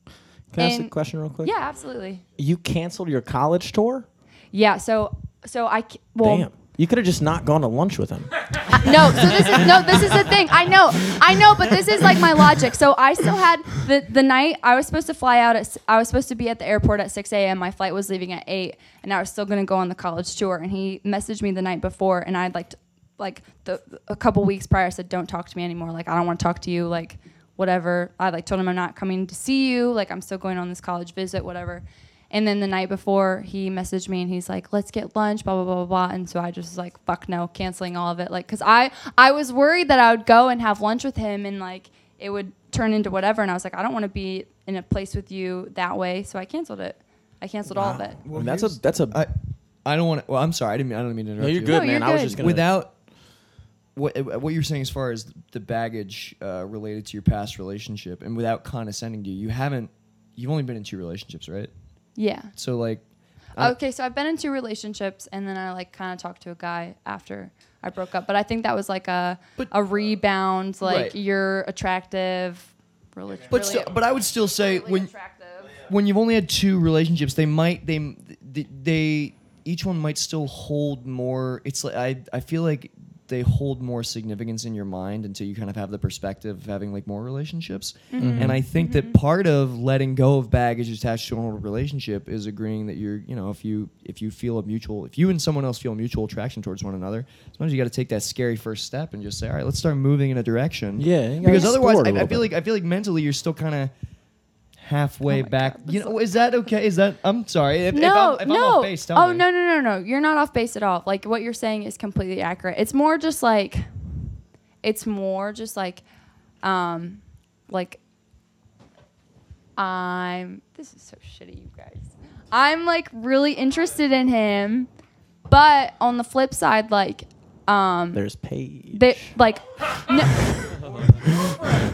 A: Can I ask a
D: And-
A: question real quick?
D: yeah absolutely
A: You canceled your college tour?
D: yeah so so i c- well
A: Damn. You could have just not gone to lunch with him.
D: No, so this is no, this is the thing. I know, I know, but this is like my logic. So I still had the the night I was supposed to fly out. At, s- I was supposed to be at the airport at six a.m. My flight was leaving at eight, and I was still gonna go on the college tour. And he messaged me the night before, and I'd like, t- like the a couple weeks prior, I said, "Don't talk to me anymore. Like I don't want to talk to you. Like whatever." I like told him I'm not coming to see you. Like I'm still going on this college visit. Whatever. And then the night before, he messaged me and he's like, "Let's get lunch." Blah blah blah blah blah. And so I just was like, "Fuck no," canceling all of it. Like, cause I I was worried that I would go and have lunch with him and like it would turn into whatever. And I was like, I don't want to be in a place with you that way. So I canceled it. I canceled all of it.
A: I mean, that's a that's a
C: I, I don't want to. Well, I'm sorry. I didn't. mean- I don't mean to interrupt.
A: No, you're
C: you.
A: good,
D: No,
A: man.
D: you're
A: I was
D: good.
A: just gonna
C: without what what you're saying as far as the baggage uh, related to your past relationship and without condescending to you you haven't you've only been in two relationships right
D: Yeah.
C: so like I-
D: okay, so I've been in two relationships, and then I like kind of talked to a guy after I broke up. But I think that was like a
C: But-
D: a rebound. Like
C: Right.
D: you're attractive. Really,
C: but
D: really,
C: still, but I would still say
D: really
C: when
D: attractive.
C: when you've only had two relationships they might they they, they each one might still hold more it's like I I feel like they hold more significance in your mind until you kind of have the perspective of having like more relationships. And I think that part of letting go of baggage attached to an old relationship is agreeing that you're, you know, if you if you feel a mutual, if you and someone else feel a mutual attraction towards one another, sometimes you got to take that scary first step and just say, all right, let's start moving in a direction.
A: Yeah, you gotta
C: because
A: explore
C: otherwise,
A: it a
C: I, I
A: little
C: feel
A: bit.
C: like I feel like mentally you're still kind of halfway
D: Oh my
C: back.
D: God,
C: you
D: this
C: know, is that okay? Is that I'm sorry. If, if
D: no,
C: I'm, if
D: no.
C: I'm off base, tell
D: oh
C: me.
D: no, no, no, no. You're not off base at all. Like what you're saying is completely accurate. It's more just like, it's more just like, um, like I'm this is so shitty, you guys. I'm like really interested in him, but on the flip side, like um
A: There's Paige.
D: they like no,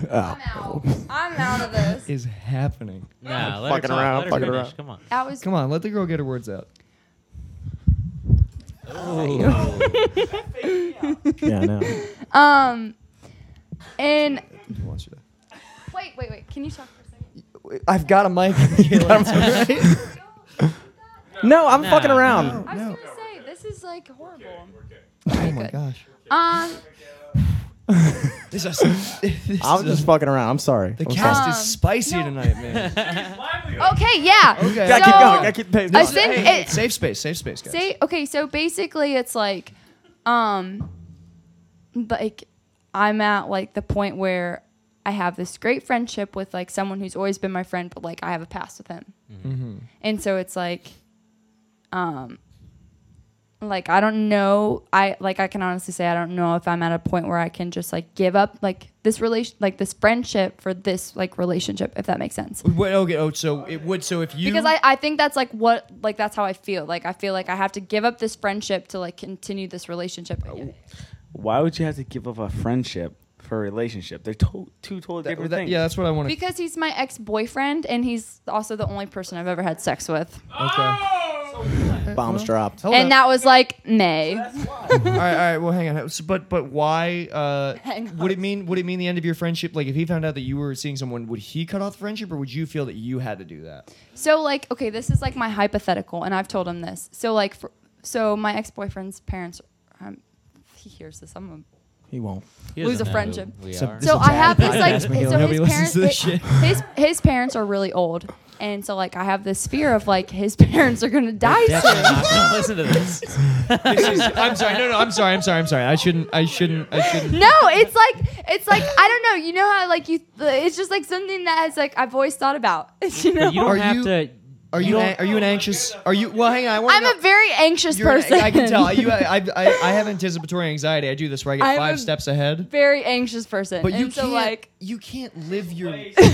A: Oh.
D: I'm out. I'm out of this.
C: is happening.
B: Nah, let her
A: fucking
B: talk,
A: around,
B: let her
A: fucking
B: finish,
A: around.
B: Come on.
D: That was
C: Come on, let the girl get her words out.
A: yeah, I know.
D: um and
C: He wants you to-
D: wait, wait, wait. Can you talk for a second?
C: I've got a mic. Right?
A: No, I'm
B: Nah,
A: fucking around.
D: I was
C: No.
D: gonna say this is like horrible.
C: Oh my gosh.
D: Um,
C: This is, this
A: I'm
C: is-
A: just fucking around. I'm sorry.
C: the
A: I'm
C: cast
A: sorry.
D: Um,
C: is spicy
D: no.
C: tonight, man.
D: Um, okay, yeah.
C: Okay.
A: Gotta keep
D: So-
A: going. Gotta keep paying.
D: I
A: attention.
D: think
C: Hey,
D: it,
C: safe space, safe space, guys.
D: say okay, so basically it's like um like I'm at like the point where I have this great friendship with like someone who's always been my friend, but like I have a past with him. And so it's like um like I don't know I like I can honestly say I don't know if I'm at a point where I can just like give up like this relation like this friendship for this like relationship if that makes sense
C: Wait, okay, oh, so it would. So if you
D: because I, I think that's like what like that's how I feel like I feel like I have to give up this friendship to like continue this relationship.
C: Oh,
E: Why would you have to give up a friendship for a relationship? They're to- two totally
C: that-
E: different
C: that-
E: things.
C: yeah, that's what I want to.
D: Because he's my ex boyfriend and he's also the only person I've ever had sex with,
C: Okay.
A: Bombs dropped.
C: Hold
D: Oh! and
C: up.
D: that was like May.
C: all right, all right. Well, hang on. So, but but why? Uh,
D: Hang
C: would it mean would it mean the end of your friendship? Like if he found out that you were seeing someone, would he cut off the friendship, or would you feel that you had to do that?
D: So like okay, this is like my hypothetical, and I've told him this. So like for, so my ex boyfriend's parents, um, he hears this. I'm a
A: He won't.
B: He
D: Lose
B: doesn't
D: a
B: know
D: friendship.
B: who we
C: So-
B: are.
C: This
D: So
C: is
D: I
C: bad
D: have this like
C: podcast, Miguel.
D: so
C: Nobody
D: his
C: listens
D: parents
C: to this
D: hi- his his parents are really old, and so like I have this fear of like his parents are gonna die
B: Definitely
D: soon.
B: not gonna listen to this.
C: This is- I'm sorry. No, no. I'm sorry. I'm sorry. I'm sorry. I shouldn't. I shouldn't. I shouldn't.
D: No, it's like it's like I don't know. You know how like you it's just like something that has like I've always thought about. You know,
B: But you don't
C: Are
B: have
C: you-
B: to.
C: Are you? an- Are you an anxious? Are you? Well, hang on. I want.
D: I'm a very anxious
C: You're an-
D: person.
C: I can tell. You, I, I, I have anticipatory anxiety. I do this where I get
D: I'm
C: five
D: a-
C: steps ahead.
D: very anxious person.
C: But you
D: and so
C: can't.
D: like
C: you can't live your.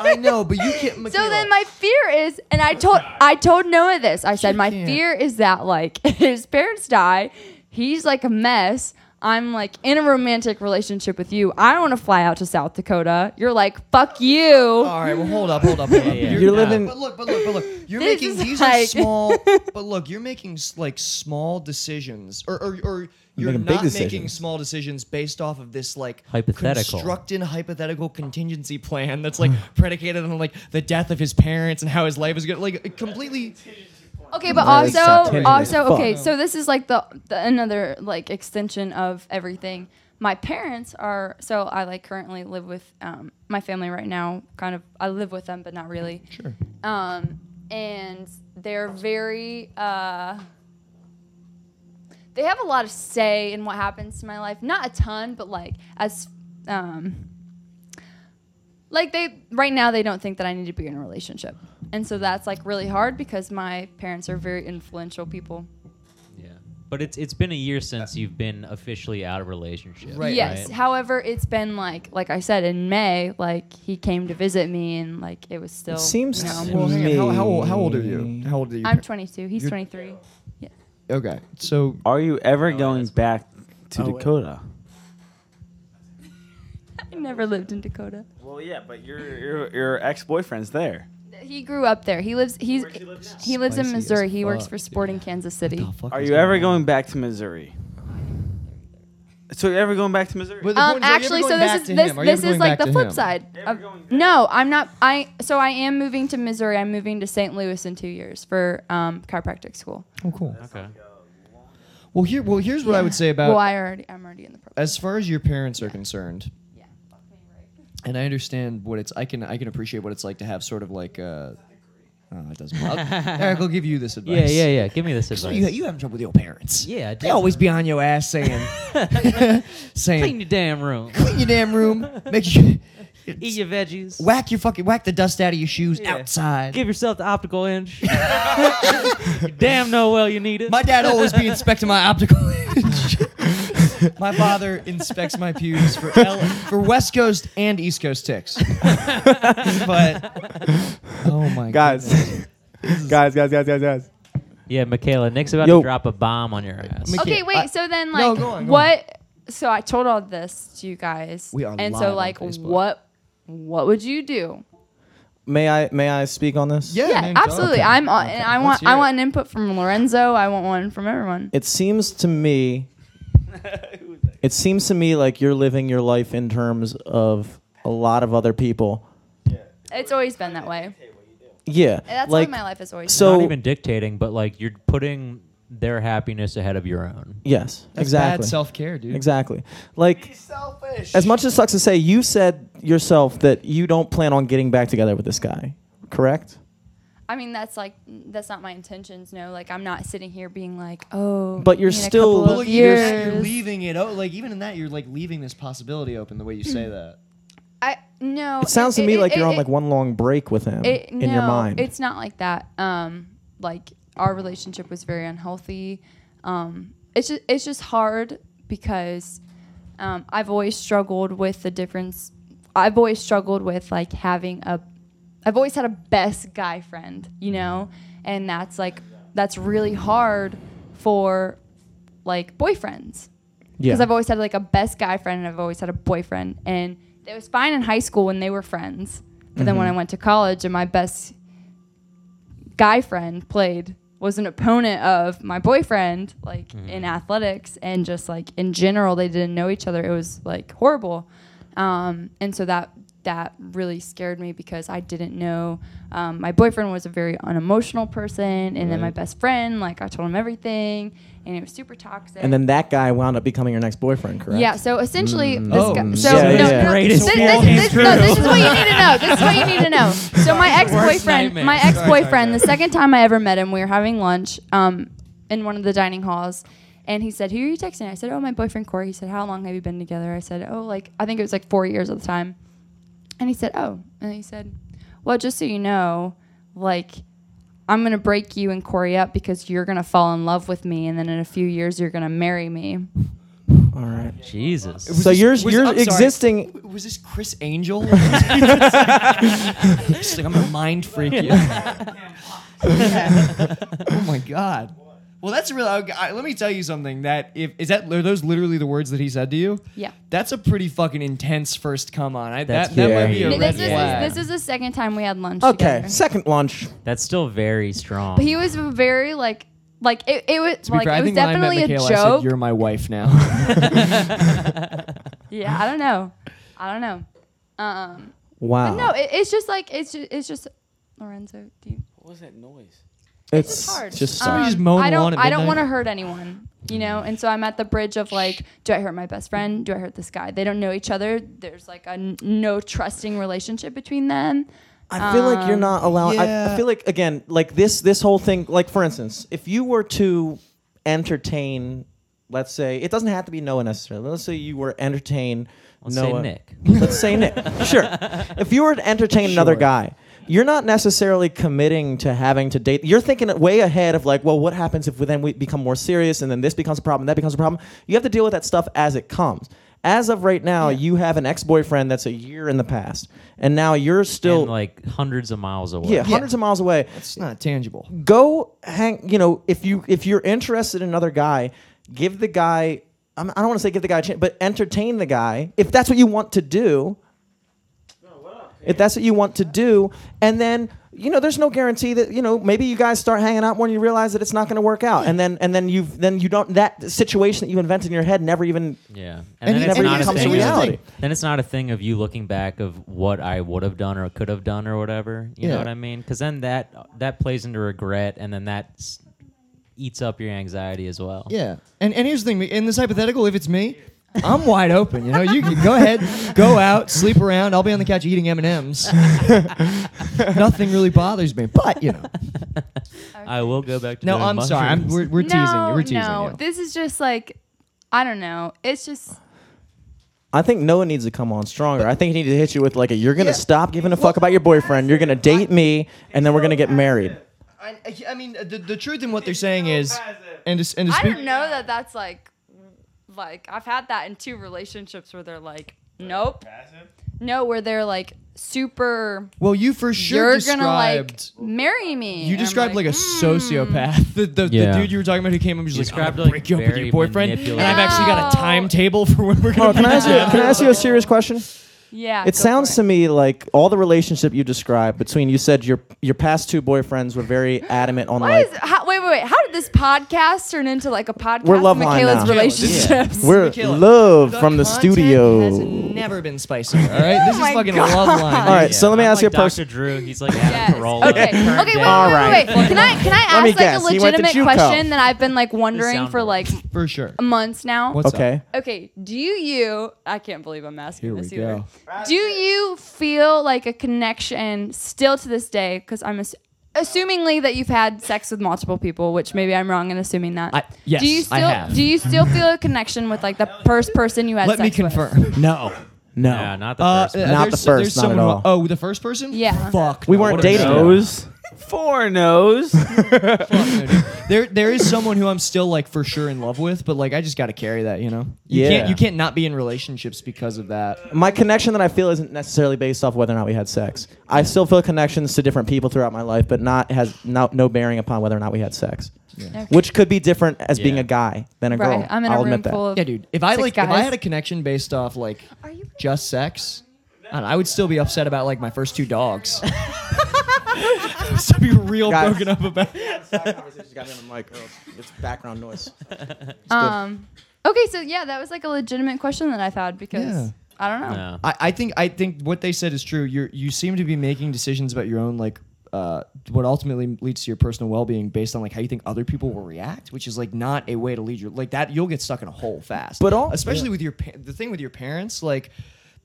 C: I know, but you can't.
D: so
C: Michaela,
D: then my fear is and I told I told Noah this. I said my
C: can't.
D: fear is that like his parents die, he's like a mess. I'm like in a romantic relationship with you. I don't want to fly out to South Dakota. You're like fuck you.
C: All right. Well, hold up. Hold up. Hold up.
B: yeah.
A: You're living.
C: But look, but look, but look. You're
D: This
C: making
D: is
C: these are
D: like-
C: small. But look, you're making s- like small decisions, or or, or you're
A: making big
C: not making
A: decisions.
C: small decisions based off of this like
B: Hypothetical.
C: constructed hypothetical contingency plan that's like predicated on like the death of his parents and how his life is going. to Like completely.
D: Okay, but
A: Very
D: also,
A: satanic.
D: also okay.
A: Fuck.
D: So this is like the, the another like extension of everything. My parents are so I like currently live with um, my family right now. Kind of, I live with them, but not really. Sure. Um, and they're very. Uh, they have a lot of say in what happens to my life. Not a ton, but like as um like they right now they don't think that I need to be in a relationship. And so that's like really hard because my parents are very influential people.
B: Yeah. But it's it's been a year since you've been officially out of relationship.
C: Right.
D: yes. However, it's been like like I said in May, like he came to visit me and like it was still
A: It seems
D: you know,
A: to
C: Well, hang on. How,
A: me-
C: how, old- how old are you? How old are you?
D: I'm 22, he's 23.
C: okay. So
E: Are you ever going back to
A: Oh, wait.
E: Dakota?
D: I never lived in Dakota.
E: Well, yeah, but your your, your ex boyfriend's there.
D: He grew up there. He lives he's
E: Where does he live now?
D: he lives in
C: Spicy as
D: Missouri. He works
C: fuck,
D: for Sporting Kansas City.
E: Are you ever going back to Missouri? So you're ever going back to Missouri?
C: But the
D: Um,
C: point is, are you ever
D: actually,
C: going
D: so
C: back
D: this is
C: to
D: this,
C: him? Are you
D: this
C: ever
D: is
C: going back
D: like the
C: to
D: flip
C: him?
D: side.
E: Never
D: of-
E: going back.
D: no, I'm not. I so I am moving to Missouri. I'm moving to St. Louis in two years for um, chiropractic school.
C: Oh, cool.
B: Okay.
C: Well, here, well, here's what I would say about
D: well, I already I'm already in the program.
C: as far as your parents are concerned.
D: Yeah, fuck me, right.
C: and I understand what it's. I can I can appreciate what it's like to have sort of like. Uh, oh, it doesn't. I'll, Eric, will give you this
B: Yeah,
C: advice.
B: yeah, yeah. Give me this
C: So
B: advice.
C: you you having trouble with your parents?
B: yeah,
C: They always be on your ass saying,
B: clean
C: saying,
B: your damn room.
C: clean your damn room, make you
B: Eat your veggies.
C: whack your fucking whack the dust out of your shoes
B: Yeah.
C: outside.
B: Give yourself the optical inch. You damn know well you need it.
C: my dad always be inspecting my optical. My father inspects my pews for L- for West Coast and East Coast ticks. but oh my
A: guys,
C: goodness.
A: guys, guys, guys, guys, guys.
B: Yeah, Michaela, Nick's about
A: Yo.
B: to drop a bomb on your ass.
C: Mik-
D: Okay,
C: can't-
D: wait.
C: I-
D: so then, like,
C: No, go on, go
D: what? So I told all this to you guys.
C: We are
D: And
C: live
D: so,
C: on
D: like,
C: Facebook.
D: what? What would you do?
A: May I may I speak on this?
C: Yeah,
D: yeah,
C: man, go.
D: absolutely. I'm on, and I
C: let's
D: want
C: hear
D: I
C: it.
D: want an input from Lorenzo. I want one from everyone.
A: It seems to me It seems to me like you're living your life in terms of a lot of other people.
D: It's always been that way.
A: Yeah.
D: That's
A: like
D: what my life has always.
A: so-
B: Not even dictating, but like you're putting their happiness ahead of your own.
A: yes,
C: That's
A: exactly.
C: Bad self care, dude.
A: Exactly. Like As much as sucks to say, you said yourself that you don't plan on getting back together with this guy, correct?
D: been. I mean, that's like that's not my intentions. No, like I'm not sitting here being like, oh.
A: But you're
D: in a
A: still-
D: couple
A: But
C: But
D: of
C: look, you're,
D: years.
C: you're leaving it. Oh, like even in that, you're like leaving this possibility open. The way you
D: Hmm.
C: say that.
D: I no.
A: It sounds to me
D: it-
A: like
D: it-
A: you're on
D: it-
A: like one long break with him
D: it,
A: in
D: no,
A: your mind.
D: It's not like that. Um, like our relationship was very unhealthy. Um, it's just it's just hard because um, I've always struggled with the difference. I've always struggled with like having a. I've always had a best guy friend, you know, and that's like that's really hard for like boyfriends
A: yeah.
D: because I've always had like a best guy friend and I've always had a boyfriend, and it was fine in high school when they were friends, but then when
A: Mm-hmm.
D: I went to college and my best guy friend played was an opponent of my boyfriend, like
A: Mm-hmm.
D: in athletics and just like in general, they didn't know each other. It was like horrible, um, and so that that really scared me because I didn't know um, my boyfriend was a very unemotional person, and then my best friend, like I told him everything, and it was super toxic.
A: and then that guy wound up becoming your next boyfriend, correct?
D: Yeah. So essentially, this
C: Oh,
D: guy.
C: mm.
D: So
A: Yeah,
D: no,
A: yeah.
D: no,
B: Greatest
D: this,
B: fear
D: this, this, no, this is what you need to know. This is what you need to know. So my ex boyfriend,
C: nightmare.
D: my
C: Sorry,
D: ex
C: sorry,
D: boyfriend, the second time I ever met him, we were having lunch um, in one of the dining halls. And he said, "Who are you texting?" I said, "Oh, my boyfriend Corey." He said, "How long have you been together?" I said, "Oh, like I think it was like four years at the time." And he said, "Oh," and he said, "Well, just so you know, like I'm gonna break you and Corey up because you're gonna fall in love with me, and then in a few years you're gonna marry me."
A: All right.
B: Jesus.
C: Was
A: So
C: this-
A: you're
C: was-
A: you're
C: I'm sorry.
A: existing
C: W- Was this Chris Angel? Just like I'm a mind freak. You. oh my god. Well, that's real. I, I- let me tell you something. That if is that are those literally the words that he said to you?
D: Yeah.
C: That's a pretty fucking intense first come on. I,
B: That's
C: that that might be
B: very-
C: a
D: Th-
C: red
D: This
B: Yeah.
C: flag.
D: is, this is the second time we had lunch.
A: Okay,
D: together.
A: second lunch.
B: That's still very strong.
D: But he was very like, like it, it was
C: to be
D: like
C: fair,
D: it
C: I
D: was
C: think when I met
D: definitely a
C: Michaela, I
D: joke.
C: said, "You're my wife now."
D: yeah, I don't know, I don't know. Um,
A: Wow.
D: but no, it, it's just like it's just, it's just Lorenzo. Do you,
E: What was that noise?
A: it's
D: just hard.
A: just
C: Somebody
D: Um,
C: just mowing
D: I
C: the lawn
D: don't,
C: at
D: I don't
C: midnight.
D: want to hurt anyone, you know. And so I'm at the bridge of like, do I hurt my best friend? Do I hurt this guy? They don't know each other. There's like a n- no trusting relationship between them.
A: I feel like you're
D: Um,
A: not allowing. I, I
C: yeah.
A: feel like again, like this this whole thing. Like for instance, if you were to entertain, let's say it doesn't have to be Noah necessarily. Let's say you were entertain
B: Let's say
A: Noah.
B: Nick.
A: Let's say Nick. sure. If you were to entertain another guy. You're not necessarily committing to having to date. You're thinking it way ahead of like, well, what happens if we then we become more serious and then this becomes a problem, that becomes a problem. You have to deal with that stuff as it comes. As of right now, you have an ex-boyfriend that's a year in the past, and now you're still
B: and like hundreds of miles away.
A: yeah, hundreds of miles away.
C: it's not tangible.
A: Go hang. You know, if you if you're interested in another guy, give the guy. I'm, I don't want to say give the guy a chance, but entertain the guy if that's what you want to do. If that's what you want to do, and then you know, there's no guarantee that you know maybe you guys start hanging out more and you realize that it's not going to work out, and then and then you've then you don't that situation that you invent in your head never even
B: Yeah.
C: And
B: And,
C: he-
B: then it's
C: and
B: not
C: he
B: a
C: comes to
B: thing.
A: reality.
B: Of, then it's not a thing of you looking back of what I would have done or could have done or whatever. You
C: Yeah.
B: know what I mean? Because then that that plays into regret, and then that s- eats up your anxiety as well.
C: Yeah. And and here's the thing, in this hypothetical, if it's me, I'm wide open. You know, you can go ahead, go out, sleep around. I'll be on the couch eating M and M's. Nothing really bothers me, but you know.
B: I will go back to.
C: No,
B: doing
C: I'm sorry. I'm,
B: mushrooms.
C: we're we're teasing you. We're teasing
D: no.
C: you.
D: This is just like, I don't know. It's just.
A: I think Noah needs to come on stronger. I think he needs to hit you with like a you're gonna
C: Yeah.
A: stop giving a fuck about your boyfriend, you're gonna date me, and then we're gonna get married.
C: I, uh, I mean, the, the truth in what they're saying is, and to, s- and to
D: I
C: speak,
D: don't know that that's like like I've had that in two relationships where they're like, nope, no, where they're like super.
C: Well, you for sure
D: You're
C: described.
D: gonna like marry me.
C: you
D: And I'm
C: described like, a
D: "Mm,
C: sociopath. The, the,
B: Yeah.
C: the dude you were talking about who came up and was
B: You
C: like, I'm
B: described,
C: gonna
B: like,
C: break you up with
B: very
C: your boyfriend. And I've actually got a
D: manipulative-
C: timetable for when we're
A: Oh,
C: gonna.
A: can I ask you? Can I ask you a serious question?
D: Yeah.
A: It sounds to me like all the relationship you described between you said your your past two boyfriends were very adamant on
D: Why
A: like
D: is how, wait wait wait? How did this podcast turn into like a podcast?
A: We're love
D: of
A: line
D: Michaela's
A: now.
D: relationships.
A: we're
C: Michaela,
A: love
C: The
A: from the
C: content
A: studio.
C: Has never been spicier. All right, this is
D: Oh my
C: fucking
D: God.
C: a love line.
A: All right, so let me
B: I'm
A: ask
B: like
A: you a
B: Dr.
A: person.
B: Drew, he's like
D: Yes.
B: Adam Carolla.
D: Okay. Okay.
B: Current
D: Wait. Wait.
B: day.
A: All
D: Wait. Wait.
A: right.
D: wait. Can I can I
A: Let
D: ask
A: me
D: like
A: guess.
D: a
A: He went to JUCO.
D: legitimate question that I've been like wondering for
B: soundboard.
D: like
C: for sure.
D: months now?
C: What's up?
A: Okay.
D: Okay, do you? I can't believe I'm asking
C: Here we
D: this either. Do you feel like a connection still to this day? Because I'm ass- assumingly that you've had sex with multiple people, which maybe I'm wrong in assuming that.
C: I- yes,
D: do you
C: I
D: still
C: have.
D: do you still feel a connection with like the first person you had
C: Let me
D: sex
C: confirm.
A: No, no.
B: Yeah, not the
C: Uh,
B: first. one.
A: Not the
C: there's-
A: first,
C: there's
A: not at
C: someone who-
A: all.
C: Oh, the first person?
D: Yeah.
C: Fuck.
A: We
C: no,
A: weren't
C: what a
A: dating.
C: joke.
E: Nose. Four nose.
C: There, there is someone who I'm still like for sure in love with, but like I just got to carry that, you know. You
A: Yeah.
C: can't, you can't not be in relationships because of that.
A: my connection that I feel isn't necessarily based off whether or not we had sex. I still feel connections to different people throughout my life, but not has no, no bearing upon whether or not we had sex,
D: Okay.
A: which could be different as being
B: Yeah.
A: a guy than a
D: with? Right,
A: girl.
D: I'm in
A: I'll
D: a room
A: admit that.
D: full of
C: Yeah, dude. If I
D: six
C: like, if I
D: guys.
C: had a connection based off like
D: Are you-
C: just sex, I, don't know, I would still be upset about like my first two dogs. I'd be real
A: Guys.
C: broken up about.
A: It's background noise.
D: um. Okay, so yeah, that was like a legitimate question that I've had because
C: Yeah.
D: I don't know.
B: No.
C: uh, I, I think I think what they said is true. You you seem to be making decisions about your own like uh, what ultimately leads to your personal well being based on like how you think other people will react, which is like not a way to lead your like that. You'll get stuck in a hole fast.
A: But all-
C: especially with your pa- the thing with your parents, like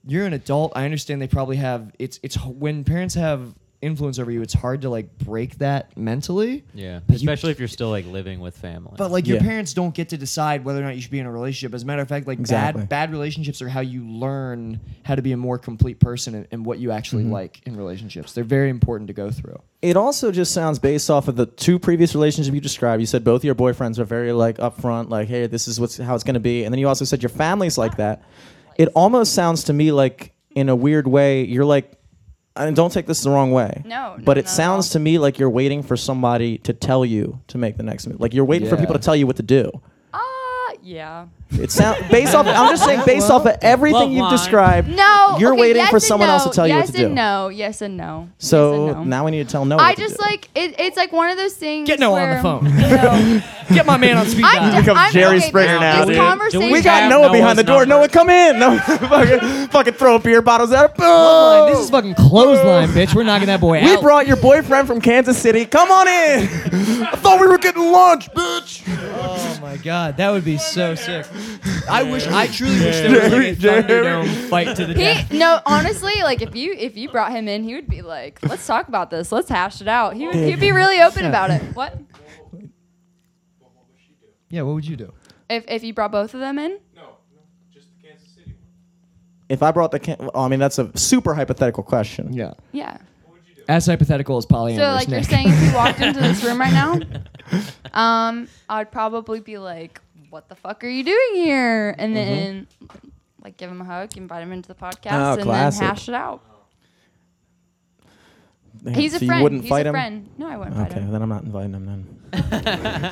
C: you're an adult. I understand they probably have it's it's h- when parents have influence over you, it's hard to like break that mentally.
B: Yeah.
C: But you-
B: Especially if you're still like living with family.
C: But like your
A: Yeah.
C: parents don't get to decide whether or not you should be in a relationship. As a matter of fact, like
A: Exactly.
C: bad bad relationships are how you learn how to be a more complete person and, and what you actually like in relationships. They're very important to go through.
A: It also just sounds based off of the two previous relationships you described. You said both of your boyfriends are very like upfront, like, "Hey, this is what's how it's going to be," and then you also said your family's like that. It almost sounds to me like, in a weird way, you're like, and don't take this the wrong way.
D: No, no,
A: but
D: not
A: it
D: at
A: sounds
D: all.
A: to me like you're waiting for somebody to tell you to make the next move. Like you're waiting for
C: Yeah.
A: people to tell you what to do.
D: Uh, yeah.
A: It sounds based off. I'm just saying, based off of
B: Love
A: everything you've
B: line.
A: described.
D: No.
A: You're
D: okay,
A: waiting
D: yes
A: for
D: and
A: someone else
D: no,
A: to tell you what
D: yes
A: to
D: and
A: do.
D: No. Yes and no.
A: So
D: yes and no.
A: now we need to tell Noah.
D: I
A: what to
D: just
A: do.
D: like it, it's like one of those things.
C: Get Noah on
D: where,
C: the phone.
D: You know,
C: Get my man on speed
D: I'm
C: dial.
D: d-
A: Become
D: I'm-
A: Jerry
D: okay,
A: Springer
D: this,
A: now,
D: this
A: dude.
D: Conversation,
A: We got
B: have
A: Noah behind
B: Noah's
A: the door.
B: number.
A: Noah, come in. Noah, fucking, fucking throw beer bottles at him.
C: Line.
A: Boom.
C: This is fucking clothesline, bitch. We're knocking that boy
A: we
C: out.
A: brought your boyfriend from Kansas City. Come on in. I thought we were getting lunch, bitch.
C: oh my god, that would be so sick. I wish I truly wish there was like a
A: Jerry.
C: Thunderdome fight to the death.
D: He, no, honestly, like if you if you brought him in, he would be like, "Let's talk about this. Let's hash it out." He would he'd be really open about it. What
C: Yeah, what would you do?
D: if if you brought both of them in?
A: If I brought the, can- oh, I mean that's a super hypothetical question.
C: Yeah.
D: Yeah.
C: As hypothetical as polyamorous.
D: So like you're
C: Nick.
D: saying, if you walked into this room right now, um, I'd probably be like, "What the fuck are you doing here?"
A: Mm-hmm.
D: And then like give him a hug, invite him into the podcast,
A: Oh,
D: and
A: classic.
D: then hash it out.
A: Damn,
D: He's a
A: so
D: friend.
A: You wouldn't
D: He's
A: fight
D: a
A: him.
D: friend. No, I wouldn't fight
A: Okay,
D: him.
A: then I'm not inviting him then.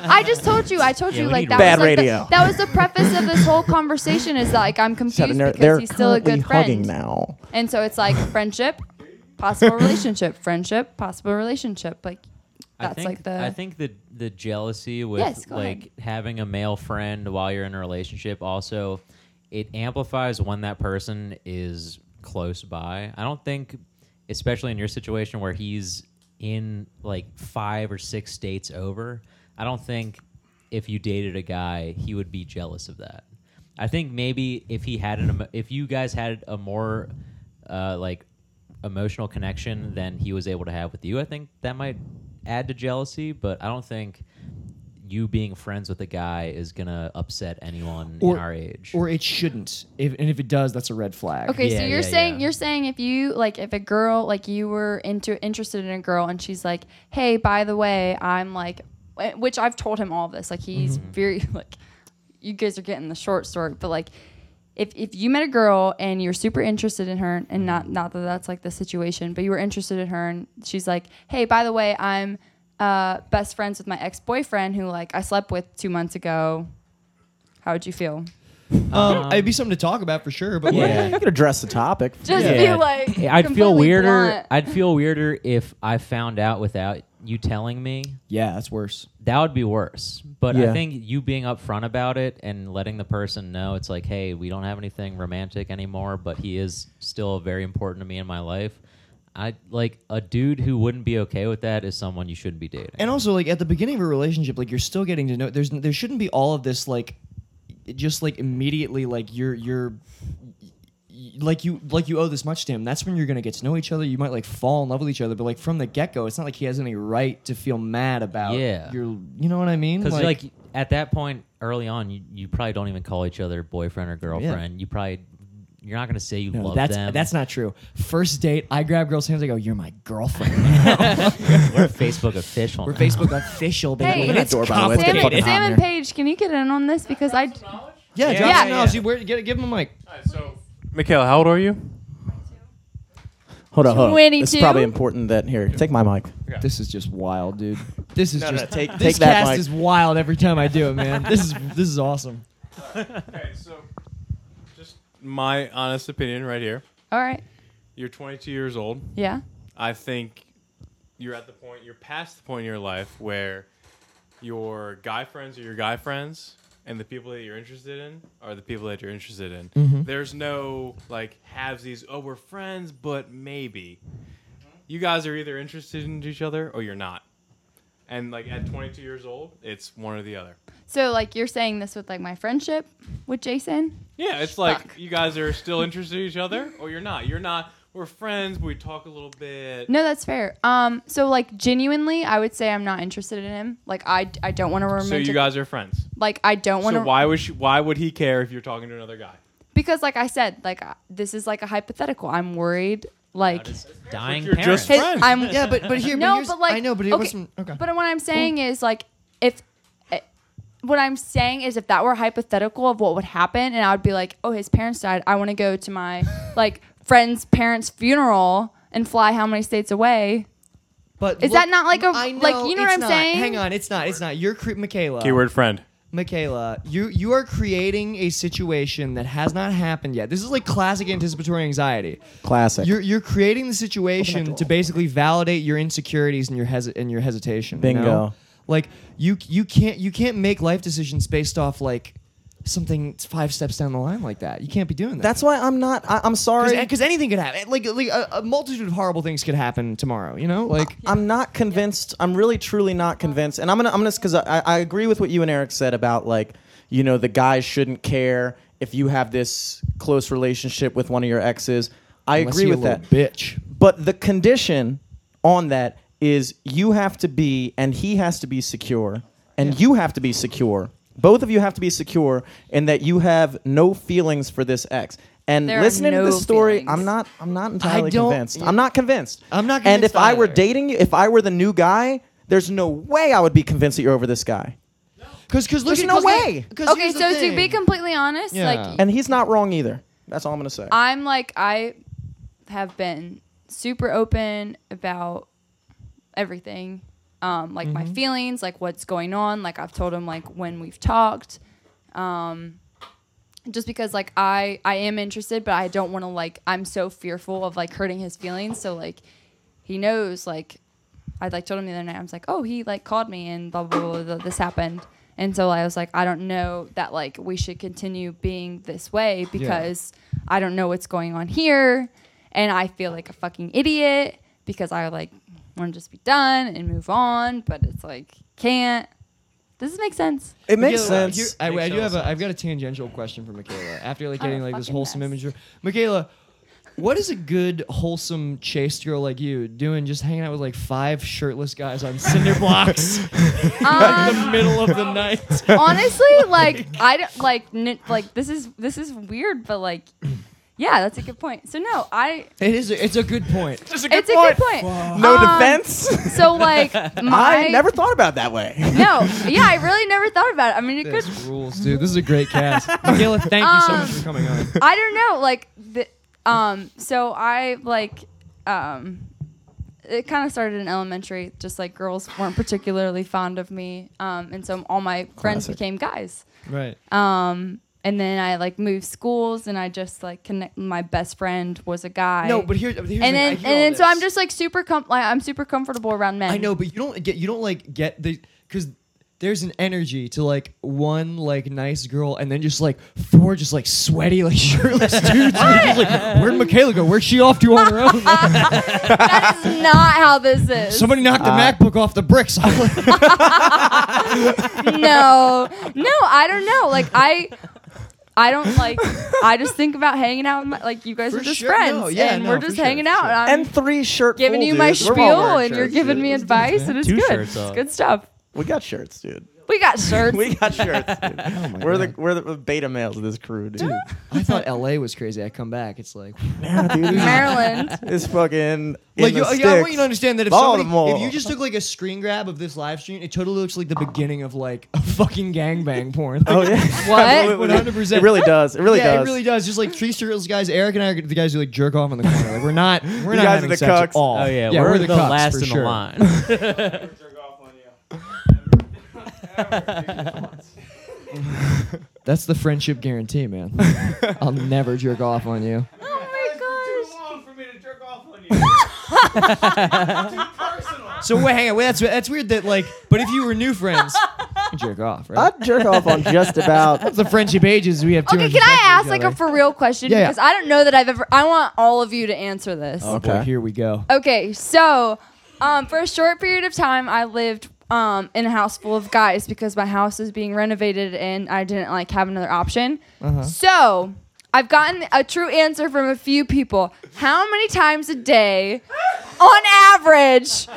D: I just told you. I told
B: Yeah,
D: you
B: we
D: like
B: need
D: that
A: Bad
D: was like
A: radio.
D: The, that was the preface of this whole conversation. Is that like I'm
A: Except
D: confused
A: they're,
D: because
A: they're
D: he's still a
A: currently
D: good friend.
A: hugging now.
D: And so it's like friendship, possible relationship, friendship, possible relationship. Like
B: I
D: that's
B: think,
D: like the
B: I think the the jealousy with
D: Yes, go ahead.
B: like having a male friend while you're in a relationship also it amplifies when that person is close by. I don't think especially in your situation where he's in like 5 or 6 states over, I don't think if you dated a guy, he would be jealous of that. I think maybe if he had an emo- if you guys had a more uh, like emotional connection than he was able to have with you, I think that might add to jealousy. But I don't think you being friends with a guy is gonna upset anyone
C: Or-
B: in our age.
C: Or it shouldn't. If, and if it does, that's a red flag.
D: Okay, so
B: Yeah,
D: you're
B: yeah,
D: saying
B: yeah.
D: you're saying if you like if a girl like you were into interested in a girl and she's like, eh,
B: Mm-hmm.
D: "Hey, by the way, I'm like," wh- which I've told him all this. Like he's very like you guys are getting the short story, but like, if if you met a girl and you're super interested in her, and not
B: Mm-hmm.
D: not that that's like the situation, but you were interested in her, and she's like, hey, by the way, I'm uh, best friends with my ex boyfriend who like I slept with two months ago. How would you feel?
C: Um, it'd be something to talk about for sure. But like,
A: I could address the topic.
D: Just
B: Yeah.
D: be like,
B: Hey, I'd feel
D: completely
B: weirder.
D: blunt.
B: I'd feel weirder if I found out without you telling me.
C: yeah, that's worse.
B: That would be worse. But
A: Yeah.
B: I think you being upfront about it and letting the person know it's like, hey, we don't have anything romantic anymore, but he is still very important to me in my life. I like a dude who wouldn't be okay with that is someone you shouldn't be dating.
C: And also, like at the beginning of a relationship, like you're still getting to know. There's there shouldn't be all of this like, just like immediately like you're you're. Like you, like you owe this much to him. That's when you're gonna get to know each other. You might like fall in love with each other, but like from the get go, it's not like he has any right to feel mad about.
B: Yeah.
C: your, you know what I mean?
B: Because like, at that point early on, you, you probably don't even call each other boyfriend or girlfriend. You probably you're not gonna say you
C: No,
B: love
C: that's
B: them.
C: that's not true. First date, I grab girls' hands. I go, "You're my girlfriend."
B: we're Facebook official.
C: We're
B: now.
C: Facebook official, baby.
D: Hey,
C: And it's
A: door, by the way. It's
D: Sam,
A: getting fucking
C: complicated.
A: hot
D: Sam
A: in
D: and
A: here.
D: Paige, can you get in on this? Because I
C: Yeah,
E: Yeah,
C: drop
D: yeah,
C: some
D: yeah.
C: knowledge. You wear- get- give him a mic.
G: So, Mikhail, how old are you?
A: Hold on, hold on. It's
D: 22?
A: probably important that here. Take my mic.
C: This is just wild, dude. This is
A: No, no,
C: just
A: take-
C: this
A: take that
C: cast
A: mic.
C: is wild every time I do it, man. this is this is awesome.
G: Okay, so just my honest opinion right here.
D: all right,
G: You're 22 years old.
D: yeah.
G: I think you're at the point, you're past the point in your life where your guy friends are your guy friends, and the people that you're interested in are the people that you're interested in. There's no like halvesies, oh, we're friends, but maybe. You guys are either interested in each other or you're not. And like at 22 years old, it's one or the other.
D: So like you're saying this with like my friendship with Jason.
G: Yeah, it's like you guys are still interested in each other or you're not. You're not. We're friends, but we talk a little bit.
D: No, that's fair. Um, so like genuinely, I would say I'm not interested in him. Like I, I don't want to romantic.
G: so you guys are friends.
D: like I don't want
G: So
D: to.
G: why would she, why would he care if you're talking to another guy?
D: Because like I said, like uh, this is like a hypothetical. I'm worried. Like
B: Dying
G: You're
B: parents.
G: just
D: his-
G: friends.
D: I'm
C: Yeah, but but here,
D: no,
C: but,
D: but like
C: I know, but it
D: okay,
C: wasn't. Okay.
D: But what I'm saying is like if eh, what I'm saying is if that were hypothetical of what would happen, and I would be like, oh, his parents died. I want to go to my like friend's parents' funeral and fly how many states away.
C: But
D: Is
C: look,
D: that not like a-
C: I
D: like,
C: know
D: you know what
C: it's
D: I'm
C: not.
D: saying?
C: Hang on, it's not. It's not. You're cre- Michaela.
G: Keyword friend.
C: Michaela, you you are creating a situation that has not happened yet. This is like classic anticipatory anxiety.
A: Classic.
C: You're you're creating the situation to basically validate your insecurities and your hesi- and your hesitation. you know?
A: Bingo.
C: Like you you can't you can't make life decisions based off like something five steps down the line like that. You can't be doing that.
A: That's why I'm not. I, I'm sorry.
C: because anything could happen. Like like a, a multitude of horrible things could happen tomorrow. You know, like
A: I'm not convinced. I'm really, truly not convinced. And I'm gonna, I'm gonna, because I, I agree with what you and Eric said about like, you know, the guys shouldn't care if you have this close relationship with one of your exes. I
C: unless
A: agree
C: you're a
A: with
C: little
A: that.
C: bitch.
A: But the condition on that is you have to be, and he has to be secure, and you have to be secure. Both of you have to be secure in that you have no feelings for this ex. And
D: There are
A: listening to
D: no
A: this story,
D: feelings.
A: I'm not, I'm not entirely
C: don't-
A: convinced. I'm not convinced.
C: I'm not
A: And if
C: convinced
A: I were
C: either.
A: dating you, if I were the new guy, there's no way I would be convinced that you're over this guy.
C: Because because look
A: There's
C: at
A: no
C: 'cause like-
A: way.
C: 'cause
D: Okay,
C: here's the
D: so to
C: thing.
D: be completely honest,
C: Yeah.
D: like
A: And he's not wrong either. That's all I'm gonna say.
D: I'm like I have been super open about everything, um, like
C: Mm-hmm.
D: my feelings, like what's going on. Like I've told him like when we've talked, um, just because like I I am interested, but I don't want to like I'm so fearful of like hurting his feelings. So like he knows like I like told him the other night I was like oh he like called me and blah blah blah, blah this happened. And so I was like, I don't know that like we should continue being this way because I don't know what's going on here, and I feel like a fucking idiot because I like want to just be done and move on, but it's like can't. Does this make sense?
A: it makes
C: Michaela,
A: sense.
C: here- I, I
G: Makes
C: do
G: total
C: have a, I've got a tangential question for Michaela. After like
D: I'm a
C: getting like this
D: fucking
C: wholesome
D: mess.
C: imagery, Michaela, what is a good wholesome chaste girl like you doing? Just hanging out with like five shirtless guys on cinder blocks in the middle of the night.
D: honestly like i don't like n- like this is this is weird but like Yeah, that's a good point. So no, I.
C: It is. A, it's a good point.
G: That's a
D: It's a good point.
A: No
D: Um,
A: defense.
D: So like my
A: I never thought about it that way.
D: No, yeah, I really never thought about it. I mean, it could.
C: This rules, dude. This is a great cast. Michaela, thank you so
D: Um,
C: much for coming on.
D: I don't know. Like, the, um, so I like, um, it kind of started in elementary. Just like girls weren't particularly fond of me, um, and so all my friends
A: Classic.
D: became guys.
C: Right.
D: Um, and then I like moved schools, and I just like connect. My best friend was a guy.
C: no, but here, here's the
D: and
C: thing, I
D: then
C: hear
D: and
C: all
D: then so
C: this.
D: I'm just like super com- like, I'm super comfortable around men.
C: I know, but you don't get you don't like get the because there's an energy to like one like nice girl and then just like four just like sweaty like shirtless dudes. And you're just like, where'd Michaela go? Where's she off to on her own?
D: that is not how this is.
C: Somebody knocked the MacBook off the bricks. I'm like,
D: no, no, I don't know. Like I, I don't like. I just think about hanging out with my like you guys
C: For
D: are just
C: sure.
D: friends,
C: No, yeah,
D: and
C: no,
D: we're
C: for
D: just
C: sure,
D: hanging
C: for
D: out.
C: sure.
D: And I'm
A: And three shirt
D: giving
A: full
D: you my
A: dudes. We're all
D: spiel,
A: wearing
D: and you're
A: shirts,
D: giving
A: dude.
D: me advice, and it's
B: Two
D: good.
B: shirts
D: It's
B: on.
D: good stuff.
A: We got shirts, dude.
D: We got shirts. Oh
A: We got shirts. Dude. we're the we're the beta males of this crew, dude.
C: I thought LA was crazy. I come back, it's like
A: Yeah, dude.
D: Maryland.
A: It's fucking
C: like
A: in the
C: you, I want you
A: sticks.
C: to understand that if, somebody,
A: Baltimore.
C: if you just took like a screen grab of this live stream, it totally looks like the beginning of like a fucking gangbang porn.
A: Oh yeah.
D: What?
A: Absolutely.
C: 100%.
A: It really does. It really
C: yeah,
A: does.
C: it really does. Just like tree circles guys. Eric and I are the guys who like jerk off in the corner. Like we're not, we're not
A: guys are
C: having
A: the
C: sex at
A: cucks.
C: all.
B: Oh yeah, we're, the,
C: cucks,
B: last
C: for
B: in
C: sure.
B: the line.
C: That's the friendship guarantee, man. I'll never jerk off on you.
D: Oh my gosh.
C: So wait, hang on. Wait, that's that's weird. That like, but if you were new friends, you jerk off, right?
A: I'd jerk off on just about.
C: That's the friendship ages we have.
D: Okay,
C: 200
D: can I
C: seconds
D: ask
C: with
D: like
C: each
D: a
C: other.
D: for real question?
C: Yeah, yeah.
D: Because I don't know that I've ever. I want all of you to answer this.
C: Oh boy,
A: Okay.
C: here we go.
D: Okay, so um, for a short period of time, I lived um, in a house full of guys because my house is being renovated and I didn't like have another option. So I've gotten a true answer from a few people. How many times a day, on average,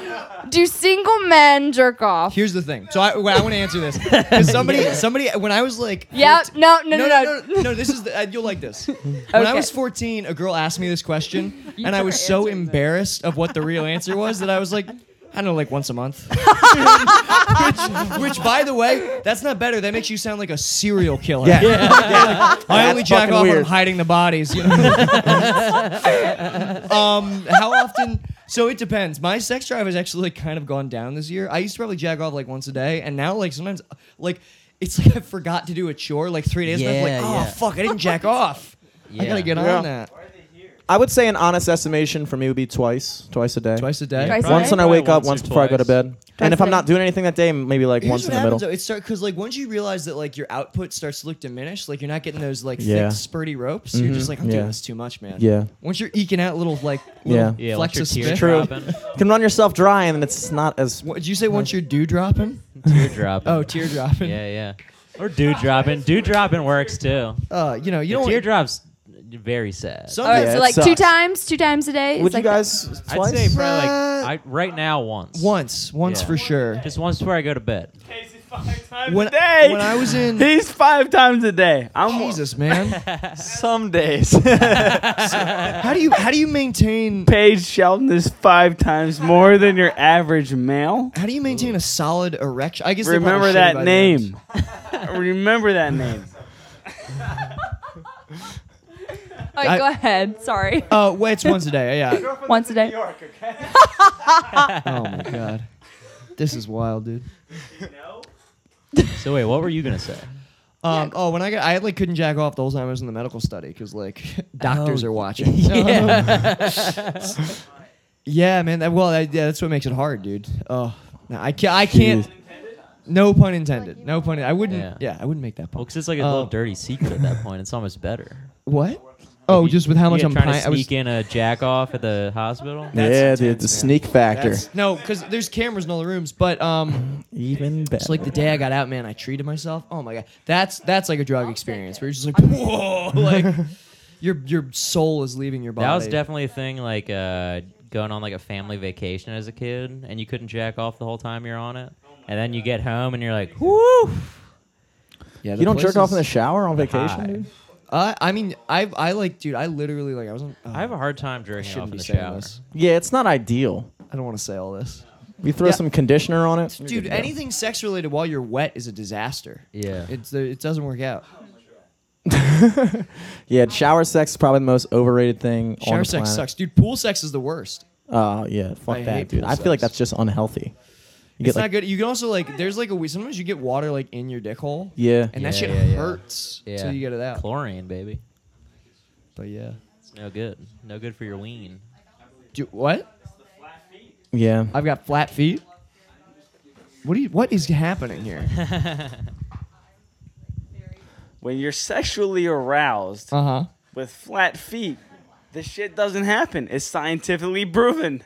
D: do single men jerk off?
C: Here's the thing. So I, well, I want to answer this. 'Cause somebody, somebody, when I was like,
D: Yep. No. No.
C: no,
D: No.
C: no, no, no, no, This is the, uh, you'll like this. When I
D: Okay.
C: was 14, a girl asked me this question, and I
D: never
C: was so
D: answered this.
C: embarrassed of what the real answer was that I was like, I don't know, like once a month. which, which, by the way, that's not better. That makes you sound like a serial killer.
A: Yeah.
C: I only
A: That's
C: jack
A: fucking
C: off when I'm
A: weird.
C: hiding the bodies. You know. um, how often? So it depends. My sex drive has actually like kind of gone down this year. I used to probably jack off like once a day, and now like sometimes like it's like I forgot to do a chore like three days. and I'm like,
B: Yeah,
C: oh
B: yeah.
C: fuck, I didn't jack off. I gotta get
A: Yeah.
C: on that
A: I would say an honest estimation for me would be twice, twice a day.
C: twice a day.
D: Twice a
A: Once
D: day?
A: when I
G: Probably
A: wake up,
G: once
A: once
G: or
A: before I go to
G: twice.
A: bed, and if I'm not doing anything that day, maybe like
C: Here's
A: once in
C: what
A: the
C: happens
A: middle.
C: though. It start because like once you realize that like your output starts to look diminished, like you're not getting those like
A: Yeah. Mm-hmm.
C: thick spurty ropes. You're just like, I'm
A: Yeah.
C: doing this too much, man.
A: Yeah.
C: Once you're eking out little like
A: Yeah.
C: little
B: yeah, let
C: flecks
B: your
C: of
B: tear
C: spit.
A: True.
B: dropping.
A: You can run yourself dry, and it's not as
C: What, did you say once you're dew dropping?
B: Tear dropping.
C: Oh, tear dropping.
B: yeah, yeah. Or dew dropping. Dew dropping works too.
C: Uh, you know, you don't.
B: Tear drops very sad.
C: Some
D: All right.
A: Yeah,
D: so
A: it
D: like two
A: sucks.
D: times, two times a day. It's
A: Would
D: like
A: you guys
B: I'd
A: twice?
B: say probably like
C: Uh,
B: I, right now once.
C: once, once
B: Yeah.
C: for sure.
B: Just once before I go to bed.
C: When,
E: Day.
C: when I was in
E: He's five times a day. I'm
C: Jesus, man,
E: some days.
C: how do you how do you maintain
E: Paige Sheldon is five times more than your average male.
C: how do you maintain a solid erection? I guess they probably
E: Remember
C: should
E: that
C: by the end.
E: name. Remember that name.
D: All right,
C: I-
D: go ahead. Sorry.
C: Uh, wait, it's once a day. Yeah.
D: Once a day.
C: oh my god, this is wild, dude.
B: So wait, what were you gonna say?
C: Um, oh, when I got, I like couldn't jack off the whole time I was in the medical study because like doctors
B: Oh,
C: are watching. yeah, man. That, well, that, yeah, that's what makes it hard, dude. Oh, no, I can't. I can't. No pun intended. No pun. I wouldn't. Yeah.
B: Yeah.
C: I wouldn't make that
B: Well,
C: pun.
B: because it's like a
C: Oh.
B: little dirty secret at that point. It's almost better.
C: What? Oh,
B: You-
C: just with how much
B: you
C: I'm
B: trying
C: pi-
B: to
C: I was-
B: sneak in a jack off at the hospital.
A: yeah,
C: That's
A: dude,
C: intense,
A: the
C: man.
A: sneak factor.
C: That's- no, because there's cameras in all the rooms. But um,
A: Even better.
C: it's like the day I got out, man. I treated myself. Oh my god, that's that's like a drug experience. Where you're just like, whoa, like your your soul is leaving your body.
B: That was definitely a thing, like uh, going on like a family vacation as a kid, and you couldn't jack off the whole time you're on it. And then you get home and you're like, whoo!
C: Yeah, the
A: you don't jerk off in the
C: places-
A: shower on
B: High.
A: vacation, dude?
C: Uh, I mean, I I like, dude, I literally like, I was. On, uh,
B: I have a hard time drinking off
C: shouldn't
B: in
C: be
B: the
C: saying
B: shower.
C: this.
A: Yeah, it's not ideal.
C: I don't want to say all this,
A: You throw
C: Yeah.
A: some conditioner on it. you're
C: dude.
A: good to go.
C: Anything sex related while you're wet is a disaster.
B: Yeah.
C: It's the, it doesn't work out.
A: Yeah, shower sex is probably the most overrated thing. on
C: Shower
A: the
C: sex
A: planet.
C: sucks, dude. Pool sex is the worst.
A: Oh yeah, fuck
C: I
A: that,
C: hate
A: dude.
C: pool
A: I feel like
C: sex.
A: that's just unhealthy. You
C: It's
A: get like
C: not good. You can also like, there's like a we- sometimes you get water like in your dick hole.
A: yeah,
C: And that
B: Yeah,
C: shit
B: yeah, yeah.
C: hurts
B: Yeah.
C: until you get it out.
B: Chlorine, baby.
C: But yeah.
B: It's no good. No good for your ween.
C: Dude, what?
A: yeah.
C: I've got flat feet. What do you? What is happening here?
E: When you're sexually aroused
C: Uh huh.
E: with flat feet, this shit doesn't happen. It's scientifically proven.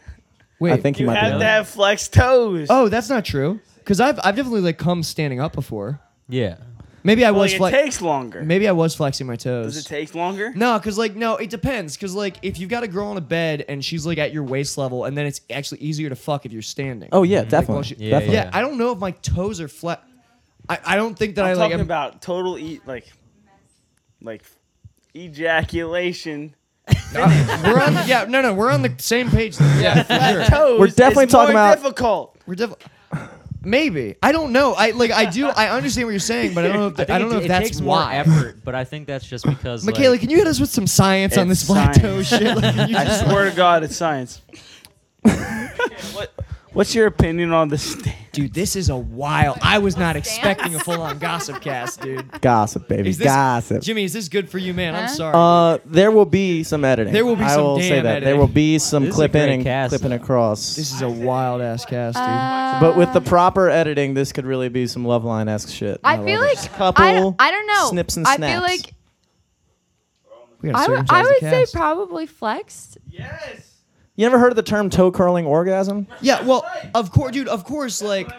C: Wait.
A: I think you
E: You
A: might be
E: have
A: right.
E: to have flex toes.
C: Oh, that's not true. Cause I've I've definitely like come standing up before.
B: Yeah.
C: Maybe I
E: Well,
C: was
E: it
C: flex.
E: takes longer.
C: Maybe I was flexing my
E: Does
C: toes.
E: it take longer?
C: no, cause like no, it depends. Cause like if you've got a girl on a bed and she's like at your waist level, and then it's actually easier to fuck if you're standing.
A: Oh yeah, definitely.
C: well, she-
B: Yeah,
A: definitely.
C: yeah. I don't know if my toes are flat. I, I don't think that
E: I'm
C: I like.
E: talking
C: am-
E: about total e- like like ejaculation.
C: we're on. Yeah. No. No. We're on the same page. Yeah. for sure.
E: Toes
A: We're definitely
E: is more
A: talking about-
E: difficult.
C: We're diff- Maybe I don't know. I like I do. I understand what you're saying, but I don't know. If that- I, don't
B: it,
C: know
B: it
C: if that's
B: takes
C: why.
B: more effort, but I think that's just because.
C: Michaela,
B: like,
C: can you hit us with some science on this
E: It's
C: plateau shit? Like, can you
E: I
C: just-
E: swear to God, it's science. what, what's your opinion on this? thing?
C: dude, this is a wild. I was not expecting a full-on gossip cast, dude.
A: Gossip, baby,
C: Is this-
A: gossip.
C: Jimmy, is this good for you, man? I'm
D: Huh?
C: sorry.
A: Uh, there will be some editing.
C: There will be
A: I
C: some
A: will say
C: damn
A: that there
C: editing.
A: will be some
B: This is a
A: clipping
B: great
A: and
B: cast,
A: clipping
B: though.
A: across.
C: this is a wild ass cast, dude.
D: Uh,
A: but with the proper editing, this could really be some love line esque shit.
D: Um, I
A: love
D: feel
A: it.
D: like
A: Just a
D: I, don't-
A: couple
D: I don't know.
A: snips and
D: I feel
A: snaps.
D: like
C: we gotta
D: I would,
C: circumcise
D: I
C: the
D: would say
C: cast.
D: probably flexed.
A: you ever heard of the term toe curling orgasm?
C: yeah. Well, of course, dude. Of course, like,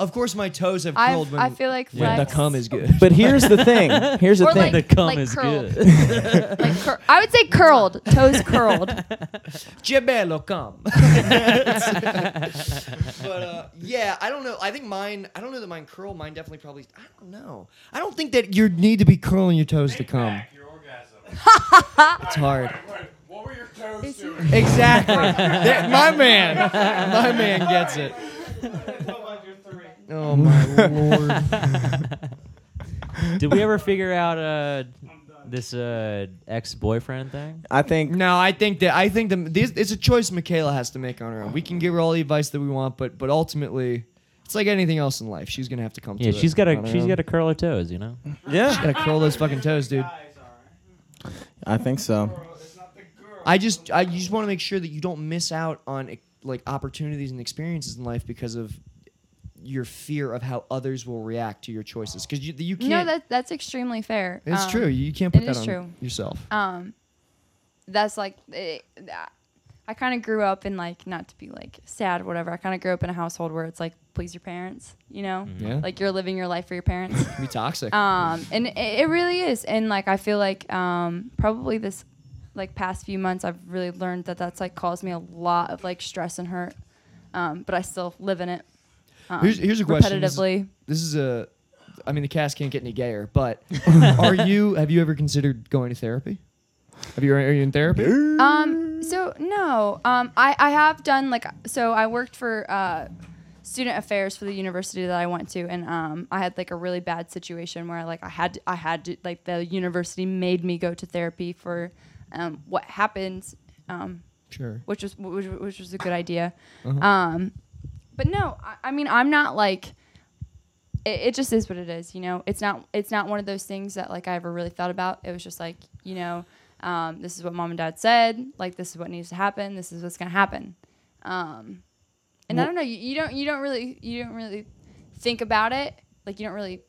C: of course, my toes have
D: I
C: curled when,
D: I feel like flexed.
C: when the cum is good.
A: But here's the thing. Here's the
D: or
A: thing.
D: like,
B: The cum
D: like
B: is
D: curled. like cur- I would say curled, toes curled.
C: Gemelo come. but uh, yeah, I don't know. I think mine. I don't know that mine curl. Mine definitely probably. I don't know. I don't think that you need to be curling your toes to come.
G: Back, your orgasm.
C: It's hard.
G: What were your toes doing?
C: Exactly. There- my man. My man gets it. Oh my lord.
B: did we ever figure out uh, this uh, ex-boyfriend thing?
A: I think
C: No, I think that I think the these, it's a choice Michaela has to make on her own. We can give her all the advice that we want, but but ultimately, it's like anything else in life. She's gonna have to come
B: Yeah,
C: to
B: she's
C: it
B: got
C: on
B: to
C: her
B: she's
C: own.
B: got to curl her toes, you know.
A: yeah.
C: gotta curl those fucking toes, dude.
A: I think so.
C: I just I you just want to make sure that you don't miss out on e, like opportunities and experiences in life because of your fear of how others will react to your choices. Because you you can't.
D: No, that that's extremely fair.
C: it's
D: Um,
C: true. You can't
D: it
C: put that
D: is
C: on
D: true.
C: yourself.
D: um that's like it, that- i kind of grew up in like not to be like sad or whatever i kind of grew up in a household where it's like please your parents you know
C: Yeah.
D: like you're living your life for your parents
C: Be toxic.
D: um and it, it really is and like i feel like um probably this like past few months i've really learned that that's like caused me a lot of like stress and hurt um but i still live in it um,
C: here's here's a question. This is-
D: repetitively
C: This is a. I mean, the cast can't get any gayer. But are you? Have you ever considered going to therapy? Have you? Are you in therapy?
D: Um, so no, um, I, I have done like, so I worked for, uh, student affairs for the university that I went to. And, um, I had like a really bad situation where like I had, to, I had to, like the university made me go to therapy for, um, what happened, um,
C: Sure.
D: which was, which, which was a good idea.
C: Uh-huh.
D: Um, but no, I, I mean, I'm not like, it, it just is what it is, you know. It's not it's not one of those things that like I ever really thought about. It was just like, you know, um, this is what mom and dad said. Like this is what needs to happen. This is what's gonna happen. Um, and I don't know. You, you don't you don't really you don't really think about it. Like you don't really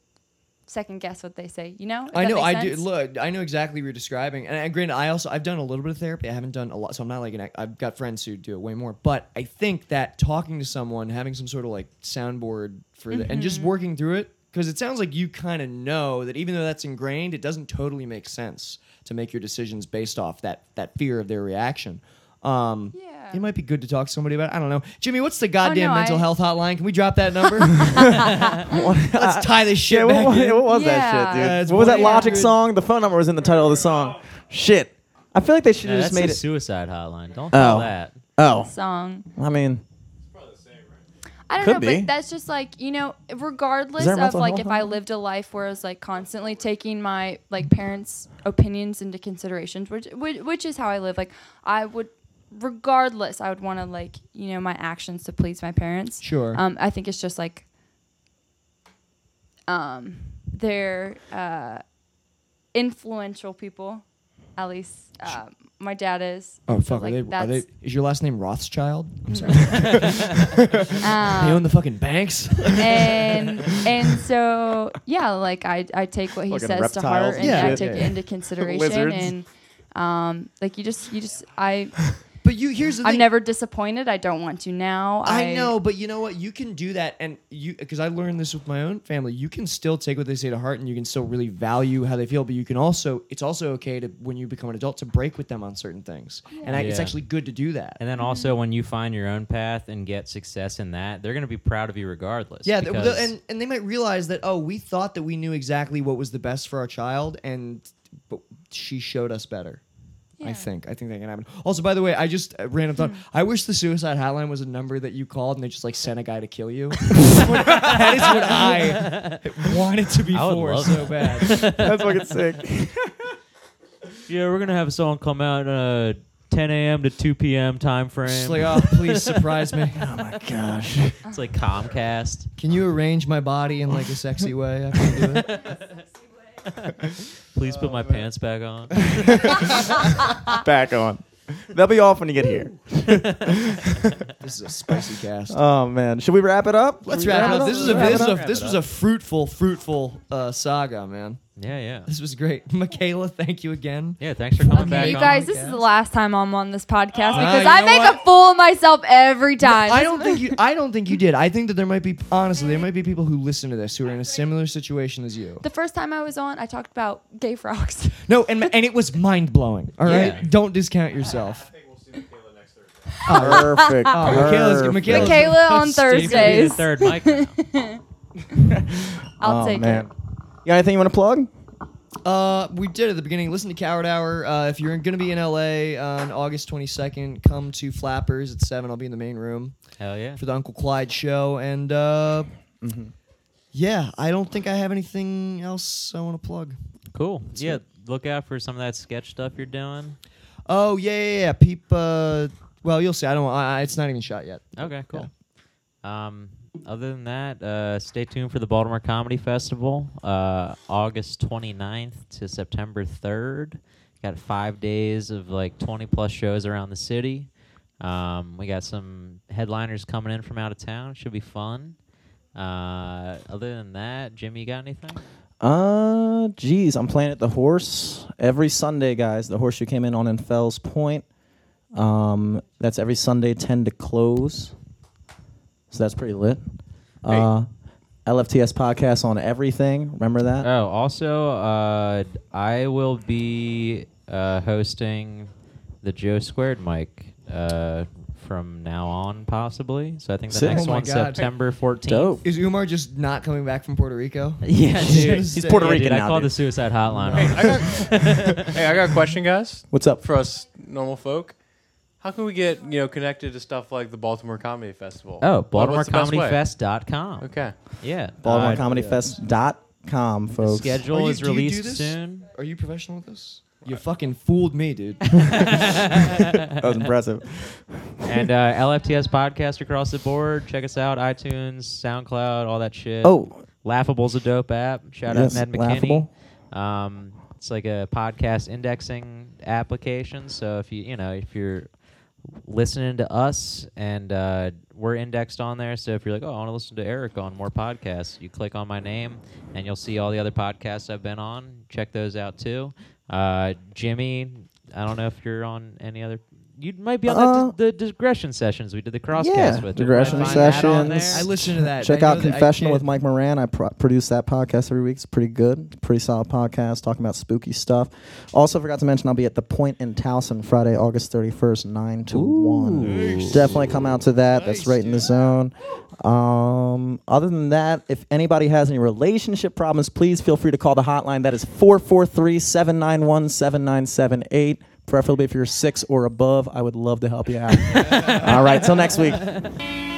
D: second guess what they say. You know. If
C: I
D: that
C: know.
D: makes
C: I
D: sense.
C: do. Look, I know exactly what you're describing. And, and granted, I also I've done a little bit of therapy. I haven't done a lot, so I'm not like an. ex- I've got friends who do it way more. But I think that talking to someone, having some sort of like soundboard for the, and
D: Mm-hmm.
C: just working through it, because it sounds like you kind of know that even though that's ingrained, it doesn't totally make sense to make your decisions based off that that fear of their reaction.
H: Um,
D: Yeah. Oh,
C: It might be good to talk to somebody about. it. I don't know. Jimmy, what's the goddamn
D: no,
C: mental
D: I-
C: health hotline? Can we drop that number? Let's tie this shit
A: Yeah,
C: back
A: what, what-
C: in.
A: what was that
D: Yeah.
A: shit, dude?
C: Yeah, it's
A: what was that Logic
C: 1-800.
A: song? The phone number was in the title of the song. Shit. I feel like they should
B: No,
A: have
B: that's
A: just made
B: the
A: it.
B: suicide hotline. Don't
A: Oh.
B: call that.
A: oh,
D: song.
A: I mean,
D: I don't
A: Could
D: know,
A: be.
D: but that's just like you know, regardless
A: Is there a
D: of
A: mental
D: like
A: health
D: if I
A: hotline?
D: lived a life where I was like constantly taking my like parents' opinions into consideration, which which, which is how I live. Like I would, regardless, I would want to like you know my actions to please my parents.
C: Sure.
D: Um, I think it's just like, um, they're uh, influential people. At least uh, my dad is.
C: Oh
D: So,
C: fuck!
D: like,
C: are, they, are they?
D: that's-
C: Is your last name Rothschild? I'm sorry.
D: um,
C: they own the fucking banks.
D: and and so yeah, like I I take what he
A: Fucking
D: says to
A: reptiles
D: heart and
A: and
D: I
C: shit.
D: take it
A: Yeah.
D: into consideration
A: Lizards.
D: and um like you just you just I
C: But you here's the
D: I'm
C: thing.
D: never disappointed. I don't want to now. I,
C: I know, but you know what? You can do that, and you because I learned this with my own family. You can still take what they say to heart, and you can still really value how they feel. But you can also, it's also okay to when you become an adult to break with them on certain things, and I, it's
B: Yeah.
C: actually good to do that.
B: And then also, when you find your own path and get success in that, they're going to be proud of you regardless.
C: yeah, th-
B: because,
C: th- and and they might realize that oh, we thought that we knew exactly what was the best for our child, and but she showed us better. I
D: Yeah.
C: think I think that can happen. Also, by the way, I just uh, random thought. I wish the suicide hotline was a number that you called and they just like sent a guy to kill you. that is what I wanted to be
B: I would
C: for
B: love
C: so bad.
A: that's fucking sick.
B: yeah, we're going to have a song come out uh, 10 a.m. to 2 p.m. time frame.
C: Just like oh, please surprise me. Oh
A: Gosh.
B: it's like Comcast.
C: Can you arrange my body in like a sexy way? After you do it?
B: Please
C: Oh,
B: put my pants back on.
A: Back on. They'll be off when you get here.
C: This is a spicy cast.
A: Oh man, should we wrap it up?
C: Let's
A: Should we
C: wrap it up. This is a
A: Wrap it
C: this,
A: up?
C: was a- this was a fruitful fruitful uh, saga, man.
B: Yeah, yeah.
C: This was great. Michaela, thank you again.
B: Yeah, thanks for coming back
D: Okay, you
B: on.
D: guys, this is the last time I'm on this podcast
C: Ah,
D: because
C: you
D: I
C: know
D: make
C: what?
D: a fool of myself every time.
C: I don't think you I don't think you did. I think that there might be honestly, there might be people who listen to this who are in a similar situation as you.
D: the first time I was on, I talked about gay frogs.
C: No, and and it was mind blowing. All right.
B: Yeah.
C: Don't discount yourself.
G: think we'll see Michaela next Thursday.
A: Perfect.
B: Oh,
C: Michaela's-
A: Perfect.
C: Michaela's-
D: Michaela on
B: You're
C: Steve,
B: gonna be the
D: Thursdays.
B: third mic now.
D: I'll
A: oh,
D: take
A: man.
D: it.
A: You got anything you want to plug?
C: Uh, we did at the beginning. Listen to Coward Hour. Uh, if you're going to be in LA on August 22nd, come to Flappers at seven. I'll be in the main room
B: Hell yeah.
C: for the Uncle Clyde show. And uh, yeah, I don't think I have anything else I want to plug.
B: Cool. Yeah, look out for some of that sketch stuff you're doing.
C: Oh yeah, yeah, yeah. Peep. Uh, well, you'll see. I don't. I, I- it's not even shot yet.
B: Okay, cool. Um, other than that, uh, stay tuned for the Baltimore Comedy Festival, uh, August 29th to September 3rd. Got five days of like 20 plus shows around the city. Um, we got some headliners coming in from out of town. Should be fun. Uh, other than that, Jimmy, you got anything?
A: Uh, geez, I'm playing at the Horse every Sunday, guys. The Horseshoe came in on in Fells Point. Um, that's every Sunday, ten to close. So that's pretty lit. Uh, LFTS podcast on everything. Remember that?
B: Oh, also, uh, I will be uh, hosting the Joe Squared mic uh, from now on, possibly. So I think the
A: Sick.
B: next
C: Oh my
B: one's
C: God.
B: September 14th.
A: Dope.
C: Is Umar just not coming back from Puerto Rico?
B: Yeah, dude.
C: He's
B: Yeah,
A: Puerto
B: dude,
A: Rican
B: I
A: now,
B: called
A: dude.
B: the suicide hotline.
G: Hey, I got, hey, I got a question, guys.
A: What's up?
G: For us normal folk, how can we get you know connected to stuff like the Baltimore Comedy Festival?
B: Oh,
G: What- what's the best way?
B: BaltimoreCodyFest.com.
G: Okay.
B: Yeah.
A: Baltimore
B: uh,
A: Comedy Fest dot com, folks.
B: Schedule
C: Are Oh, you-
B: is
C: do you do
B: released
C: this?
B: soon.
C: Are you professional with this? You fucking fooled me, dude.
A: That was impressive.
B: and uh, LFTS podcast across the board. Check us out iTunes, SoundCloud, all that shit.
A: Oh,
B: Laughable's a dope app. Shout
A: Yes,
B: out Ned McKinney.
A: Laughable.
B: Um, it's like a podcast indexing application. So if you you know if you're listening to us and uh, we're indexed on there, so if you're like, oh, I want to listen to Eric on more podcasts, you click on my name and you'll see all the other podcasts I've been on. Check those out too. Uh, Jimmy, I don't know if you're on any other. you might be on
A: Uh,
B: that dis- the digression sessions we did the crosscast
A: yeah,
B: with.
A: digression
B: Did I find that on
A: sessions.
I: I
B: there?
I: listen to that.
A: Check
I: I know
A: out
I: that I
A: Confessional
I: can't-
A: with Mike Moran. I pro- produce that podcast every week. It's pretty good, pretty solid podcast talking about spooky stuff. Also, forgot to mention I'll be at the Point in Towson Friday, August 31st, 9 to 1. Definitely come out to that. That's right in the zone. Um, other than that, if anybody has any relationship problems, please feel free to call the hotline. That is 443 791 7978. Preferably if you're six or above, I would love to help you out. All right, till next week.